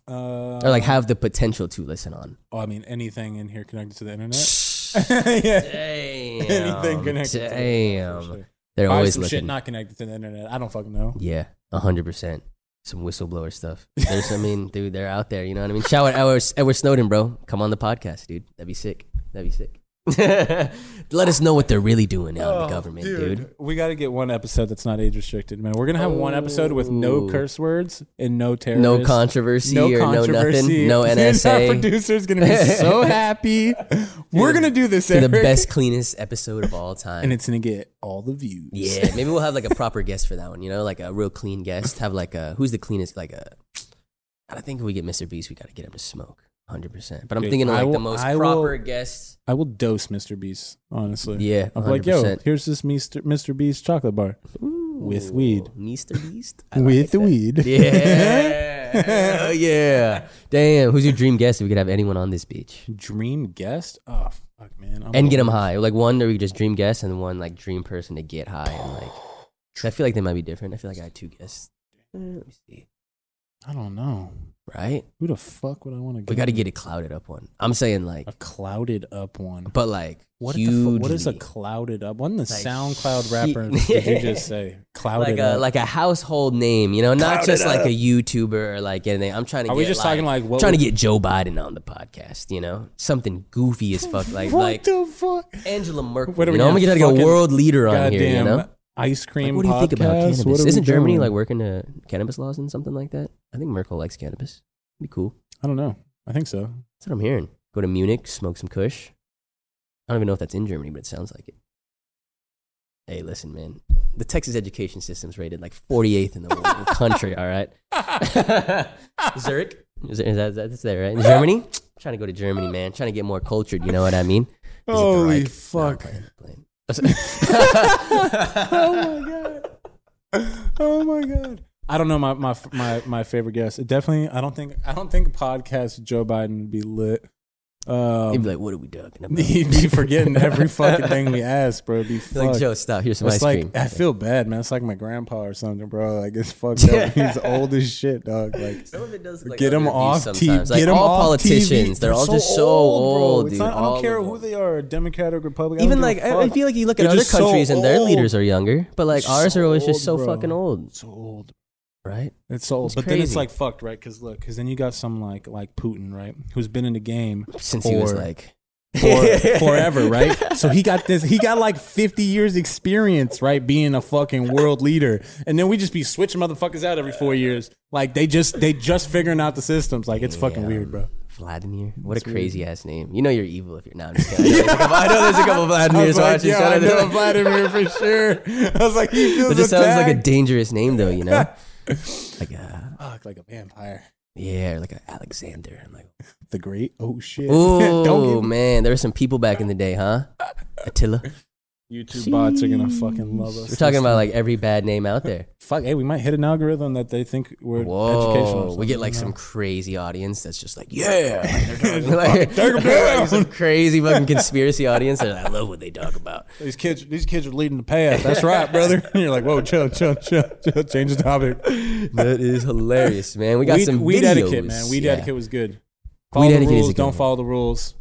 B: Uh,
A: or like have the potential to listen on?
B: oh, I mean, anything in here connected to the internet. *laughs* yeah.
A: Damn.
B: Anything connected to
A: Damn.
B: For sure.
A: They're
B: Probably
A: always
B: some
A: looking.
B: shit not connected to the internet. I don't fucking know.
A: Yeah, a hundred percent. Some whistleblower stuff. There's,
B: *laughs*
A: I mean, dude, they're out there. You know what I mean? Shout out Edward, Edward Snowden, bro. Come on the podcast, dude. That'd be sick. That'd be sick. *laughs* Let us know what they're really doing out in
B: Oh,
A: the government, Oh, dude.
B: We got to get one episode that's not age restricted, man. We're gonna have one episode with no
A: Oh.
B: curse words and no terrorists,
A: No controversy
B: no
A: or
B: controversy.
A: no
B: *laughs* Dude,
A: nothing. No
B: Our
A: NSA.
B: producer's gonna
A: *laughs*
B: be so happy. We're gonna do this,
A: the
B: Eric.
A: best, cleanest episode of
B: *laughs*
A: all time.
B: and it's gonna get all the views.
A: yeah,
B: *laughs*
A: maybe we'll have like a proper guest for that one. You know, like a real clean guest. Have like a who's the cleanest? Like a. I think if we get Mr. Beast, we got to get him to smoke. Hundred percent. But I'm
B: Dude,
A: thinking of
B: I
A: like
B: will-
A: the most
B: I will-
A: proper guest.
B: I will dose Mr. Beast. Honestly,
A: Yeah,
B: I'm like, yo,
A: 100%.
B: here's this Mr. Mr. Beast chocolate bar with
A: Ooh,
B: weed.
A: Mr. Beast? I
B: with
A: like that.
B: weed.
A: *laughs* Yeah. Hell yeah. Damn. Who's your dream guest if we could have anyone on this beach?
B: *laughs* Dream guest? Oh fuck, man. I'm
A: And get
B: a-
A: them high. Like one that we could just dream guest and one like dream person to get high and like. *sighs* 'cause I feel like they might be different. I feel like I had two guests. Uh, Let me see.
B: I don't know.
A: Right?
B: Who the fuck would I want to get?
A: We got to get a clouded up one. I'm saying like,
B: a clouded up one.
A: but like,
B: What the
A: hugely,
B: fu- what is a clouded up? What in the
A: Like,
B: SoundCloud
A: he- *laughs*
B: rapper did you just say? Clouded
A: like uh, a
B: up.
A: like a household name, you know, not
B: Clouded
A: just like
B: up.
A: a YouTuber or like anything. I'm trying to.
B: Are
A: get
B: we just talking like what
A: trying to
B: would-
A: get Joe Biden on the podcast, you know, something goofy as
B: *laughs*
A: fuck, like
B: what
A: like
B: the fuck?
A: Angela Merkel.
B: What are we
A: you know, I'm
B: gonna
A: gonna get like
B: fucking-
A: a world leader on here, you
B: Goddamn
A: know.
B: ice
A: Like,
B: cream.
A: what do you think about
B: podcast?
A: cannabis?
B: What are we
A: Isn't Germany
B: doing?
A: like working to cannabis laws and something like that? I think Merkel likes cannabis. Be cool.
B: I don't know. I think so.
A: That's what I'm hearing. Go to Munich, smoke some Kush. I don't even know if that's in Germany, but it sounds like it. Hey, listen, man. The Texas education system's rated like 48th in the world in country. All
B: *laughs*
A: right. Zurich. Is is that, that's there, right? In Germany. trying to go to Germany, man. Trying to get more cultured. You know what I mean? Visit the
B: Holy
A: Reich. No, I'm
B: fuck.
A: playing, I'm playing. *laughs*
B: oh my god. *laughs* Oh my god. I don't know my my my my favorite guest. It definitely. I don't think. I don't think podcast with Joe Biden would be lit.
A: He'd
B: Um,
A: be like, "What are we talking about?"
B: he'd *laughs* be forgetting every
A: *laughs*
B: fucking thing we asked, bro. It'd be
A: Like
B: fucked.
A: Joe, stop. Here's some
B: it's
A: ice
B: like
A: cream.
B: I feel bad, man. It's like my grandpa or something, bro. Like it's
A: *laughs*
B: fucked up. He's old as shit, dog. Like
A: Some of it does
B: get him off TV.
A: Sometimes. Like
B: get 'em
A: all
B: off
A: politicians,
B: TV.
A: they're, all just so old,
B: bro. It's
A: dude.
B: not- I
A: all
B: don't
A: of
B: care
A: them.
B: who they are, Democrat or Republican. I
A: Even
B: don't
A: like
B: give a
A: I, I
B: fuck.
A: feel like you look at
B: They're
A: other
B: just so
A: countries and their
B: old.
A: leaders are younger, but like
B: They're
A: ours
B: so
A: are always just
B: old,
A: so
B: bro.
A: fucking old.
B: so old.
A: right?
B: It's all,
A: It's
B: but then it's
A: crazy.
B: like fucked, right? Because look, because then you got some like like Putin, right, who's been in the game
A: Since he was
B: Or-
A: like *laughs*
B: for forever, right? So he got this, he got like fifty years experience, right, being a fucking world leader, and then we just be switching motherfuckers out every four years, like they just they just figuring out the systems, like it's fucking
A: Yeah.
B: weird, bro.
A: Vladimir. What
B: That's
A: a crazy ass name. You know you're evil if you're not.
B: *laughs*
A: I know there's a couple
B: I
A: Vladimirs
B: was like,
A: watching.
B: yo,
A: shout
B: I
A: out to
B: know
A: them.
B: Vladimir for sure. I was like, he feels
A: It just sounds like a
B: attacked.
A: dangerous name though, you
B: *laughs*
A: know? like a
B: Fuck, like a vampire.
A: yeah, like a Alexander. I'm like,
B: The great. Oh shit.
A: oh
B: *laughs* Don't get
A: man, there were some people back in the day, huh? Attila.
B: YouTube bots are gonna fucking love us.
A: We're talking about like every bad name out there.
B: fuck. Hey, we might hit an algorithm that they think we're educational. or
A: *laughs* Whoa, we get
B: something,
A: like
B: you know?
A: some crazy audience that's just like,
B: *laughs*
A: yeah, *laughs* Like, they're talking-
B: Fucking take 'em down.
A: like some crazy fucking conspiracy audience. They're like, I love what they talk about.
B: These kids, these kids are leading the path. That's right, brother. *laughs* And you're like, whoa, chill, chill, chill, chill. Change the topic.
A: *laughs* That is hilarious, man. We got
B: weed,
A: some
B: weed
A: videos.
B: etiquette, man. Weed
A: Yeah.
B: etiquette was good. Follow the
A: etiquette is a
B: rules.
A: good
B: Don't
A: one.
B: follow the rules.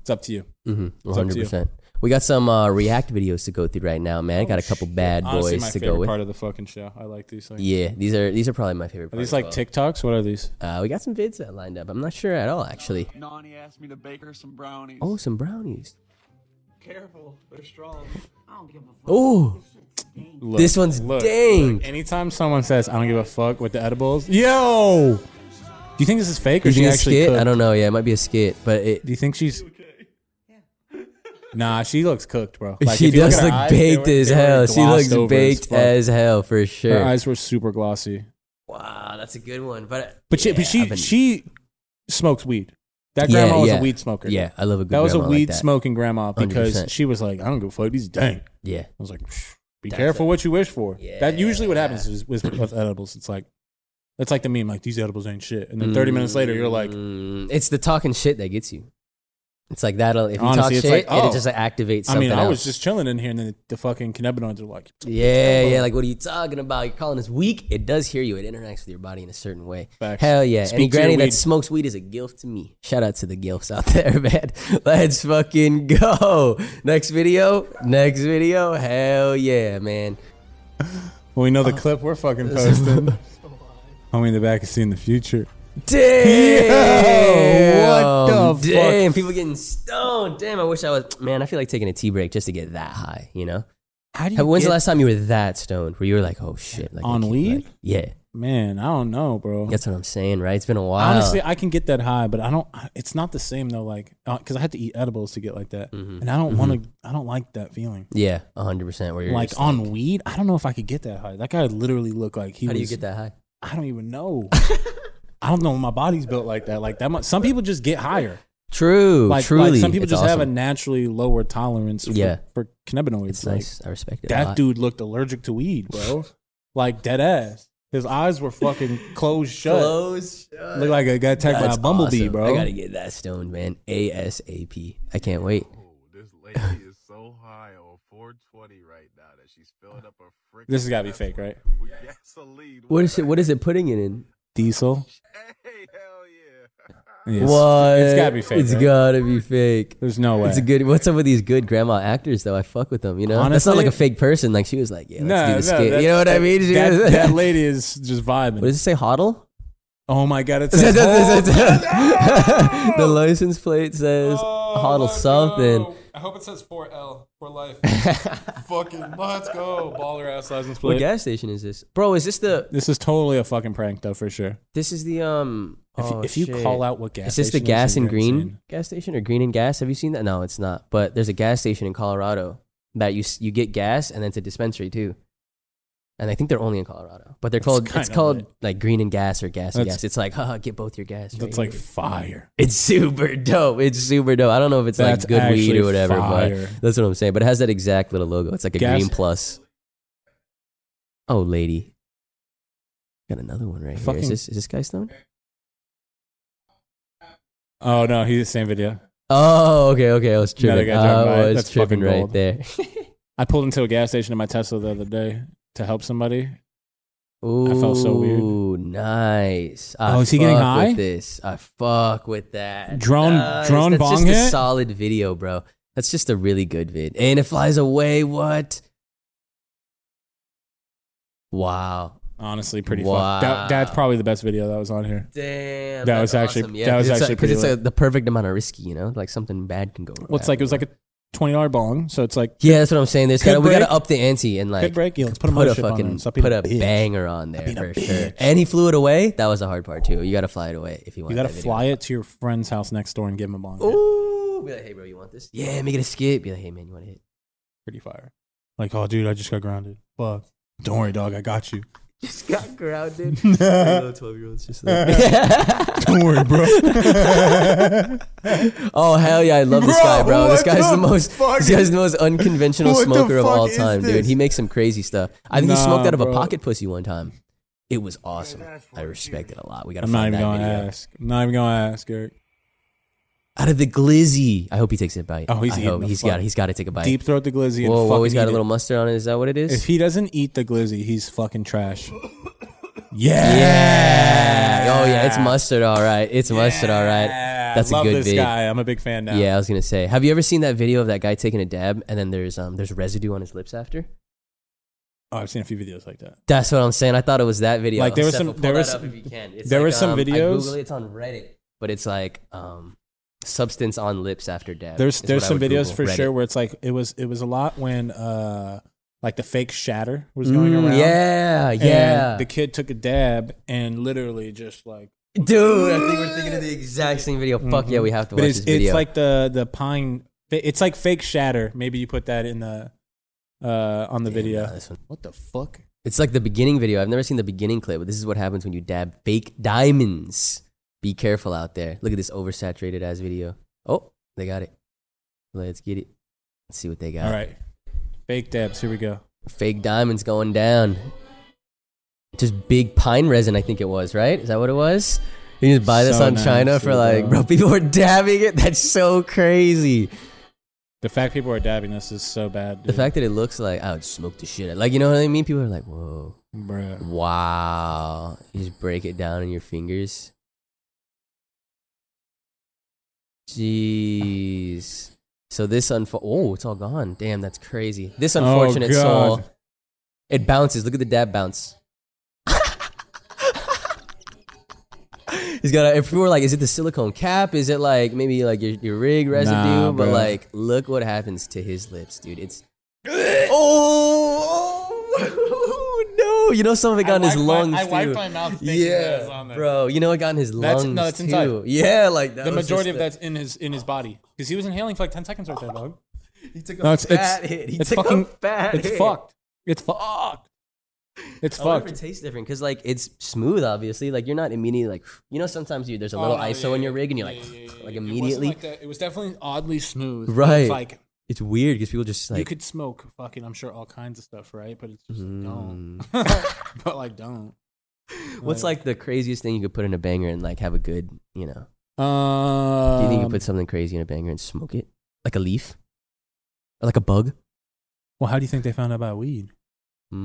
B: It's up to you.
A: Mhm,
B: up to you.
A: 100%. We got some uh, React videos to go through right now, man. I got a couple bad
B: Oh, Honestly, my
A: boys to
B: favorite
A: go with.
B: part of the fucking show. I like these things.
A: Yeah, these are these are probably my favorite.
B: Are
A: Part
B: these
A: as
B: like
A: well.
B: TikToks? What are these?
A: Uh, we got some vids that lined up. I'm not sure at all, actually.
C: Nani asked me to bake her some brownies.
A: Oh, some brownies.
C: Careful, they're strong.
D: I don't give a fuck.
A: Oh,
B: Look,
A: this one's
B: look,
A: dang.
B: Anytime someone says, "I don't give a fuck" with the edibles, yo, do you think this is fake or
A: Is
B: she
A: it a
B: actually?
A: skit?
B: cooked?
A: I don't know. Yeah, it might be a skit, but it,
B: Do you think she's? Nah, she looks
A: *laughs*
B: cooked, bro.
A: she
B: if you at
A: does
B: her
A: look
B: eyes, they
A: baked
B: were-
A: as
B: they were
A: hell. She
B: glossed
A: looks
B: over
A: baked
B: fuck.
A: as hell for
B: Her
A: sure.
B: eyes were super glossy,
A: Wow, that's a good one. But
B: but she,
A: yeah,
B: but she,
A: I've been-
B: she smokes weed. That
A: Yeah,
B: grandma was
A: yeah.
B: a weed smoker.
A: yeah, I love a good.
B: that was a
A: grandma like
B: weed
A: that.
B: smoking grandma because
A: 100%.
B: she was like, "I don't give a fuck. These dang." I
A: Yeah,
B: was like, "Psh, "Be
A: That's
B: careful
A: it.
B: what you wish for."
A: Yeah.
B: That usually what happens is, with, with edibles. It's like, it's like the meme, like these edibles ain't shit, and then thirty minutes later, you're like,
A: Mm, it's the talking shit that gets you. It's like that'll if you
B: Honestly,
A: talk
B: it's
A: shit,
B: like,
A: it
B: oh.
A: just like, activates.
B: I
A: Something
B: mean, I was
A: else.
B: just chilling in here, and then the, the fucking cannabinoids are like,
A: Yeah, yeah. Like, what are you talking about? You're calling us weak. It does hear you. It interacts with your body in a certain way.
B: Facts.
A: Hell yeah.
B: Speak
A: Any
B: to your
A: granny
B: weed.
A: that smokes weed is a gilf to me. Shout out to the gilfs out *laughs* there, man. Let's fucking go. Next video. Next video. Hell yeah, man.
B: well, we know
A: Uh,
B: the clip we're
A: *laughs*
B: fucking posting. Homie in the back is seeing the future.
A: Damn.
B: Yo, what the
A: Damn. People getting stoned. Damn. I wish I was. Man, I feel like taking a tea break just to get that high, you know?
B: How do
A: When's the last time you were that stoned where you were like, oh shit? Like, I
B: On
A: can't-
B: weed?
A: like- yeah.
B: Man, I don't know, bro.
A: That's what I'm saying, right? It's been a while.
B: Honestly, I can get that high, but I don't. It's not the same though. Like, because I had to eat edibles to get like that,
A: Mm-hmm.
B: and I don't want to. I don't like that feeling.
A: Yeah, hundred percent. Where you're
B: like
A: just
B: on weed, I don't know if I could get that high. That guy literally looked like he
A: how
B: was.
A: do you get that high?
B: I don't
A: *laughs*
B: even know. I don't know. My body's built like that. Like that. Much, some people just get higher.
A: True,
B: Like,
A: truly.
B: like some people
A: It's
B: just have a
A: awesome.
B: naturally lower tolerance. For,
A: Yeah.
B: for cannabinoids.
A: It's
B: like,
A: nice. I respect it. a
B: That
A: lot.
B: dude looked allergic to weed,
A: *laughs*
B: bro. like dead ass. His eyes were fucking closed shut.
A: Close. shut.
B: Looked like I got attacked by
A: That's
B: a bumblebee,
A: awesome.
B: bro.
A: I gotta get that stoned, man. ASAP. I can't wait.
E: Oh, this lady is so high on 420 right now that she's filling up a freaking.
B: This has gotta be fake, right?
E: with gasoline.
A: What is it? What is it putting it in?
B: Diesel.
E: Hey, hell yeah.
B: Yes.
A: what?
B: It's gotta be fake.
A: It's
B: right?
A: gotta be fake.
B: There's no way.
A: It's a good. What's up with these good grandma actors though? I fuck with them. You know, that's not
B: Honestly-
A: like a fake person. Like she was like, yeah,
B: no,
A: let's
B: no,
A: do the skit.
B: that's-
A: You know what I mean? She
B: That,
A: was- *laughs*
B: that lady is just vibing.
A: what does it say?
B: *laughs*
A: Hodl.
B: oh my
A: *laughs*
B: god, it's *laughs*
A: the license plate says hodl something.
B: Oh, I hope it says 4L for life.
A: *laughs*
B: fucking let's go, baller ass license
A: What
B: plate.
A: gas station is this, bro? Is this the?
B: This is totally a fucking prank, though, for sure.
A: This is the um.
B: If, you
A: oh,
B: if you
A: shit.
B: call out what gas,
A: is this the
B: station
A: gas
B: then
A: and
B: you're
A: green
B: insane.
A: gas station or green and gas? Have you seen that? No, it's not. But there's a gas station in Colorado that you s- you get gas and then it's a dispensary too. And I think they're only in Colorado, but they're called it's
B: kinda
A: called
B: lit.
A: like green and gas or gas and
B: That's-
A: gas. It's like *laughs* haha, get both your gas. right
B: That's like
A: here.
B: fire.
A: it's super dope. It's super dope. I don't know if it's
B: That's
A: like good weed
B: actually
A: or whatever,
B: fire.
A: but that's what I'm saying. But it has that exact little logo. It's like a
B: Gas-
A: green plus. Oh, lady, got another one right here.
B: Fucking-
A: Is this is this guy
B: *laughs*
A: stoned?
B: Oh no, he's the same video.
A: Oh, okay, okay. I was
B: Another
A: tripping.
B: guy driving by.
A: I was
B: That's
A: tripping
B: fucking
A: right
B: gold. *laughs*
A: there.
B: I pulled into a gas station in my Tesla the other day to help somebody.
A: Ooh,
B: felt so weird.
A: nice. I
B: Oh, is he getting
A: fuck
B: high?
A: With this, I fuck with that.
B: Drone-
A: Nice.
B: drone
A: That's just
B: bong
A: a
B: hit?
A: solid video, bro. That's just a really good vid, and it flies away. What? Wow,
B: Honestly, pretty
A: Wow.
B: fun. That, that's probably the best video that was on here.
A: Damn,
B: That was actually- that was actually
A: because
B: pretty
A: it's a,
B: lit.
A: the perfect amount of risky, you know, like something bad can go. wrong.
B: What's like it was like a twenty dollar bong, so it's like
A: yeah, that's what I'm saying. There's
B: Could
A: gotta, we gotta
B: break.
A: up the ante and like
B: quick break. Yeah, let's put,
A: put
B: another
A: a
B: shit on there.
A: fucking
B: Stop being
A: put a
B: bitch.
A: banger on there
B: being a
A: for sure.
B: bitch.
A: And he flew it away. That was a hard part too. You gotta fly it away if you want.
B: You gotta
A: that video.
B: fly it to your friend's house next door and give him a bong.
A: Ooh, be like, hey bro, you want this? Yeah, make it a skip. Be like, hey man, you want to hit?
B: Pretty fire. Like, oh dude, I just got grounded. Fuck. Don't worry, dog. I got you.
A: Just got grounded.
B: Don't
A: Twelve year olds just *laughs*
B: *laughs*
A: like.
B: worry, bro.
A: Oh hell yeah, I love this
B: Bro,
A: guy, bro. This
B: what
A: guy's the,
B: the
A: most
B: fuck
A: this guy's the most unconventional
B: What the
A: smoker of
B: fuck
A: all
B: is
A: time, dude.
B: this?
A: He makes some crazy stuff. I think he
B: Nah,
A: smoked out of a
B: bro.
A: pocket pussy one time. It was awesome. I respect it a lot. We gotta
B: I'm not
A: find
B: even
A: that
B: gonna
A: video.
B: ask. I'm not even gonna ask, Eric.
A: Out of the glizzy. I hope he takes a bite.
B: Oh, he's
A: I
B: eating
A: hope
B: the
A: he's
B: fuck.
A: got he's gotta take a bite.
B: Deep throat the glizzy. And
A: Whoa, whoa,
B: fucking
A: he's got
B: eat
A: a
B: it.
A: little mustard on it. Is that what it is?
B: If he doesn't eat the glizzy, he's
A: *laughs*
B: fucking trash. Yeah.
A: yeah. Oh yeah, it's mustard, all right. It's mustard, all right.
B: Yeah.
A: That's a
B: Love
A: good
B: this
A: big.
B: guy. I'm a big fan now.
A: Yeah, I was gonna say. Have you ever seen that video of that guy taking a dab and then there's um there's residue on his lips after?
B: Oh, I've seen a few videos like that.
A: That's what I'm saying. I thought it was that video.
B: Like, there was
A: Steph,
B: some-
A: pull
B: there
A: that
B: was-
A: up if you can. It's
B: there
A: like,
B: was some
A: um, I
B: videos-
A: Google it, It's on Reddit, but it's like um, substance on lips after dab.
B: There's
A: is what
B: there's
A: I
B: some
A: would
B: videos
A: Google.
B: for
A: Reddit.
B: sure where it's like it was it was a lot when uh like the fake shatter was going
A: Mm,
B: around.
A: yeah,
B: And
A: yeah,
B: The kid took a dab and literally just like
A: dude. I think we're thinking of the exact same video. Fuck yeah, we have to
B: Mm-hmm. But
A: watch
B: it's
A: this video.
B: it's like the the pine it's like fake shatter. Maybe you put that in the uh on the
A: Damn,
B: video.
A: nah, this one-
B: What the fuck?
A: It's like the beginning video. I've never seen the beginning clip, but this is what happens when you dab fake diamonds. Be careful out there. Look at this oversaturated ass video. Oh, they got it. Let's get it. Let's see what they got.
B: All right. Fake dabs, here we go.
A: fake diamonds going down. Just big pine resin, I think it was, right? Is that what it was? You just buy this
B: So
A: on China
B: nasty,
A: for like, bro. *laughs*
B: bro.
A: people are dabbing it. That's so crazy.
B: The fact people are dabbing this is so bad.
A: The
B: Dude.
A: fact that it looks like I would smoke the shit. out- Like, you know what I mean? People are like, whoa,
B: Bruh.
A: wow. You just break it down in your fingers. Jeez. So this unfo- oh, it's all gone. Damn, that's crazy. This unfortunate
B: Oh, God.
A: soul. It bounces. Look at the dab bounce. He's got. A, if we were like, is it the silicone cap? Is it like maybe like your, your rig residue?
B: Nah,
A: but
B: bruh.
A: like, look what happens to his lips, dude. It's oh, *laughs* no! You know some of it got in his lungs too.
B: mouth
A: yeah, bro. You know it got in his
B: That's-
A: lungs
B: no, it's
A: too.
B: inside.
A: Yeah, like that
B: the
A: was
B: majority
A: just
B: of that's in his in his body because he was inhaling for like ten seconds right there, dog.
A: the- He took a
B: No, it's- it's-
A: fat hit. He
B: it's
A: took
B: fucking-
A: a fat
B: It's
A: hit.
B: fucked. It's fucked. It's
A: I wonder if
B: fucked.
A: it tastes different because like it's smooth, obviously. Like you're not immediately like *sighs* you know sometimes you there's a little
B: Oh, no,
A: ISO
B: yeah,
A: in
B: yeah,
A: your rig and you're
B: yeah,
A: *sighs* like
B: yeah, yeah, yeah.
A: like
B: It wasn't
A: immediately.
B: like that. It was definitely oddly smooth.
A: Right.
B: It's like,
A: it's weird because people just
B: you
A: like
B: could smoke fucking I'm sure all kinds of stuff, right? But it's just like,
A: Mm.
B: don't. *laughs* but like don't.
A: what's like the craziest thing you could put in a banger and like have a good you know? Do
B: um,
A: you think you put something crazy in a banger and smoke it like a leaf or like a bug?
B: Well, how do you think they found out about weed? They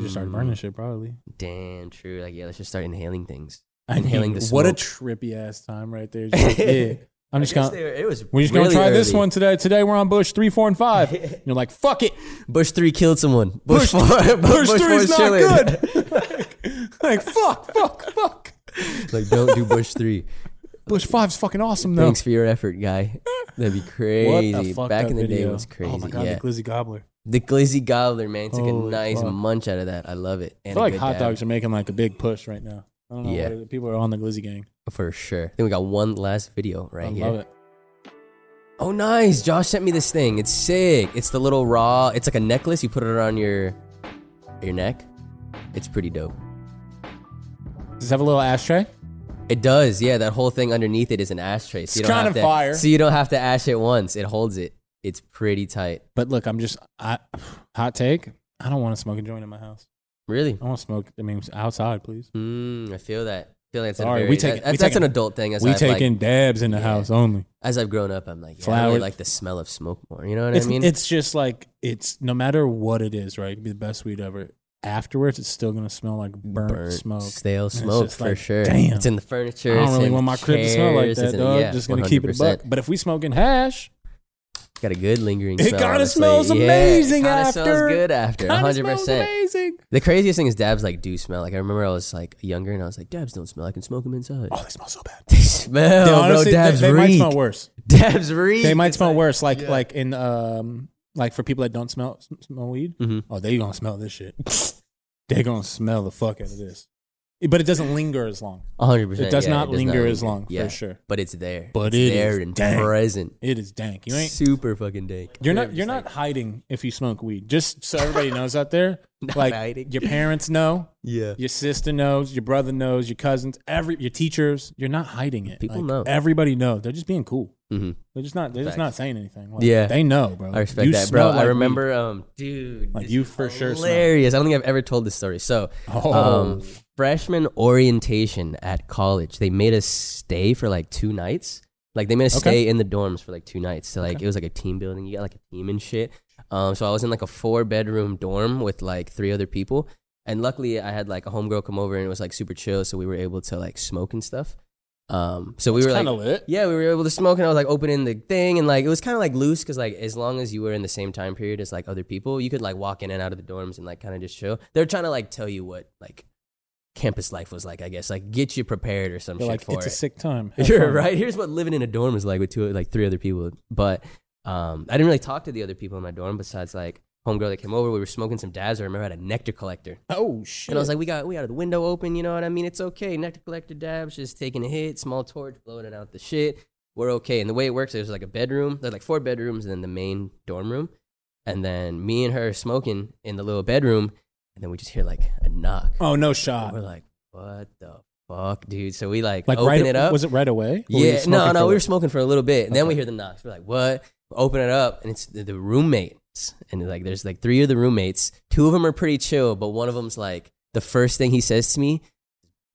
B: just started
A: Mm,
B: burning shit probably.
A: Damn, true. Like yeah, let's just start inhaling things.
B: I mean,
A: Inhaling the
B: What
A: smoke.
B: a trippy ass time
A: *laughs*
B: right there. Just like, yeah.
A: I
B: I'm just
A: guess
B: gonna
A: they were- it was.
B: We're just
A: really
B: gonna try this
A: early.
B: one today. Today we're on Bush three, four,
A: *laughs*
B: and five. And you're like, fuck it.
A: Bush three killed someone. Bush,
B: Bush-
A: four. *laughs*
B: Bush, three's
A: four's
B: not
A: chilling.
B: good. *laughs* like, like, fuck, fuck, fuck.
A: *laughs* like don't do Bush
B: *laughs*
A: three.
B: Bush five's fucking awesome though.
A: Thanks for your effort,
B: *laughs*
A: guy. That'd be crazy. Back
B: up
A: in the day,
B: video.
A: it was crazy.
B: Oh my god,
A: yeah.
B: the glizzy gobbler.
A: the, glizzy gobbler, man, took a
B: Holy
A: nice
B: fuck.
A: munch out of that. I love it.
B: I
A: And a
B: feel like
A: good
B: hot
A: dab,
B: dogs are making like a big push right now. I don't know.
A: Yeah.
B: Yeah. people are on the glizzy gang.
A: for sure. Then we got one last video right
B: I
A: here.
B: love it.
A: Oh, nice! Josh sent me this thing. It's sick. It's the little raw. It's like a necklace. You put it around your your neck. It's pretty dope.
B: Does it have a little ashtray?
A: It does, yeah. That whole thing underneath it is an ashtray. So
B: It's
A: you don't
B: kind
A: have
B: of
A: to,
B: fire.
A: So you don't have to ash it once. It holds it. It's pretty tight.
B: But look, I'm just I, *sighs* hot take. I don't want to smoke a joint in my house.
A: Really?
B: I want to smoke. I mean, outside, please.
A: Mm, I feel that. I feel like it's a
B: Sorry,
A: very,
B: we take-
A: that- that's,
B: we
A: that's an
B: taking-
A: adult thing. As
B: we
A: I've, like,
B: taking dabs in the
A: yeah.
B: house only.
A: as I've grown up, I'm like, yeah, I really
B: Flower-
A: like the smell of smoke more. You know what
B: it's,
A: I mean?
B: it's just like it's no matter what it is, right? It could be the best weed ever. Afterwards, it's still gonna smell like burnt, smoke.
A: stale
B: it's
A: smoke
B: just
A: for
B: like,
A: sure.
B: damn.
A: it's in the furniture.
B: I
A: it's
B: don't really
A: in
B: want my crib to smell like
A: chairs,
B: that,
A: it's in-
B: dog.
A: yeah,
B: just gonna keep it a buck.
A: 100%.
B: But if we smoking hash,
A: Got a good lingering
B: It
A: smell.
B: kinda
A: on the
B: smells
A: plate.
B: amazing
A: yeah, it kinda
B: after.
A: smells good after.
B: Kinda
A: 100%.
B: smells amazing.
A: The craziest thing is dabs like do smell. Like I remember I was like younger and I was like dabs don't smell. I can smoke them inside.
B: Oh, they smell so bad.
A: *laughs* They smell,
B: They
A: bro.
B: honestly- they-
A: dabs
B: they, might
A: reek.
B: smell worse.
A: Dabs reek.
B: They might smell worse. Like like in um like for people that don't smell sm- smell weed.
A: Mhm.
B: Oh, they gonna smell this shit. they gonna smell the fuck out of this. But it doesn't linger as long.
A: 100.
B: It does not linger as long
A: Yeah.
B: for sure.
A: But it's there.
B: But
A: it's
B: it
A: there
B: is
A: and
B: dank.
A: present.
B: It is dank. You ain't.
A: super fucking dank.
B: You're
A: I'm
B: not.
A: just
B: You're not
A: like,
B: hiding if you smoke weed. Just so everybody knows out there.
A: *laughs* Not
B: like
A: hiding.
B: your parents know,
A: Yeah.
B: your sister knows, your brother knows, your cousins, every your teachers. You're not hiding it.
A: People
B: Like,
A: know.
B: Everybody knows. They're just being cool.
A: Mhm.
B: They're just not. They're just not
A: Facts.
B: saying anything. Like,
A: Yeah.
B: they know, bro.
A: I respect
B: You
A: that, bro.
B: smell like
A: I
B: weed.
A: remember, um, dude,
B: Like,
A: this
B: you
A: is
B: for sure smell.
A: hilarious. I don't think I've ever told this story. So,
B: Oh.
A: um, freshman orientation at college, they made us stay for like two nights. Like they made us
B: Okay.
A: stay in the dorms for like two nights. So like it was like a team building. You got like a team and shit. Um, so I was in like a four bedroom dorm with like three other people, and luckily I had like a homegirl come over and it was like super chill. So we were able to like smoke and stuff. Um, so we were like
B: Kinda lit.
A: yeah, we were able to smoke, and I was like opening the thing, and like it was kind of like loose because like as long as you were in the same time period as like other people, you could like walk in and out of the dorms and like kind of just chill. They're trying to like tell you what like campus life was like, I guess, like get you prepared or some
B: They're
A: shit
B: like,
A: for
B: it's
A: it.
B: a sick time.
A: *laughs*
B: Have
A: You're
B: fun.
A: right. Here's what living in a dorm is like with two, like three other people. But um, I didn't really talk to the other people in my dorm besides like homegirl that came over. We were smoking some dabs. I remember I had a nectar collector.
B: Oh shit.
A: And I was like, we got we got the window open, you know what I mean? It's okay. Nectar collector dabs, just taking a hit, small torch, blowing it out the shit. We're okay. And the way it works, there's like a bedroom, there's like four bedrooms, and then the main dorm room. And then me and her are smoking in the little bedroom, and then we just hear like a knock.
B: oh no
A: And
B: shot.
A: we're like, what the fuck, dude? So we like,
B: Like
A: open
B: right.
A: it up.
B: Was it right away? Or were you
A: yeah,
B: smoking
A: no,
B: for
A: no, we
B: like-
A: were smoking for a little bit, and then we
B: Okay.
A: hear the knocks. We're like, what? Open it up, and it's the, the roommates, and like there's like three of the roommates. Two of them are pretty chill, but one of them's like the first thing he says to me,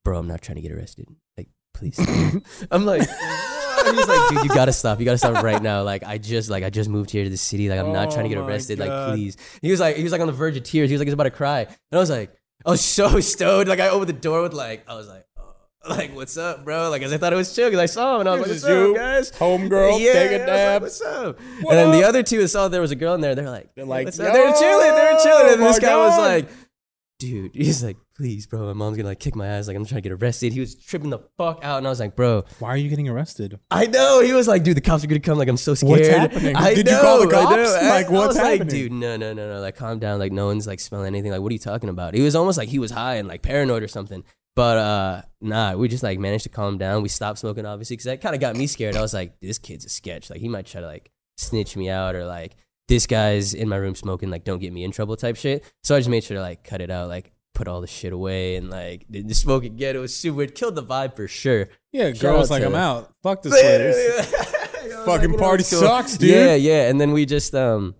A: "Bro, I'm not trying to get arrested. Like, please."
B: *laughs*
A: stop." I'm like. "What?" He's like, dude, you gotta stop. You gotta stop right now. Like, I just, like, I just moved here to the city. Like, I'm not trying to get
B: Oh my
A: arrested. Like,
B: God.
A: please. He was like, he was like on the verge of tears. He was like, he's about to cry. And I was like, I was so *laughs* stoned. Like, I opened the door with like, I was like, oh. like, what's up, bro? Like, 'cause I thought it was chill. Cause I saw him and I was like,
B: This
A: what's
B: is you,
A: up, guys?
B: homegirl,
A: yeah,
B: take a
A: yeah, I was like,
B: dab.
A: what's up?
B: What
A: and then the
B: up?
A: other two that saw there was a girl in there. They're like,
B: They're like,
A: "What's up?" they're chilling, they're chilling. And
B: "Yo,
A: this
B: my
A: guy was
B: God."
A: like, dude, *laughs* he's like, please, bro, my mom's gonna like kick my ass. Like, I'm trying to get arrested. He was tripping the fuck out, and I was like, bro,
B: Why are you getting arrested?
A: I know. He was like, dude, the cops are gonna come. Like, I'm so scared.
B: What's happening?
A: I
B: Did
A: know,
B: you call the
A: I know.
B: cops?
A: I-
B: Like,
A: I
B: what's
A: was
B: happening?
A: Like, dude, no, no, no, no. Like, calm down. Like, no one's like smelling anything. Like, what are you talking about? It was almost like he was high and like paranoid or something. But uh, nah, we just like managed to calm down. We stopped smoking, obviously, because that kind of got me scared. I was like, this kid's a sketch. Like, he might try to like snitch me out or like this guy's in my room smoking. Like, don't get me in trouble type shit. So I just made sure to like cut it out. Like. Put all the shit away and like didn't smoke again. It was super. It killed the vibe for sure.
B: Yeah,
A: Shout out
B: girls like
A: to-
B: I'm out. Fuck this place.
A: *laughs* Fucking
B: Fucking party sucks, dude.
A: Yeah, yeah. And then we just um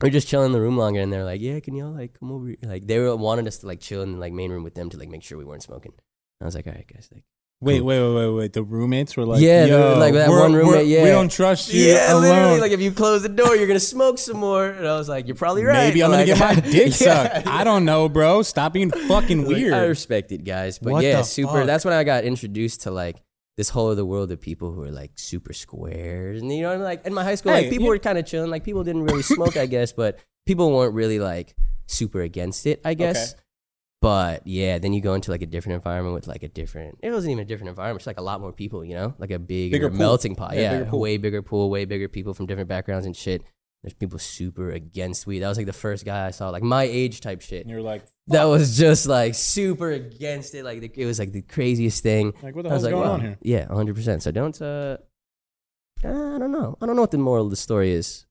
A: we were just chilling in the room longer, and they're like, "Yeah, can y'all like come over?" here?" Like they were wanted us to like chill in the like main room with them to like make sure we weren't smoking. I was like, "All right, guys." Like,
B: Wait, wait, wait, wait, wait. The roommates were like,
A: Yeah, they
B: Yo,
A: were like that
B: we're-
A: one roommate,
B: we're-
A: yeah.
B: we don't trust you
A: yeah,
B: alone.
A: literally. Like if you close the door, you're gonna smoke some more. And I was like, "You're probably right."
B: Maybe I'm
A: like,
B: gonna
A: *laughs*
B: get my dick
A: Yeah,
B: sucked.
A: yeah.
B: I don't know, bro.
A: *laughs*
B: Stop being fucking
A: Like, oh,
B: weird.
A: I respect it, guys. But
B: What
A: yeah,
B: the
A: super.
B: fuck?
A: That's when I got introduced to like this whole other world of people who are like super squares, and you know what I mean. Like in my high school,
B: Hey,
A: like people
B: you-
A: were kind of chilling. Like people didn't really smoke,
B: *laughs*
A: I guess, but people weren't really like super against it, I guess. But yeah, then you go into like a different environment with like a different. It wasn't even a different environment; it's like a lot more people, you know, like a big
B: Bigger pool.
A: melting pot.
B: Yeah,
A: Yeah,
B: bigger pool.
A: way bigger pool, way bigger people from different backgrounds and shit. There's people super against weed. That was like the first guy I saw, like my age type shit
B: And you're like,
A: that was just like super against it. Like the, it was like the craziest thing.
B: like what the
A: I was
B: hell's
A: like,
B: going
A: wow.
B: on here?
A: yeah, hundred percent. So don't. Uh, I don't know. I don't know what the moral of the story is.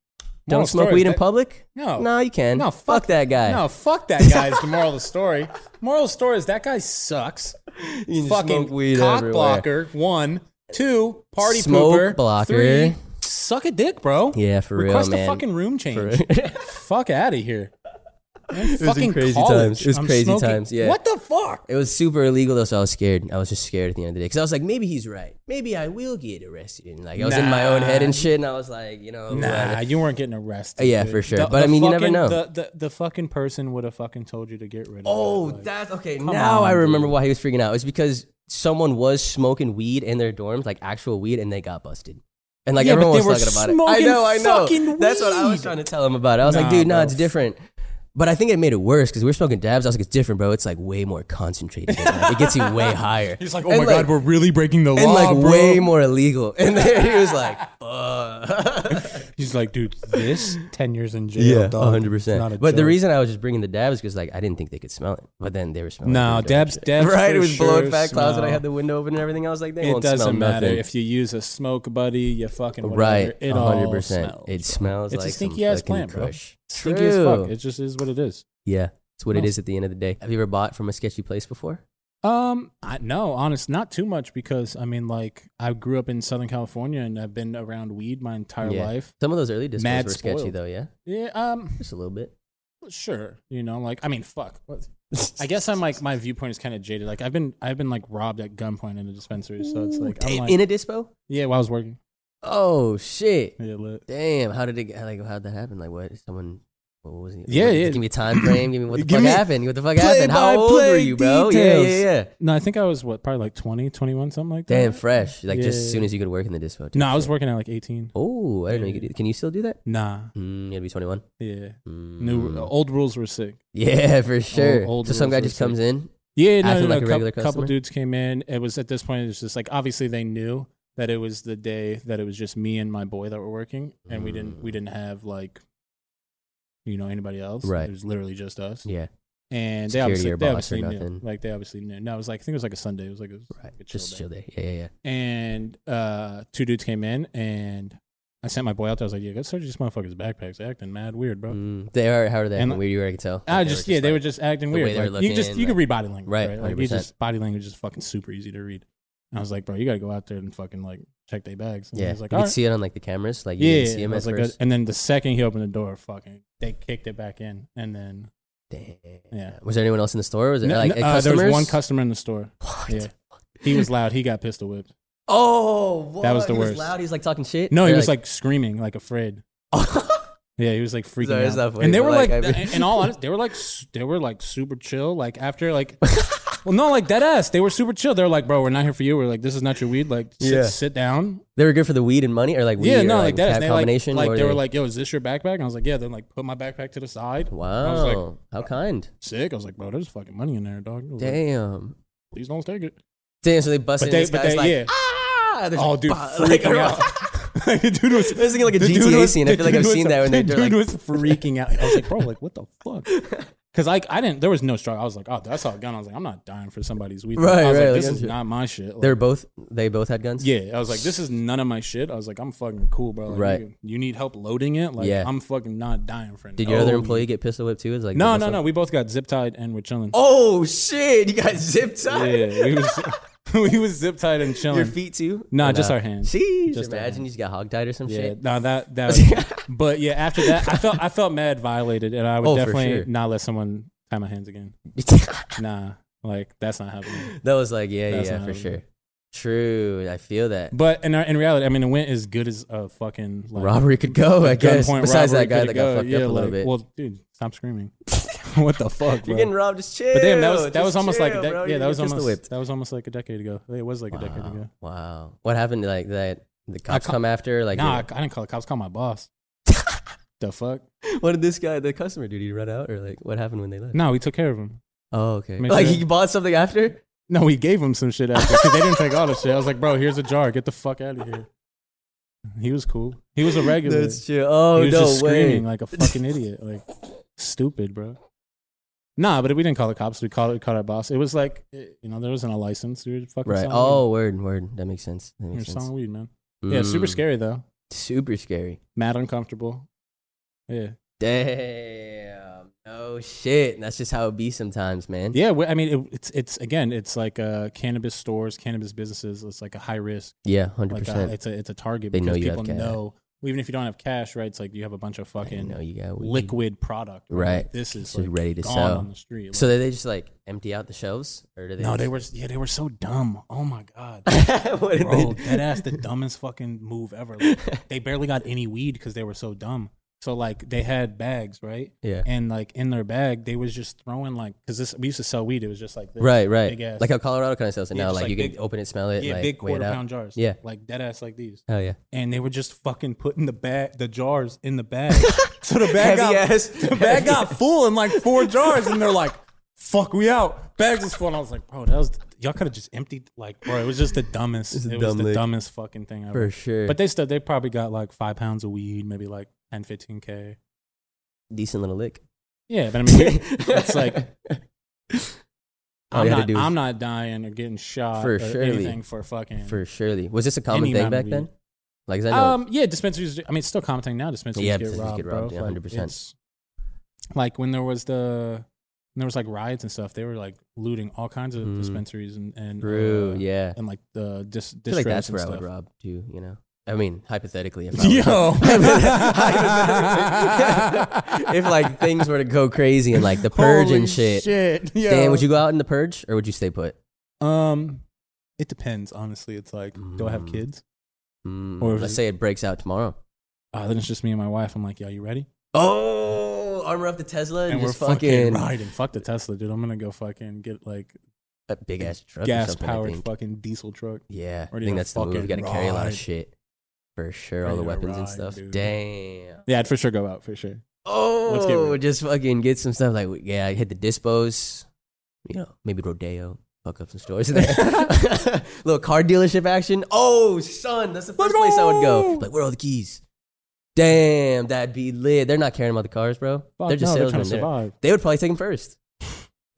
B: Moral
A: don't smoke
B: story,
A: weed in
B: that-
A: public.
B: No.
A: no, you can.
B: No,
A: No,
B: fuck-
A: fuck, that guy.
B: No, fuck that guy. Is the moral of the story. Moral of the story is that guy sucks.
A: *laughs* You can
B: fucking
A: smoke weed
B: cock
A: everywhere.
B: blocker. One, two, party
A: Smoke
B: pooper.
A: blocker.
B: Three, suck a dick, bro.
A: Yeah, for
B: Request
A: real,
B: a
A: man.
B: fucking room change.
A: *laughs* *laughs* For-
B: Fuck out of here. I'm
A: in
B: fucking
A: crazy
B: college.
A: times. It was
B: I'm
A: crazy
B: smoking-
A: times, yeah.
B: What the fuck?
A: It was super illegal though, so I was scared. I was just scared at the end of the day because I was like, maybe he's right. Maybe I will get arrested. And like I was in my own head and
B: Nah.
A: shit, and I was like, you know,
B: Nah,
A: whatever.
B: you weren't getting arrested.
A: Yeah,
B: dude.
A: for sure. But, I mean, you never
B: fucking-
A: know.
B: The, the, the fucking person would have fucking told you to get rid of.
A: Oh,
B: it. Like,
A: that's okay. Now
B: on,
A: I remember
B: dude.
A: why he was freaking out. It's because someone was smoking weed in their dorms, like actual weed, and they got busted. And like
B: Yeah, but
A: everyone was
B: they were
A: talking about it. I
B: smoking
A: know, I know.
B: fucking
A: That's what I
B: weed.
A: was trying to tell him about. it. I was
B: Nah,
A: like, dude, no,
B: bro.
A: it's different. But I think it made it worse because we were smoking dabs. I was like, it's different, bro. It's like way more concentrated. it gets you
B: *laughs*
A: way higher.
B: He's like, oh
A: And,
B: my god, we're really breaking the
A: and
B: law,
A: like
B: bro.
A: way more illegal. *laughs* And then he was
B: *laughs*
A: like, uh.
B: He's like, dude,
A: *laughs*
B: this ten years in jail.
A: yeah,
B: dog,
A: hundred
B: not a
A: percent. But the
B: joke.
A: reason I was just bringing the dabs because like I didn't think they could smell it, but then they were smelling.
B: No,
A: it.
B: dabs-
A: *laughs*
B: dabs
A: Right,
B: for
A: it was blowing
B: sure
A: fat clouds, and I
B: smell.
A: had the window open and everything. I was like, they
B: it
A: won't smell
B: doesn't matter
A: nothing.
B: if you use a smoke buddy. You fucking whatever,
A: right,
B: It
A: hundred
B: all
A: percent.
B: smells.
A: It smells.
B: It's a
A: like some
B: stinky ass
A: fucking
B: plant, bro.
A: Crush.
B: stinky as fuck.
A: True.
B: It just is what it is.
A: Yeah, it's what it
B: Smells.
A: is at the end of the day. Have you ever bought from a sketchy place before?
B: Um, I, no, honest, not too much because I mean, like, I grew up in Southern California and I've been around weed my entire
A: Yeah.
B: life.
A: Some of those early discos
B: Mad
A: were sketchy
B: spoiled.
A: though. Yeah,
B: Yeah. Um.
A: just a little bit.
B: Sure. You know, like, I mean, fuck. What? *laughs* I guess I'm like, my viewpoint is kind of jaded. Like, I've been, I've been like robbed at gunpoint in a dispensary, so it's like, I'm
A: Damn,
B: like,
A: in a dispo.
B: yeah, while I was working.
A: Oh shit.
B: Yeah. Lit.
A: Damn, how did it get- like? How'd that happen? Like, what? Someone? What was it?
B: Yeah,
A: what,
B: yeah.
A: Give me a time frame. Give me what
B: *clears throat*
A: the
B: Give
A: fuck
B: me
A: happened. What the fuck
B: play
A: happened? How
B: by
A: old
B: play
A: were you, bro? Yeah, yeah,
B: details.
A: yeah.
B: No, I think I was what, probably like 20, 21, something like that.
A: Damn, fresh. Like just
B: Yeah.
A: as soon as you could work in the dispo.
B: No, I was working at like 18.
A: Oh, I didn't know you could. Do, can you still do that?
B: Nah.
A: Mm, you gotta be twenty one.
B: Yeah.
A: Mm.
B: New old rules were sick.
A: Yeah, *laughs* for sure.
B: old
A: so some
B: rules
A: guy
B: were
A: just comes in.
B: Yeah, no,
A: Acting
B: no, no,
A: like a
B: coup-
A: regular
B: couple
A: customer?
B: dudes came in. It was at this point, it was just like obviously they knew that it was the day that it was just me and my boy that were working, and we didn't we didn't have like you know anybody else.
A: Right.
B: it was literally just us.
A: Yeah,
B: And they
A: Security
B: obviously,
A: or
B: they
A: boss or
B: obviously knew,
A: nothing.
B: like they obviously knew. No, it was like I think it was like a Sunday. It was like a,
A: right.
B: like a chill
A: Just
B: day.
A: chill day. Yeah, yeah, yeah.
B: And uh, two dudes came in, and I sent my boy out there. I was like, "Yeah, go search this motherfucker's backpacks. They're acting mad weird, bro."
A: Mm, they are. How are they?
B: And-
A: acting? Where you already can tell.
B: I
A: Like,
B: just yeah, they
A: like-
B: were just acting
A: the way
B: weird.
A: they were
B: Like, you
A: looking,
B: just you could
A: like-
B: read body language, right?
A: Right,
B: Like you
A: 100%.
B: just body language is fucking super easy to read. And I was like, bro, you gotta go out there and fucking like check their bags. And
A: yeah.
B: I was like,
A: you
B: all
A: could
B: right.
A: see it on like the cameras. Like you
B: yeah.
A: didn't see him
B: I
A: at
B: was like, uh,
A: first.
B: and then the second he opened the door, fucking, they kicked it back in, and then
A: Damn.
B: Yeah.
A: Was there anyone else in the store? Was there
B: "Uh, No,
A: like
B: no,
A: uh,
B: uh, there was one
A: customers?
B: customer in the store.
A: What?
B: Yeah, he was loud. He got pistol whipped.
A: Oh,
B: That was
A: what?
B: the
A: he
B: worst.
A: Was loud. He was like talking shit.
B: No, he
A: They're
B: was like screaming,
A: *laughs*
B: like afraid. Yeah, he was like freaking
A: Sorry, it's
B: out.
A: not funny,
B: and they
A: but,
B: were like,
A: like, I mean-
B: th-
A: *laughs*
B: in all honest, they were like, s- they were like super chill. Like after like, well, no, like dead ass. They were super chill. They were like, bro, we're not here for you. We're like, this is not your weed. Like, sit,
A: Yeah.
B: sit down.
A: they were good for the weed and money, or like weed
B: yeah,
A: or,
B: no, like,
A: like,
B: that.
A: cat
B: And they like,
A: combination.
B: like
A: or
B: they were like, yo, is this your backpack? And I was like, yeah. Then like, put my backpack to the side. I was
A: wow,
B: like,
A: how kind.
B: sick. I was like, bro, there's fucking money in there, dog. I was like,
A: Damn,
B: Please don't take it.
A: damn. So they busted.
B: But they,
A: this
B: but
A: guy's
B: they,
A: like,
B: yeah.
A: ah, there's *laughs*
B: Oh, dude,
A: bo-
B: freaking out. the dude was.
A: This is like a
B: the dude
A: GTA
B: was-
A: scene.
B: the
A: I feel like
B: dude
A: I've
B: was-
A: seen that when
B: the
A: they're
B: dude
A: like-
B: was freaking out. I was like, bro, like what the
A: *laughs*
B: fuck? Because like I didn't. There was no struggle. I was like, oh, that's how a gun. I was like, I'm not dying for somebody's weed.
A: Right,
B: I was
A: right,
B: like,
A: like,
B: this
A: that's
B: is
A: it.
B: not my shit. Like,
A: They're both. They both had guns.
B: yeah, I was like, this is none of my shit. I was like, I'm fucking cool, bro. Like,
A: Right.
B: You, you need help loading it. Like,
A: Yeah.
B: I'm fucking not dying for.
A: Did
B: no
A: your other
B: weed.
A: employee get pistol whipped too? Is like
B: No,
A: the
B: no,
A: muscle-
B: no. We both got zip tied and we're chilling.
A: Oh shit! You got *laughs* zip tied.
B: yeah, we was *laughs* we was zip tied and chilling.
A: Your feet too?
B: Nah, just our hands.
A: See,
B: Just
A: just
B: our
A: imagine you just got hog tied or some
B: Yeah,
A: shit.
B: no, that
A: *laughs*
B: that. was- but yeah, after that, I felt I felt mad violated, and I would
A: Oh, for
B: definitely
A: sure.
B: not let someone tie my hands again.
A: *laughs*
B: Nah, like that's not happening.
A: that was like, yeah,
B: That's
A: yeah,
B: not
A: for
B: how it
A: sure. True, I feel that.
B: But in our, in reality, I mean, it went as good as a fucking like,
A: robbery could go, I guess.
B: gunpoint
A: Besides
B: robbery
A: that guy
B: could
A: that
B: go.
A: got fucked
B: Yeah,
A: up a little
B: like,
A: bit.
B: Well, dude, stop screaming. *laughs* what the fuck?
A: You're
B: bro?
A: getting robbed. Just chill.
B: But damn, that was that
A: Just
B: was almost like a
A: chill,
B: dec-
A: bro.
B: yeah,
A: You're
B: that was
A: getting pistol
B: almost
A: whipped.
B: that was almost like a decade ago. It was like a decade
A: Wow.
B: ago.
A: Wow. What happened? Like that? The cops
B: ca-
A: come after. Like,
B: Nah, I, I didn't call the cops. Call
A: *laughs*
B: my boss. the fuck?
A: what did this guy, the customer, do? Did he run out, or like, what happened when they left?
B: No, we took care of him.
A: Oh, okay.
B: Make
A: Like
B: sure-
A: he bought something after.
B: No, we gave him some shit after because they didn't take all the shit. I was like, bro, here's a jar. Get the fuck out of here. He was cool. He was a regular.
A: That's true. Oh
B: he was
A: no
B: just
A: way.
B: screaming like a fucking idiot. Like stupid, bro. Nah, but we didn't call the cops. We called we called our boss. It was like eh, you know there wasn't a license. We were fucking
A: right.
B: selling
A: Oh, word, word. That makes sense. That
B: weed. we were
A: makes sense.
B: selling weed, man. Yeah, super
A: Mm.
B: scary though.
A: Super scary.
B: Mad uncomfortable. Yeah,
A: Damn. Oh shit. And That's just how it be sometimes, man.
B: yeah. we- I mean, it, it's it's again, it's like uh, cannabis stores, cannabis businesses. It's like a high risk.
A: Yeah, hundred
B: like a,
A: percent.
B: it's a it's a target
A: They know
B: because
A: you have
B: people
A: cash.
B: know well, even if you don't have cash, right? It's like you have a bunch of
A: I
B: fucking
A: know you got weed.
B: liquid product,
A: Right.
B: Like, this is
A: Just
B: like
A: ready to
B: gone
A: sell.
B: on the street. Like,
A: So did they just like empty out the shelves, or did they?
B: no,
A: just-
B: they were yeah, they were so dumb. Oh my god,
A: *laughs* what did
B: bro,
A: they?
B: dead ass the dumbest fucking move ever. Like, they barely got any weed because they were so dumb. So like they had bags, right?
A: Yeah.
B: And like in their bag, they was just throwing like because this we used to sell weed. It was just like this,
A: *laughs* Right, right.
B: big ass-
A: Like how Colorado kind of sells it
B: Yeah,
A: now.
B: just
A: Like,
B: like
A: you can
B: big-
A: open it, smell it,
B: yeah,
A: like
B: big
A: weigh it
B: quarter
A: out.
B: pound jars,
A: Yeah.
B: like dead ass like these.
A: Oh yeah.
B: And they were just fucking putting the bag, the jars in the bag. so the bag
A: Heavy
B: got
A: ass.
B: the *laughs* bag got full in like four jars, and they're like, "Fuck, we out." Bags is full, and I was like, "Bro, that was y'all could have just emptied like, bro, it was just the dumbest,
A: It's a
B: it was
A: dumb
B: the
A: lick.
B: dumbest fucking thing
A: *laughs*
B: ever."
A: For sure.
B: But they still, they probably got like five pounds of weed, maybe like 10, 15 k.
A: decent little lick.
B: Yeah,
A: *laughs*
B: but I mean, we- it's like
A: All
B: I'm
A: you had
B: not,
A: to do was-
B: I'm not dying or getting shot
A: For
B: or
A: surely.
B: anything for fucking.
A: for surely. Was this a common
B: Any
A: thing
B: amount of
A: back then?
B: weed.
A: Like 'cause I know
B: um, yeah, dispensaries. I mean, it's still common thing now. Dispensaries
A: Yeah,
B: get,
A: dispensaries
B: robbed,
A: get robbed,
B: bro.
A: yeah,
B: Like,
A: 100%.
B: it's- Like when there was the when there was like riots and stuff, they were like looting all kinds of
A: Mm.
B: dispensaries and and
A: Rue,
B: uh,
A: yeah.
B: and like the
A: I
B: dis-
A: feel like that's
B: distros and
A: where I
B: stuff.
A: would rob too, you know. I mean, hypothetically,
B: *laughs*
A: if I was- *laughs*
B: Yo,
A: if
B: *laughs*
A: like things were to go crazy and like the purge
B: Holy
A: and shit,
B: shit. yo.
A: Dan, would you go out in the purge or would you stay put?
B: Um, it depends. Honestly, it's like, do I have
A: Mm.
B: kids?
A: Mm,
B: Or if
A: let's
B: it-
A: say it breaks out tomorrow.
B: Uh, then it's just me and my wife. I'm like, yeah, you ready?
A: Oh, armor up the Tesla and, just fucking,
B: riding. Fuck the Tesla, dude. I'm gonna go fucking get like
A: a big ass truck, or
B: gas
A: something, I
B: powered
A: think.
B: fucking diesel truck.
A: Yeah, I
B: Ready
A: think
B: to
A: that's the move. You got to
B: fucking
A: carry a lot of
B: ride.
A: shit for sure. All
B: Ready
A: the
B: to
A: weapons and
B: ride,
A: stuff.
B: dude.
A: Damn.
B: Yeah, I'd for sure go out for sure. get
A: Oh,
B: real.
A: just fucking get some stuff. Like, yeah, I hit the dispos. You know, maybe rodeo. Fuck up some stores in
B: *laughs*
A: there. *laughs* Little car dealership action. Oh, son, that's the first place I would go.
B: go.
A: Like, where are all the keys? Damn, that'd be lit. They're not caring about the cars, bro.
B: Fuck,
A: they're just
B: no, they're
A: salesmen.
B: trying to
A: They're-
B: survive.
A: they would probably take them first. *laughs*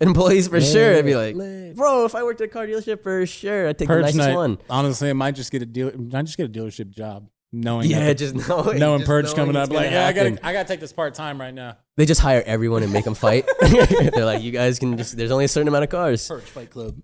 A: Employees for sure. I'd be like,
B: Lit.
A: bro, if I worked at a car dealership for sure, I'd take the
B: purge
A: nicest
B: night.
A: one.
B: Honestly, I might just get a deal. I just get a dealership job, knowing
A: Yeah,
B: that
A: just *laughs* knowing.
B: knowing
A: just
B: purge
A: knowing
B: coming
A: it's
B: up. Like,
A: gonna
B: yeah, I
A: happen.
B: gotta, I gotta take this part time right now.
A: They just hire everyone and make them *laughs* fight. They're like, you guys can just. There's only a certain amount of cars.
B: Purge Fight Club.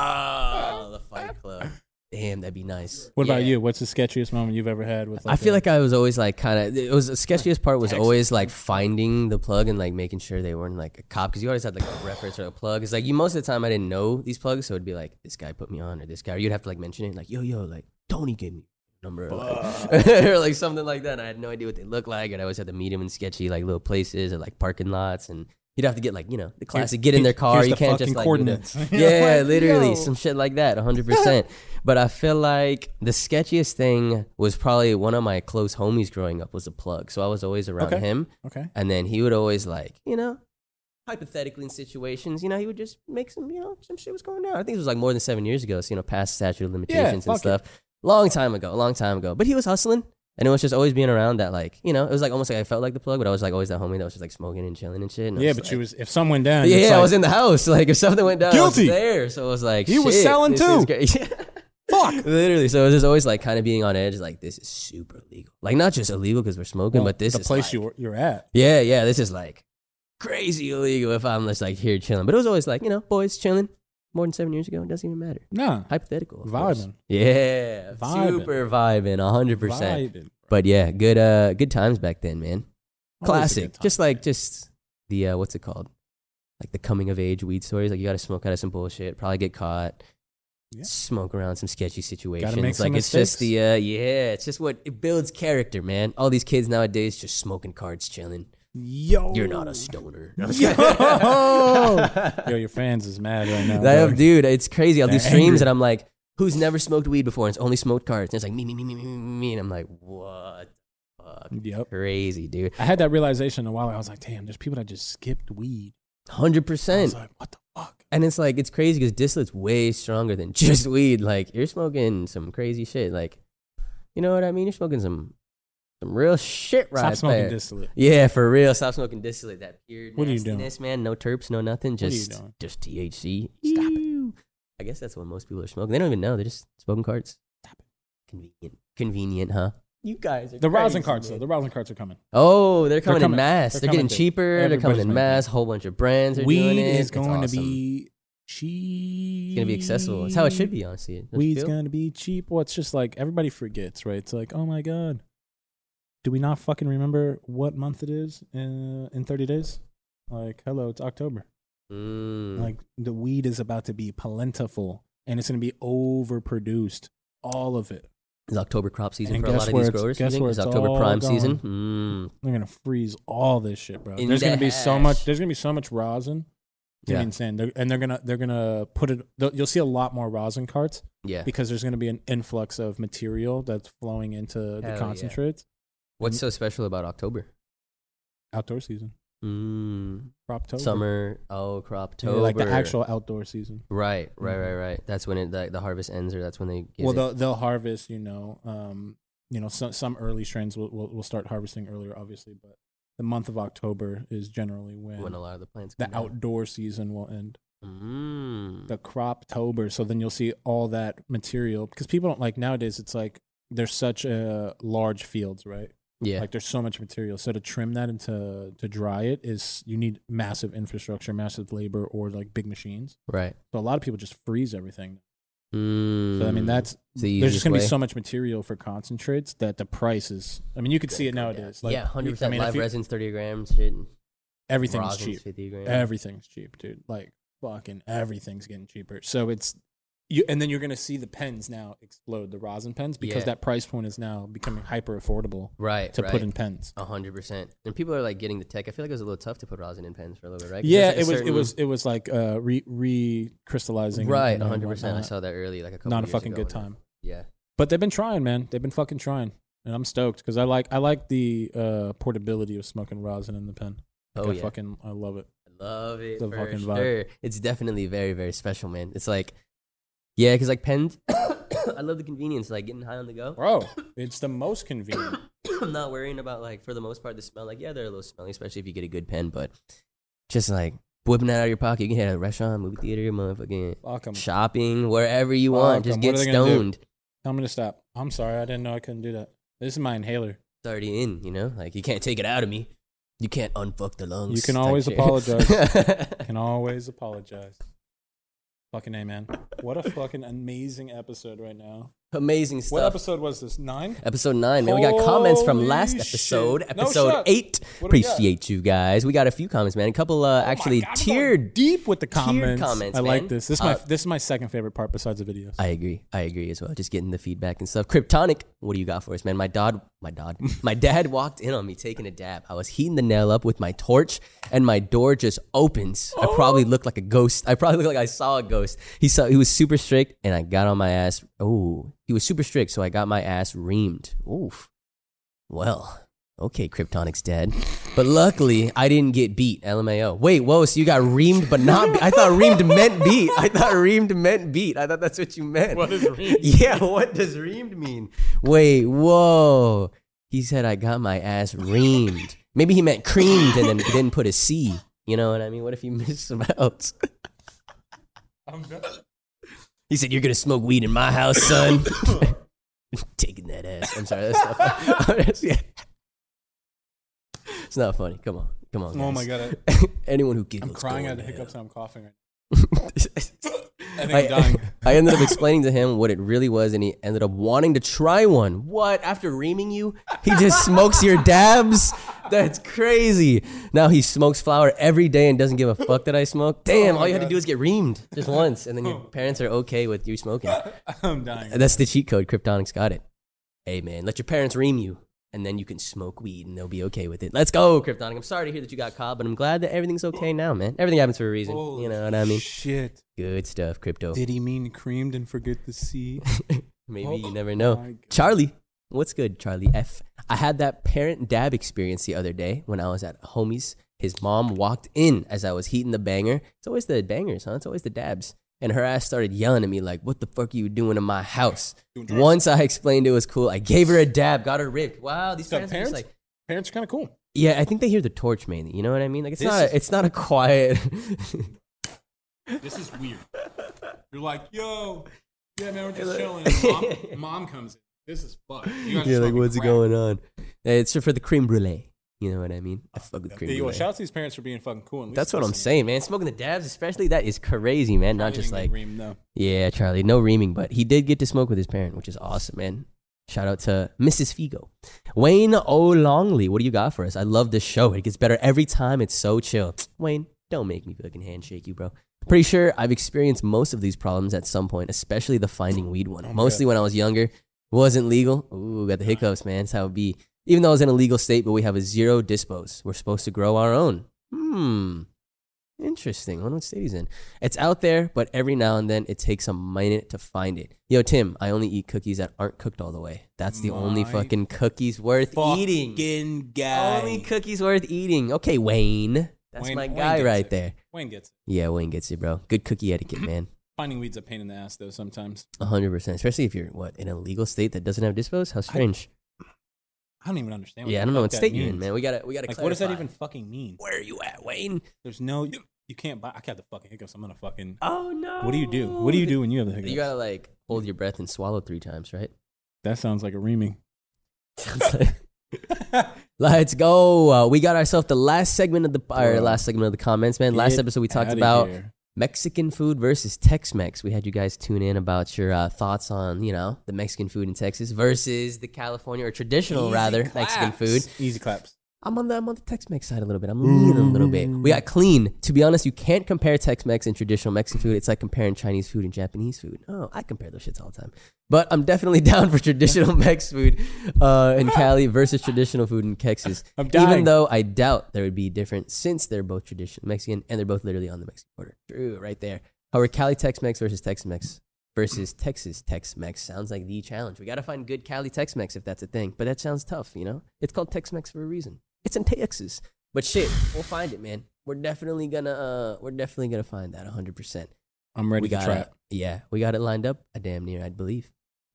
A: Wow, the fight club. Damn, that'd be nice.
B: What about
A: Yeah.
B: you? What's the sketchiest moment you've ever had with? Like
A: I feel
B: a-
A: like I was always like kind of. It was the sketchiest part was
B: Text.
A: always like finding the plug and like making sure they weren't like a cop because you always had like a reference or a plug. It's like you most of the time I didn't know these plugs, so it'd be like this guy put me on or this guy. Or you'd have to like mention it like yo yo like Tony gave me your number or like, *laughs* or like something like that. And I had no idea what they looked like, and I always had to meet them in sketchy like little places or like parking lots, and you'd have to get like you know the classic get in their car.
B: here's
A: You
B: the
A: can't just
B: fucking
A: like do the-
B: coordinates. *laughs*
A: yeah,
B: Like,
A: literally
B: yo.
A: some shit like that,
B: *laughs*
A: 100%. but I feel like the sketchiest thing was probably one of my close homies growing up was a plug. So I was always around
B: Okay.
A: him
B: okay.
A: and then he would always like, you know, hypothetically in situations, you know, he would just make some, you know, some shit was going down. I think it was like more than 7 years ago, so you know, past statute of limitations
B: fuck
A: and
B: it.
A: stuff. Long time ago, a long time ago. But he was hustling and it was just always being around that like, you know, it was like almost like I felt like the plug, but I was like always that homie that was just like smoking and chilling and shit. And I
B: Yeah,
A: was
B: but
A: like,
B: you was if someone down.
A: yeah,
B: it's
A: yeah, I
B: like,
A: was in the house. *laughs* Like if something went down, I
B: Guilty.
A: was there. So it was like,
B: He was
A: shit,
B: selling
A: this is
B: too.
A: great. *laughs* Yeah.
B: Fuck.
A: Literally, so it was just always like kind of being on edge. Like this is super illegal. Like not just illegal because we're smoking, but this
B: the
A: is
B: place
A: like,
B: you were, you're at.
A: Yeah, yeah, this is like crazy illegal. If I'm just like here chilling, but it was always like you know boys chilling. More than seven years ago, it doesn't even matter.
B: Nah,
A: Hypothetical, of course.
B: Vibing.
A: Yeah,
B: Vibing.
A: super vibing, hundred percent.
B: vibing.
A: But yeah, good, uh, good times back then, man.
B: Always a
A: Classic,
B: good time.
A: just like just the uh, what's it called? Like the coming of age weed stories. Like you got to smoke out of some bullshit, probably get caught,
B: Yeah.
A: smoke around some sketchy situations.
B: make some
A: like it's just the uh, yeah, it's just what it builds character, man. All these kids nowadays just smoking cards, chilling.
B: yo.
A: You're not a
B: *laughs*
A: stoner. No, I'm just kidding.
B: Yo, *laughs* yo, your fans is mad right
A: *laughs*
B: now.
A: Like,
B: dog.
A: dude, it's crazy. I'll do
B: They're
A: streams
B: angry.
A: and I'm like, who's never smoked weed before and it's only smoked cards? And it's like me, me, me, me, me, me, me, and I'm like, what? the Fuck,
B: Yep.
A: crazy, dude.
B: I had that realization a while. ago. I was like, damn, there's people that just skipped weed.
A: Hundred
B: I
A: percent.
B: was like, what the fuck?
A: And it's like it's crazy because distillate's way stronger than *laughs* just weed. Like you're smoking some crazy shit. Like you know what I mean? You're smoking some some real shit right
B: Stop smoking
A: there.
B: distillate.
A: Yeah, for real. Stop smoking distillate. That pure
B: What are you doing?
A: nastiness, man. No terps, no nothing.
B: are you
A: Just
B: doing?
A: just THC. Stop it. I guess that's what most people are smoking. They don't even know. They're just smoking carts. Stop it. Convenient. Convenient, huh? You guys are
B: The rosin
A: crazy,
B: carts, though.
A: man.
B: The rosin carts are coming.
A: Oh, they're coming
B: coming.
A: in mass.
B: They're
A: They're,
B: coming,
A: getting
B: dude.
A: cheaper. they're coming
B: Everybody's
A: in
B: making
A: mass. Whole bunch of brands are doing
B: Weed
A: it.
B: is
A: It's
B: going to
A: awesome.
B: be cheap.
A: It's gonna be accessible. It's how it should be, honestly. Don't you
B: Weed's
A: feel?
B: gonna be cheap. Well, it's just like everybody forgets, right? It's like, oh my god, do we not fucking remember what month it is uh, in, in thirty days? Like, hello, it's October.
A: Mm.
B: Like the weed is about to be plentiful, and it's gonna be overproduced, all of it.
A: Is October crop season
B: And
A: for a
B: guess
A: lot of
B: where
A: these
B: it's-
A: growers? you
B: guess
A: think?
B: where
A: Is
B: it's
A: October
B: all
A: prime
B: gone.
A: season? Mm.
B: They're gonna freeze all this shit, bro.
A: In
B: there's
A: the
B: gonna be so
A: hash.
B: much. There's gonna be so much rosin. You
A: Yeah.
B: know what I'm saying? They're, and they're gonna they're gonna put it. they'll- You'll see a lot more rosin carts
A: Yeah.
B: because there's gonna be an influx of material that's flowing into
A: Hell
B: the
A: yeah.
B: concentrates.
A: What's so special about October?
B: Outdoor season,
A: Mm.
B: crop
A: Summer. Oh, crop.
B: like the actual outdoor season.
A: Right, right,
B: Mhm.
A: right, right. That's when it the, the harvest ends, or that's when they give
B: well,
A: it.
B: they'll they'll harvest. You know, um, you know, some some early strains will, will will start harvesting earlier, obviously, but the month of October is generally when,
A: when a lot of the plants
B: the
A: come down.
B: outdoor season will end.
A: Mm.
B: the crop tober so then you'll see all that material because people don't like nowadays it's like there's such a large fields right
A: yeah,
B: like there's so much material so to trim that and to to dry it is you need massive infrastructure massive labor or like big machines
A: right.
B: so a lot of people just freeze everything
A: Mm.
B: so i mean that's
A: It's the
B: there's just
A: easiest
B: going to be
A: way.
B: so much material for concentrates that the price is i mean you could see it
A: Gonna go
B: nowadays
A: down.
B: like
A: yeah, hundred
B: i
A: percent.
B: mean if
A: live
B: you-
A: resins, thirty grams. Shit,
B: everything's
A: rosins,
B: cheap
A: fifty grams.
B: Everything's cheap, dude. Like fucking everything's getting cheaper. So it's you, and then you're gonna see the pens now explode, the rosin pens, because
A: Yeah.
B: that price point is now becoming hyper affordable
A: right,
B: to
A: right.
B: put in pens.
A: A hundred percent. And people are like getting the tech. I feel like it was a little tough to put rosin in pens for a little bit, right? 'Cause
B: Yeah,
A: there's, like, a
B: it
A: certain-
B: was it was it was like uh re re crystallizing.
A: right. One hundred percent. I saw that early, like a couple.
B: Not a
A: years
B: fucking
A: ago
B: good
A: when I-
B: time.
A: Yeah.
B: But they've been trying, man. They've been fucking trying. And I'm stoked because I like I like the uh portability of smoking rosin in the pen. Like,
A: Oh
B: I
A: yeah.
B: fucking I love it.
A: I Love it
B: The
A: for
B: fucking
A: sure.
B: vibe.
A: It's definitely very, very special, man. It's like, yeah, because like pens, *coughs* I love the convenience, like getting high on the go. *coughs*
B: Bro, it's the most convenient.
A: I'm not worrying about like for the most part the smell. Like yeah, they're a little smelly, especially if you get a good pen, but just like whipping that out of your pocket, you can hit a restaurant, movie theater, motherfucking
B: Fuck 'em.
A: shopping, wherever you
B: Fuck
A: want. Just
B: 'em. What
A: get
B: are they gonna do?
A: stoned.
B: I'm gonna stop. I'm sorry, I didn't know I couldn't do that. This is my inhaler.
A: It's already in, you know. Like you can't take it out of me. You can't unfuck the lungs.
B: You can
A: type
B: always
A: shit.
B: apologize. Can always apologize. Fucking a man. What
A: *laughs*
B: a fucking amazing episode right now.
A: *laughs* Amazing
B: What
A: stuff.
B: episode was this? Nine.
A: Episode nine, man. We got comments from
B: Holy
A: last
B: shit.
A: episode.
B: No
A: Episode
B: shot.
A: eight.
B: What do we got? Oh
A: Appreciate you guys. We got a few comments, man. A couple uh, actually
B: God, I'm going
A: tiered
B: deep with the
A: Tiered
B: comments.
A: comments,
B: I like
A: man.
B: this. This is my
A: Uh,
B: this is my second favorite part besides the videos.
A: I agree. I agree as well. Just getting the feedback and stuff. Kryptonic, what do you got for us, man? My dad, my dad, *laughs* my dad walked in on me taking a dab. I was heating the nail up with my torch, and my door just opens. I probably looked like a ghost. I probably looked like I saw a ghost. He saw. He was super strict, and I got on my ass. Oh, he was super strict, so I got my ass reamed. Oof. Well. Okay, Kryptonic's dead. But luckily, I didn't get beat. LMAO. Wait, whoa, so you got reamed but not beat. I thought reamed meant beat. I thought reamed meant beat. I thought that's what you meant. What is reamed? Yeah, what does reamed mean? Wait, whoa. He said I got my ass reamed. Maybe he meant creamed and then didn't put a C. You know what I mean? What if he *laughs* misspells? He said, You're gonna smoke weed in my house, son. *laughs* Taking that ass. I'm sorry, that's not funny. *laughs* yeah. It's not funny. Come on. Come on.
B: oh my
A: guys.
B: god,
A: *laughs* Anyone who
B: I,
A: giggles.
B: am crying
A: go
B: at the
A: to
B: hiccups and I'm coughing. Right
A: hell. *laughs*
B: now. I think I'm dying.
A: I ended up explaining to him what it really was, and he ended up wanting to try one. What? After reaming you, he
B: *laughs*
A: just smokes your dabs? That's crazy. Now he smokes flower every day and doesn't give a fuck that I
B: Oh
A: smoke. Damn, all you had to do is get reamed just once, and then
B: *laughs*
A: your parents are okay with you smoking.
B: I'm dying.
A: That's the cheat code. Kryptonics got it. Hey, man, let your parents ream you, and then you can smoke weed, and they'll be okay with it. Let's go, Kryptonic. I'm sorry to hear that you got caught, but I'm glad that everything's okay now, man. Everything happens for a reason. you know what I mean?
B: Shit.
A: Good stuff, crypto.
B: Did he mean creamed and forget
A: *laughs*
B: the C?
A: Maybe
B: Oh,
A: you never know.
B: my God.
A: Charlie, what's good, Charlie F? I had that parent dab experience the other day when I was at homies. His mom walked in as I was heating the banger. It's always the bangers, huh? It's always the dabs. And her ass started yelling at me like, "What the fuck are you doing in my house?" Once I explained it was cool, I gave her a dab, got her ripped. Wow, these
B: So
A: parents, are just
B: parents-
A: like,
B: Parents are kind of cool.
A: yeah, I think they hear the torch mainly. You know what I mean? Like it's
B: This
A: not,
B: is-
A: it's not a quiet. *laughs*
B: This is weird. You're like, yo, yeah, man, we're just
A: Like- *laughs*
B: chilling. Mom, mom comes in. This is fucked. You guys are
A: yeah, like
B: smoking
A: what's
B: crack.
A: going on? It's for the creme brulee. You know what I mean? I fuck with creme
B: Yo,
A: brulee.
B: shout out to these parents for being fucking cool. and at least
A: That's what I'm
B: listening.
A: saying, man. Smoking the dabs, especially, that is crazy, man. Not
B: Probably
A: just
B: didn't get
A: like,
B: reamed, no.
A: yeah, Charlie, no reaming, but he did get to smoke with his parent, which is awesome, man. Shout out to Mrs. Figo. Wayne O. Longley, what do you got for us? I love this show. It gets better every time. It's so chill. Wayne, don't make me fucking handshake you, bro. Pretty sure I've experienced most of these problems at some point, especially the finding weed one.
B: my
A: Mostly when I was younger. Wasn't legal. Ooh, got the hiccups, man. That's how it be. Even though it's in a legal state, but we have a zero dispos. We're supposed to grow our own. Hmm. Interesting. I wonder what state he's in. It's out there, but every now and then it takes a minute to find it. Yo, Tim, I only eat cookies that aren't cooked all the way. That's the only
D: My
A: fucking cookies worth eating.
D: Fucking guy.
A: Only cookies worth eating. Okay, Wayne. That's
B: Wayne-
A: my
B: Wayne
A: guy
B: gets
A: right
B: it.
A: there.
B: Wayne gets it.
A: Yeah, Wayne gets it, bro. Good cookie etiquette, man.
B: finding weeds a pain in the ass though sometimes.
A: A 100%. Especially if you're, what, in a legal state that doesn't have dispos? How strange.
B: I don't even understand.
A: yeah,
B: the
A: I don't know
B: fuck
A: what
B: that
A: state you're in,
B: means.
A: man. We gotta, we gotta
B: Like,
A: clarify.
B: what does that even fucking mean?
A: Where are you at, Wayne?
B: There's no you, you can't buy. I got the fucking hiccups. I'm gonna fucking.
A: Oh, no.
B: What do you do? What do you do when you have the hiccups?
A: You gotta, like, hold your breath and swallow three times, right?
B: that sounds like a reaming.
A: It's like- Let's go. Uh, we got ourselves the last segment of the our
B: Bro.
A: last segment of the comments, man. Last
B: Get
A: episode we talked
B: outta
A: about
B: here.
A: Mexican food versus Tex-Mex. We had you guys tune in about your uh, thoughts on you know the Mexican food in Texas versus the California or traditional
B: Easy
A: rather
B: claps.
A: Mexican food.
B: Easy claps.
A: I'm on the I'm on the Tex-Mex side a little bit. I'm leaning a little bit. We
B: Mm.
A: got clean. To be honest, you can't compare Tex-Mex and traditional Mexican food. It's like comparing Chinese food and Japanese food. Oh, I compare those shits all the time. But I'm definitely *laughs* down for
B: *laughs*
A: traditional Mex food uh, in Cali versus traditional food in Texas.
B: *laughs* I'm
A: Even
B: dying.
A: though I doubt there would be different since they're both traditional Mexican and they're both literally on the Mexican border. True, right there. However, Cali Tex-Mex versus Tex-Mex versus Texas Tex-Mex sounds like the challenge. We got to find good Cali Tex-Mex if that's a thing. But that sounds tough, you know? It's called Tex-Mex for a reason. It's in Texas. But shit, we'll find it, man. We're definitely gonna uh we're definitely gonna find that 100%.
B: I'm ready
A: we
B: to
A: got
B: try
A: it. Yeah, we got it lined up. I damn near, I believe.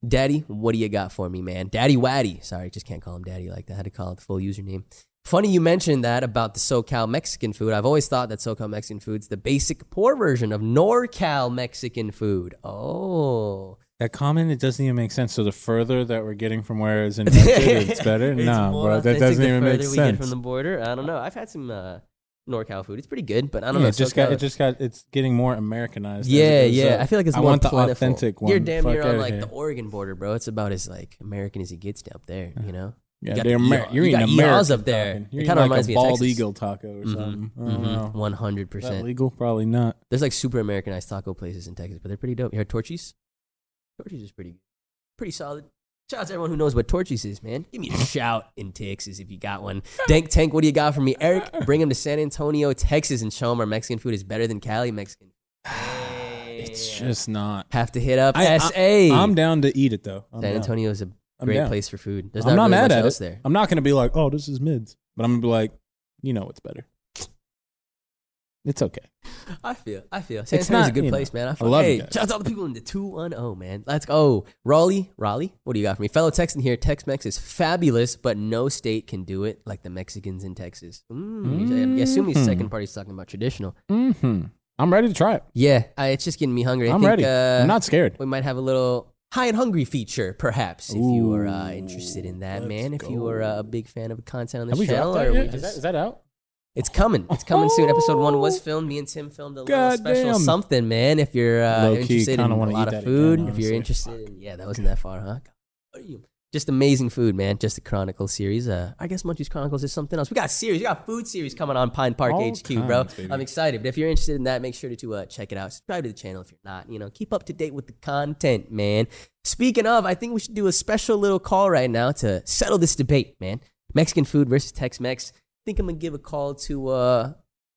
A: Daddy, what do you got for me, man? Daddy Waddy. Sorry, just can't call him Daddy like that. I had to call it the full username. Funny you mentioned that about the SoCal Mexican food. I've always thought that SoCal Mexican food's the basic poor version of NorCal Mexican food. Oh,
B: That comment it doesn't even make sense. So the further that we're getting from where it's invented,
A: *laughs*
B: it's better. no,
A: more
B: bro, that
A: authentic
B: doesn't
A: the
B: even
A: further
B: make
A: we
B: sense.
A: Get from the border, I don't know. I've had some uh, NorCal food. It's pretty good, but I don't
B: yeah,
A: know.
B: it just
A: SoCal-
B: got it just got it's getting more Americanized. as it
A: Yeah,
B: goes
A: yeah.
B: up.
A: I feel like it's
B: I
A: more
B: want the
A: plentiful.
B: authentic one.
A: You're damn
B: Fuck
A: near on
B: outta
A: like
B: here.
A: the Oregon border, bro. It's about as like American as it gets up there. You know.
B: Yeah,
A: You got
B: they're
A: the
B: Amer-
A: yaw-
B: you're
A: you
B: eating
A: got
B: American
A: yaws up there.
B: fucking-
A: It
B: You're
A: kinda
B: eating like
A: reminds
B: a
A: me of
B: bald
A: Texas.
B: eagle taco or something. I don't know.
A: Mm-hmm. One hundred
B: Is that
A: percent.
B: legal? Probably not.
A: There's like super Americanized taco places in Texas, but they're pretty dope. You heard Torchy's? Torchy's is pretty, pretty solid. Shout out to everyone who knows what Torchy's is, man. Give me a shout in Texas if you got one. Dank Tank, what do you got for me, Eric? Bring him to San Antonio, Texas, and show him our Mexican food is better than Cali Mexican.
B: *sighs* It's just not.
A: have to hit up
B: I- I-
A: SA.
B: I'm down to eat it though. I'm
A: San
B: down.
A: Antonio is a
B: I'm
A: great
B: down.
A: place for food. There's
B: I'm
A: not,
B: not
A: really
B: mad
A: much
B: at
A: else
B: it.
A: there.
B: I'm not gonna be like, oh, this is mids, but I'm gonna be like, you know what's better. It's okay.
A: I feel, I feel. San Antonio's
B: It's
A: a
B: not,
A: good
B: you
A: place,
B: know,
A: man. I,
B: I
A: feel,
B: love you
A: hey,
B: guys.
A: Shout out to all the people in the 210, man. Let's go. Raleigh, Raleigh, what do you got for me? Fellow Texan here. Tex Mex is fabulous, but no state can do it like the Mexicans in Texas. Mm, he's- I assume his
B: Mhm.
A: second party's talking about traditional.
B: Mm-hmm. I'm ready to try it.
A: Yeah, I, it's just getting me hungry. I
B: I'm
A: think,
B: ready.
A: Uh,
B: I'm not scared.
A: we might have a little high and hungry feature, perhaps, if you are uh,
B: Ooh,
A: interested in that,
B: let's
A: man. If you are
B: go.
A: uh, a big fan of the content on the
B: Have we
A: channel,
B: dropped
A: or
B: that
A: we
B: yet? Is
A: just-
B: that- is
A: *laughs*
B: that out?
A: It's coming. It's coming soon. Episode one was
B: Oh.
A: filmed. Me and Tim filmed a little
B: God
A: special
B: damn.
A: something, man. If you're uh,
B: Low key,
A: interested in
B: kinda
A: a
B: wanna
A: lot
B: eat
A: of
B: that
A: food,
B: again,
A: if you're
B: honestly.
A: interested, in, yeah, that wasn't that far, huh? God. Just amazing food, man. Just the Chronicles series. Uh, I guess Munchies Chronicles is something else. We got series. We got food series coming on Pine Park
B: All
A: HQ, bro.
B: kinds, baby.
A: I'm excited. But if you're interested in that, make sure to, to uh, check it out. Subscribe to the channel if you're not. You know, keep up to date with the content, man. Speaking of, I think we should do a special little call right now to settle this debate, man. Mexican food versus Tex-Mex. I think I'm gonna give a call to uh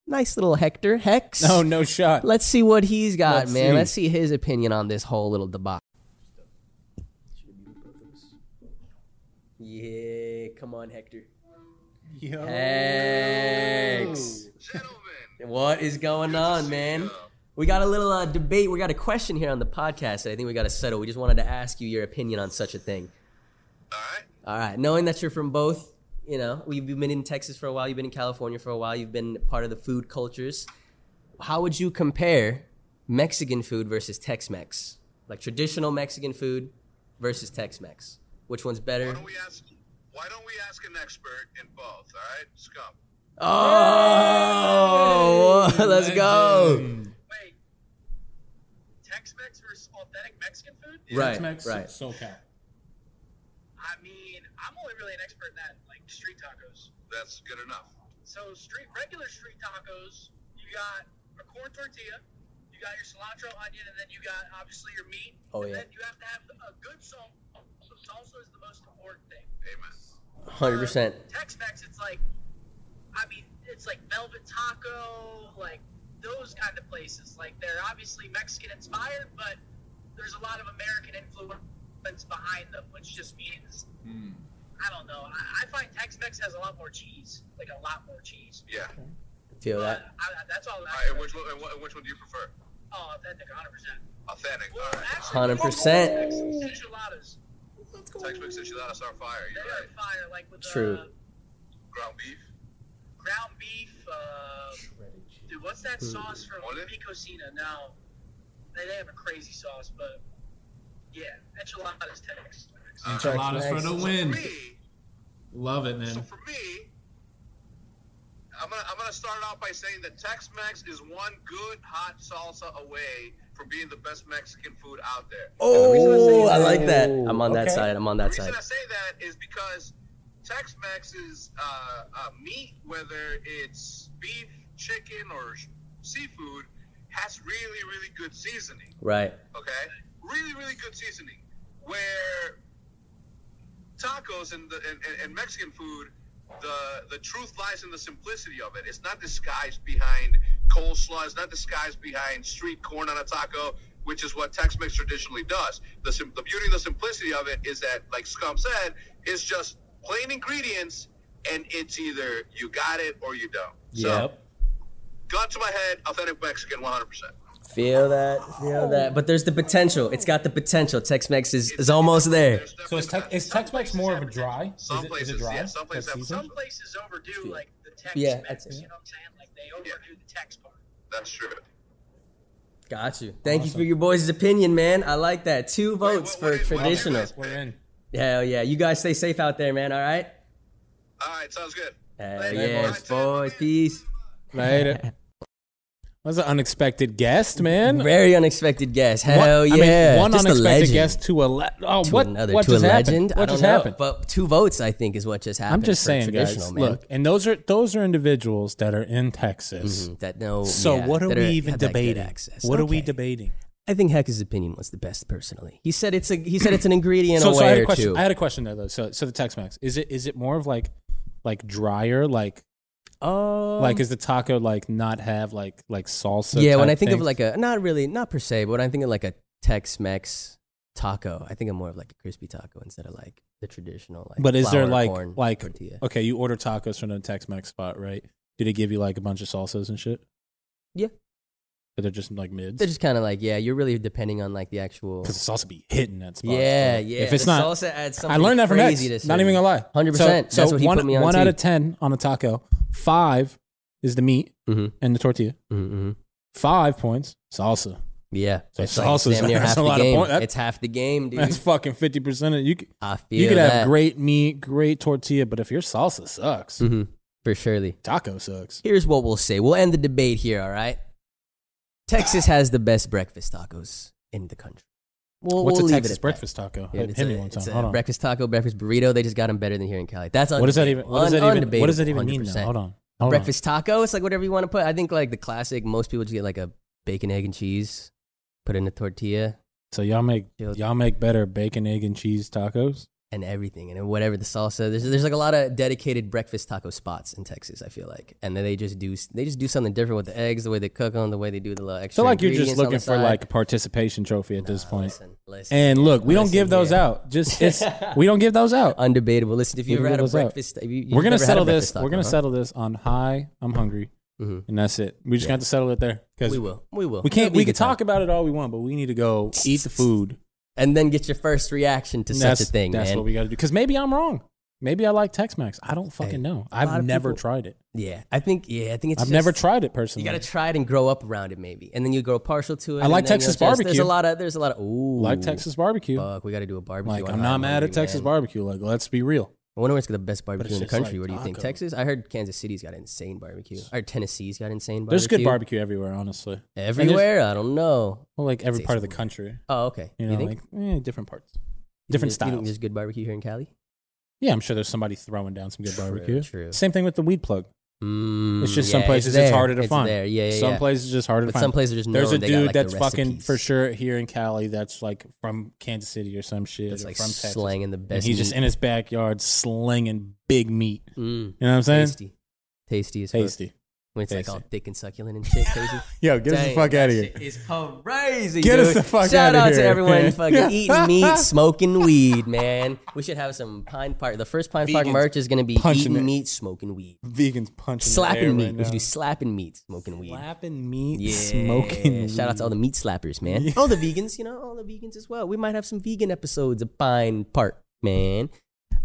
A: nice little Hector Hex.
B: No, Oh, no shot.
A: Let's see what he's got,
B: Let's
A: man.
B: see.
A: Let's see his opinion on this whole little debacle. Yeah, come on, Hector. Hex. What is going on, man? We got a little uh, debate. We got a question here on the podcast that I think we got to settle. We just wanted to ask you your opinion on such a thing.
E: Alright.
A: All right. Knowing that you're from both, you know, we've been in Texas for a while, you've been in California for a while, you've been part of the food cultures. How would you compare Mexican food versus Tex Mex? Like traditional Mexican food versus Tex Mex? Which one's
E: Why
A: better?
E: don't we ask why don't we ask an expert in both, alright? Scum.
A: Oh, *laughs* let's go.
F: Wait. Tex Mex versus authentic Mexican food?
A: Right. Right.
B: SoCal.
F: I mean, I'm only really an expert in that, like street tacos.
E: That's good enough.
F: So street regular street tacos, you got a corn tortilla, you got your cilantro, onion, and then you got obviously your meat.
A: Oh,
F: and
A: yeah.
F: then you have to have a good sauce which also is the most important thing.
A: Hundred percent.
F: Tex Mex, it's like, I mean, it's like Velvet Taco, like those kind of places. Like they're obviously Mexican inspired, but there's a lot of American influence behind them, which just means
D: Hmm.
F: I don't know. I, I find Tex Mex has a lot more cheese, like a lot more cheese.
D: Yeah.
A: Feel
F: But
A: that?
F: I, that's all.
D: All right,
F: I
D: and which one? And wh- and which one do you prefer?
F: Oh, authentic, 100. percent
D: Authentic.
F: Well,
D: All right.
F: actually,
A: 100%.
F: Tex Mex enchiladas,
D: Tex Mex enchiladas are fire.
F: they
D: You're
F: are
D: right.
F: fire. Like with
A: True.
F: Uh,
D: Ground beef.
F: ground beef. Uh, dude, what's that sauce from
D: Olive?
F: Mi Cocina? No, they, they have a crazy sauce, but yeah, enchiladas Tex.
G: Enchiladas for
A: Mex.
G: the
D: Uh, For
G: win.
D: me,
G: Love it,
D: so
G: man.
D: for me, I'm gonna I'm gonna start out by saying that Tex-Mex is one good hot salsa away from being the best Mexican food out there.
A: Oh, I like that. I'm on that
B: Okay.
A: side. I'm on that
D: the
A: side.
D: reason I say that is because Tex-Mex's uh, uh, meat, whether it's beef, chicken, or sh- seafood, has really, really good seasoning.
A: Right.
D: Okay, really, really good seasoning. Where tacos and the and, and- and Mexican food, the the truth lies in the simplicity of it. It's not disguised behind coleslaw. It's not disguised behind street corn on a taco, which is what Tex-Mex traditionally does. The sim- the beauty, and the simplicity of it is that, like Scum said, it's just plain ingredients, and it's either you got it or you don't. So,
A: Yep.
D: gun to my head, authentic Mexican, one hundred percent.
A: Feel that. Feel that. But there's the potential. It's got the potential. Tex-Mex is, is almost there.
B: So is, Tex is Tex-Mex more of a dry? Is
D: Some
B: it- is
D: places,
B: it dry?
D: yeah, some places
B: That's
D: have
B: seasoned?
F: Some places overdo like the Tex
A: Yeah,
F: Mex.
A: that's-
F: You know what I'm saying? Like they overdo the Tex part.
D: That's true.
A: Got you. Thank you for your boys' opinion, man. I like that. Two votes
D: what- what is-
A: for
D: what is
A: traditional.
D: this?
B: We're in.
A: Hell yeah. You guys stay safe out there, man. All right.
D: All right, sounds good.
A: Hell
D: Later,
A: yes, boys. Peace. *laughs*
B: Later. That was an unexpected guest, man.
A: Very unexpected guest. Hell
B: one,
A: yeah.
B: I mean, one
A: Just a
B: unexpected
A: legend.
B: guest to a le- oh,
A: to
B: what,
A: another
B: what
A: to a
B: just happened?
A: legend.
B: What
A: I don't
B: just
A: know,
B: happened?
A: but two votes I think is what just happened.
B: I'm just
A: for
B: saying,
A: traditional,
B: guys.
A: man.
B: Look, and those are those are individuals that are in Texas.
A: Mm, that no.
B: So
A: yeah,
B: what are
A: that
B: we
A: have
B: even
A: that good
B: debating?
A: access.
B: What are we
A: Okay.
B: debating?
A: I think Heck's opinion was the best personally. He said it's a he said it's an ingredient
B: So,
A: away
B: so I had a
A: or
B: question.
A: two.
B: I had a question there though. So so the Tex Mex is it is it more of like like drier like
A: Um,
B: like is the taco like not have like like salsa?
A: yeah,
B: type
A: when I think of
B: things?
A: like a not really not per se, but when I think of like a Tex-Mex taco, I think I'm more of like a crispy taco instead of like the traditional like.
B: But is there
A: flour,
B: like
A: corn
B: like
A: tortilla.
B: okay, you order tacos from a Tex Mex spot, right? Do they give you like a bunch of salsas and shit?
A: Yeah.
B: But they're just like mids.
A: They're just kind of like yeah, you're really depending on like the actual.
B: because the salsa be hitting that spot.
A: Yeah,
B: so
A: yeah.
B: If it's
A: the
B: not,
A: salsa adds
B: I
A: something
B: learned that from X.
A: crazy to
B: Not even gonna lie,
A: 100%.
B: So,
A: That's
B: so
A: what he
B: one,
A: put me on,
B: one
A: too.
B: out of ten on a taco, five is the meat
A: Mhm.
B: and the tortilla.
A: Mm-hmm.
B: Five points salsa.
A: Yeah,
B: So
A: it's
B: salsa's-
A: damn near
B: *laughs* that's
A: half
B: a
A: the
B: lot of
A: game.
B: point- that-
A: it's half the game, dude.
B: That's fucking fifty percent. You could,
A: I feel
B: you could
A: that.
B: have great meat, great tortilla, but if your salsa sucks,
A: Mhm. for surely.
B: taco sucks.
A: Here's what we'll say. We'll end the debate here. All right. Texas has the best breakfast tacos in the country. We'll,
B: What's
A: we'll
B: a
A: leave it
B: Texas
A: at that.
B: breakfast taco?
A: Yeah,
B: Hit
A: it's
B: hit
A: a-
B: me one
A: it's
B: time.
A: a
B: Hold on.
A: breakfast taco, breakfast burrito. They just got them better than here in Cali. That's
B: What does that even?
A: undebatable.
B: What does that
A: Un-
B: even? What does that even
A: undebatable,
B: mean? Though?
A: 100%.
B: Hold on. Hold
A: breakfast tacos, like whatever you want to put. I think like the classic. Most people just get like a bacon, egg, and cheese. Put in a tortilla
B: On. So y'all make
A: Yo-
B: y'all make better bacon, egg, and cheese tacos.
A: and everything, and then whatever the salsa. There's there's like a lot of dedicated breakfast taco spots in Texas. I feel like, and then they just do they just do something different with the eggs, the way they cook them, the way they do the little
B: I
A: extra.
B: feel like you're just
A: ingredients on the
B: looking for
A: side.
B: like a participation trophy at this
A: Nah,
B: point.
A: Listen, listen.
B: And look, we don't
A: Listen
B: give those
A: here.
B: out.
A: *laughs*
B: Just it's, we don't give those out.
A: undebatable. Listen, if you ever
B: We can
A: had
B: get
A: a
B: those out.
A: breakfast, if you, you've
B: We're gonna
A: never had a
B: settle this.
A: breakfast
B: We're
A: taco,
B: gonna
A: huh?
B: settle this on hi. I'm hungry,
A: Mhm.
B: and that's it. We just
A: Yeah.
B: got to settle it there because
A: We will. We will.
B: We
A: It'll
B: can't.
A: be a
B: We can
A: good time.
B: talk about it all we want, but we need to go eat the food.
A: and then get your first reaction to such
B: that's
A: a thing,
B: That's
A: man.
B: what we got to do. Because maybe I'm wrong. Maybe I like Tex-Mex. I don't fucking
A: Hey,
B: know.
A: a lot
B: I've
A: of
B: never
A: people-
B: tried it.
A: yeah, I think. Yeah, I think it's.
B: I've
A: just-
B: never tried it
A: You
B: personally.
A: gotta try it and grow up around it, maybe, and then you grow partial to it.
B: I like
A: and then you'll
B: Texas
A: just- There's
B: barbecue.
A: a lot of. There's a lot of. Ooh,
B: like Texas barbecue.
A: Fuck, we gotta do a barbecue.
B: like
A: on
B: I'm
A: Hot
B: not mad
A: Monday,
B: at Texas
A: man.
B: barbecue. Like let's be real.
A: I wonder where's the best
B: it's
A: barbecue in the
B: just like
A: country. what do you think,
B: tacos.
A: Texas? I heard Kansas City's got insane barbecue. I heard Tennessee's got insane barbecue.
B: There's good barbecue everywhere, honestly.
A: everywhere. I don't know.
B: Well, like every
A: say
B: part of the
A: somewhere.
B: country.
A: Oh, okay.
B: You know,
A: think?
B: like eh, different parts,
A: You think- you
B: different
A: think
B: styles.
A: there's good barbecue here in Cali.
B: Yeah, I'm sure there's somebody throwing down some good
A: True,
B: barbecue.
A: true.
B: Same thing with the weed plug.
A: Mm,
B: It's just
A: yeah,
B: some places it's,
A: there.
B: harder to find.
A: There. Yeah, yeah,
B: some
A: yeah.
B: places it's just harder to
A: But
B: find.
A: some places there's no.
B: There's a
A: they
B: dude
A: got, like, the
B: that's fucking for
A: recipes.
B: sure here in Cali. That's like from Kansas City or some shit.
A: That's
B: or
A: like
B: from Texas.
A: slanging the
B: And
A: best.
B: he's just
A: meat.
B: in his backyard slinging big meat.
A: Mm,
B: You know what I'm saying?
A: tasty, tasty as fuck.
B: Tasty.
A: When it's like all
B: Tasty.
A: thick and succulent and shit, crazy.
B: Yo, get us the
A: Dang,
B: fuck
A: that
B: out of here.
A: shit is crazy.
B: Get us
A: dude.
B: the fuck
A: Shout
B: outta
A: out
B: here.
A: to
B: *laughs*
A: everyone fucking
B: Yeah.
A: eating meat, smoking weed, man. We should have some Pine Park. The first Pine Park
B: Vegans
A: merch is gonna be
B: punching
A: eating
B: it.
A: meat, smoking weed,
B: Vegans punching. the air
A: slapping meat.
B: Right
A: we should do
B: now.
A: slapping meat, smoking weed.
B: slapping meat,
A: Yeah.
B: smoking.
A: Shout out to all the meat slappers, man.
B: Yeah.
A: All the vegans, you know, all the vegans as well. We might have some vegan episodes of Pine Park, man.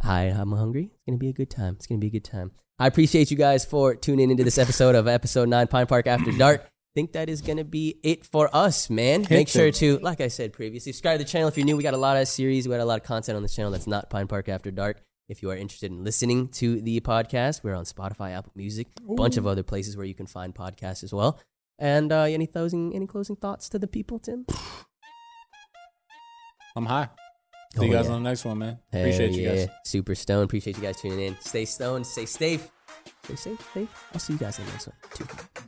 A: Hi, I'm hungry. It's gonna be a good time. It's gonna be a good time. I appreciate you guys for tuning into this episode of episode nine Pine Park After Dark. Think that is gonna be it for us, man. Make sure to, like I said previously, subscribe to the channel if you're new. We got a lot of series, we got a lot of content on this channel that's not Pine Park After Dark. If you are interested in listening to the podcast, we're on Spotify, Apple Music, a bunch of other places where you can find podcasts as well. And uh, any closing any closing thoughts to the people, Tim?
B: I'm high. See
A: Oh,
B: you guys
A: yeah.
B: on the next one, man. Appreciate
A: Hell
B: you guys.
A: yeah. Super stoned. Appreciate you guys tuning in. Stay stoned. Stay safe. Stay safe. Safe. I'll see you guys in the next one. Two.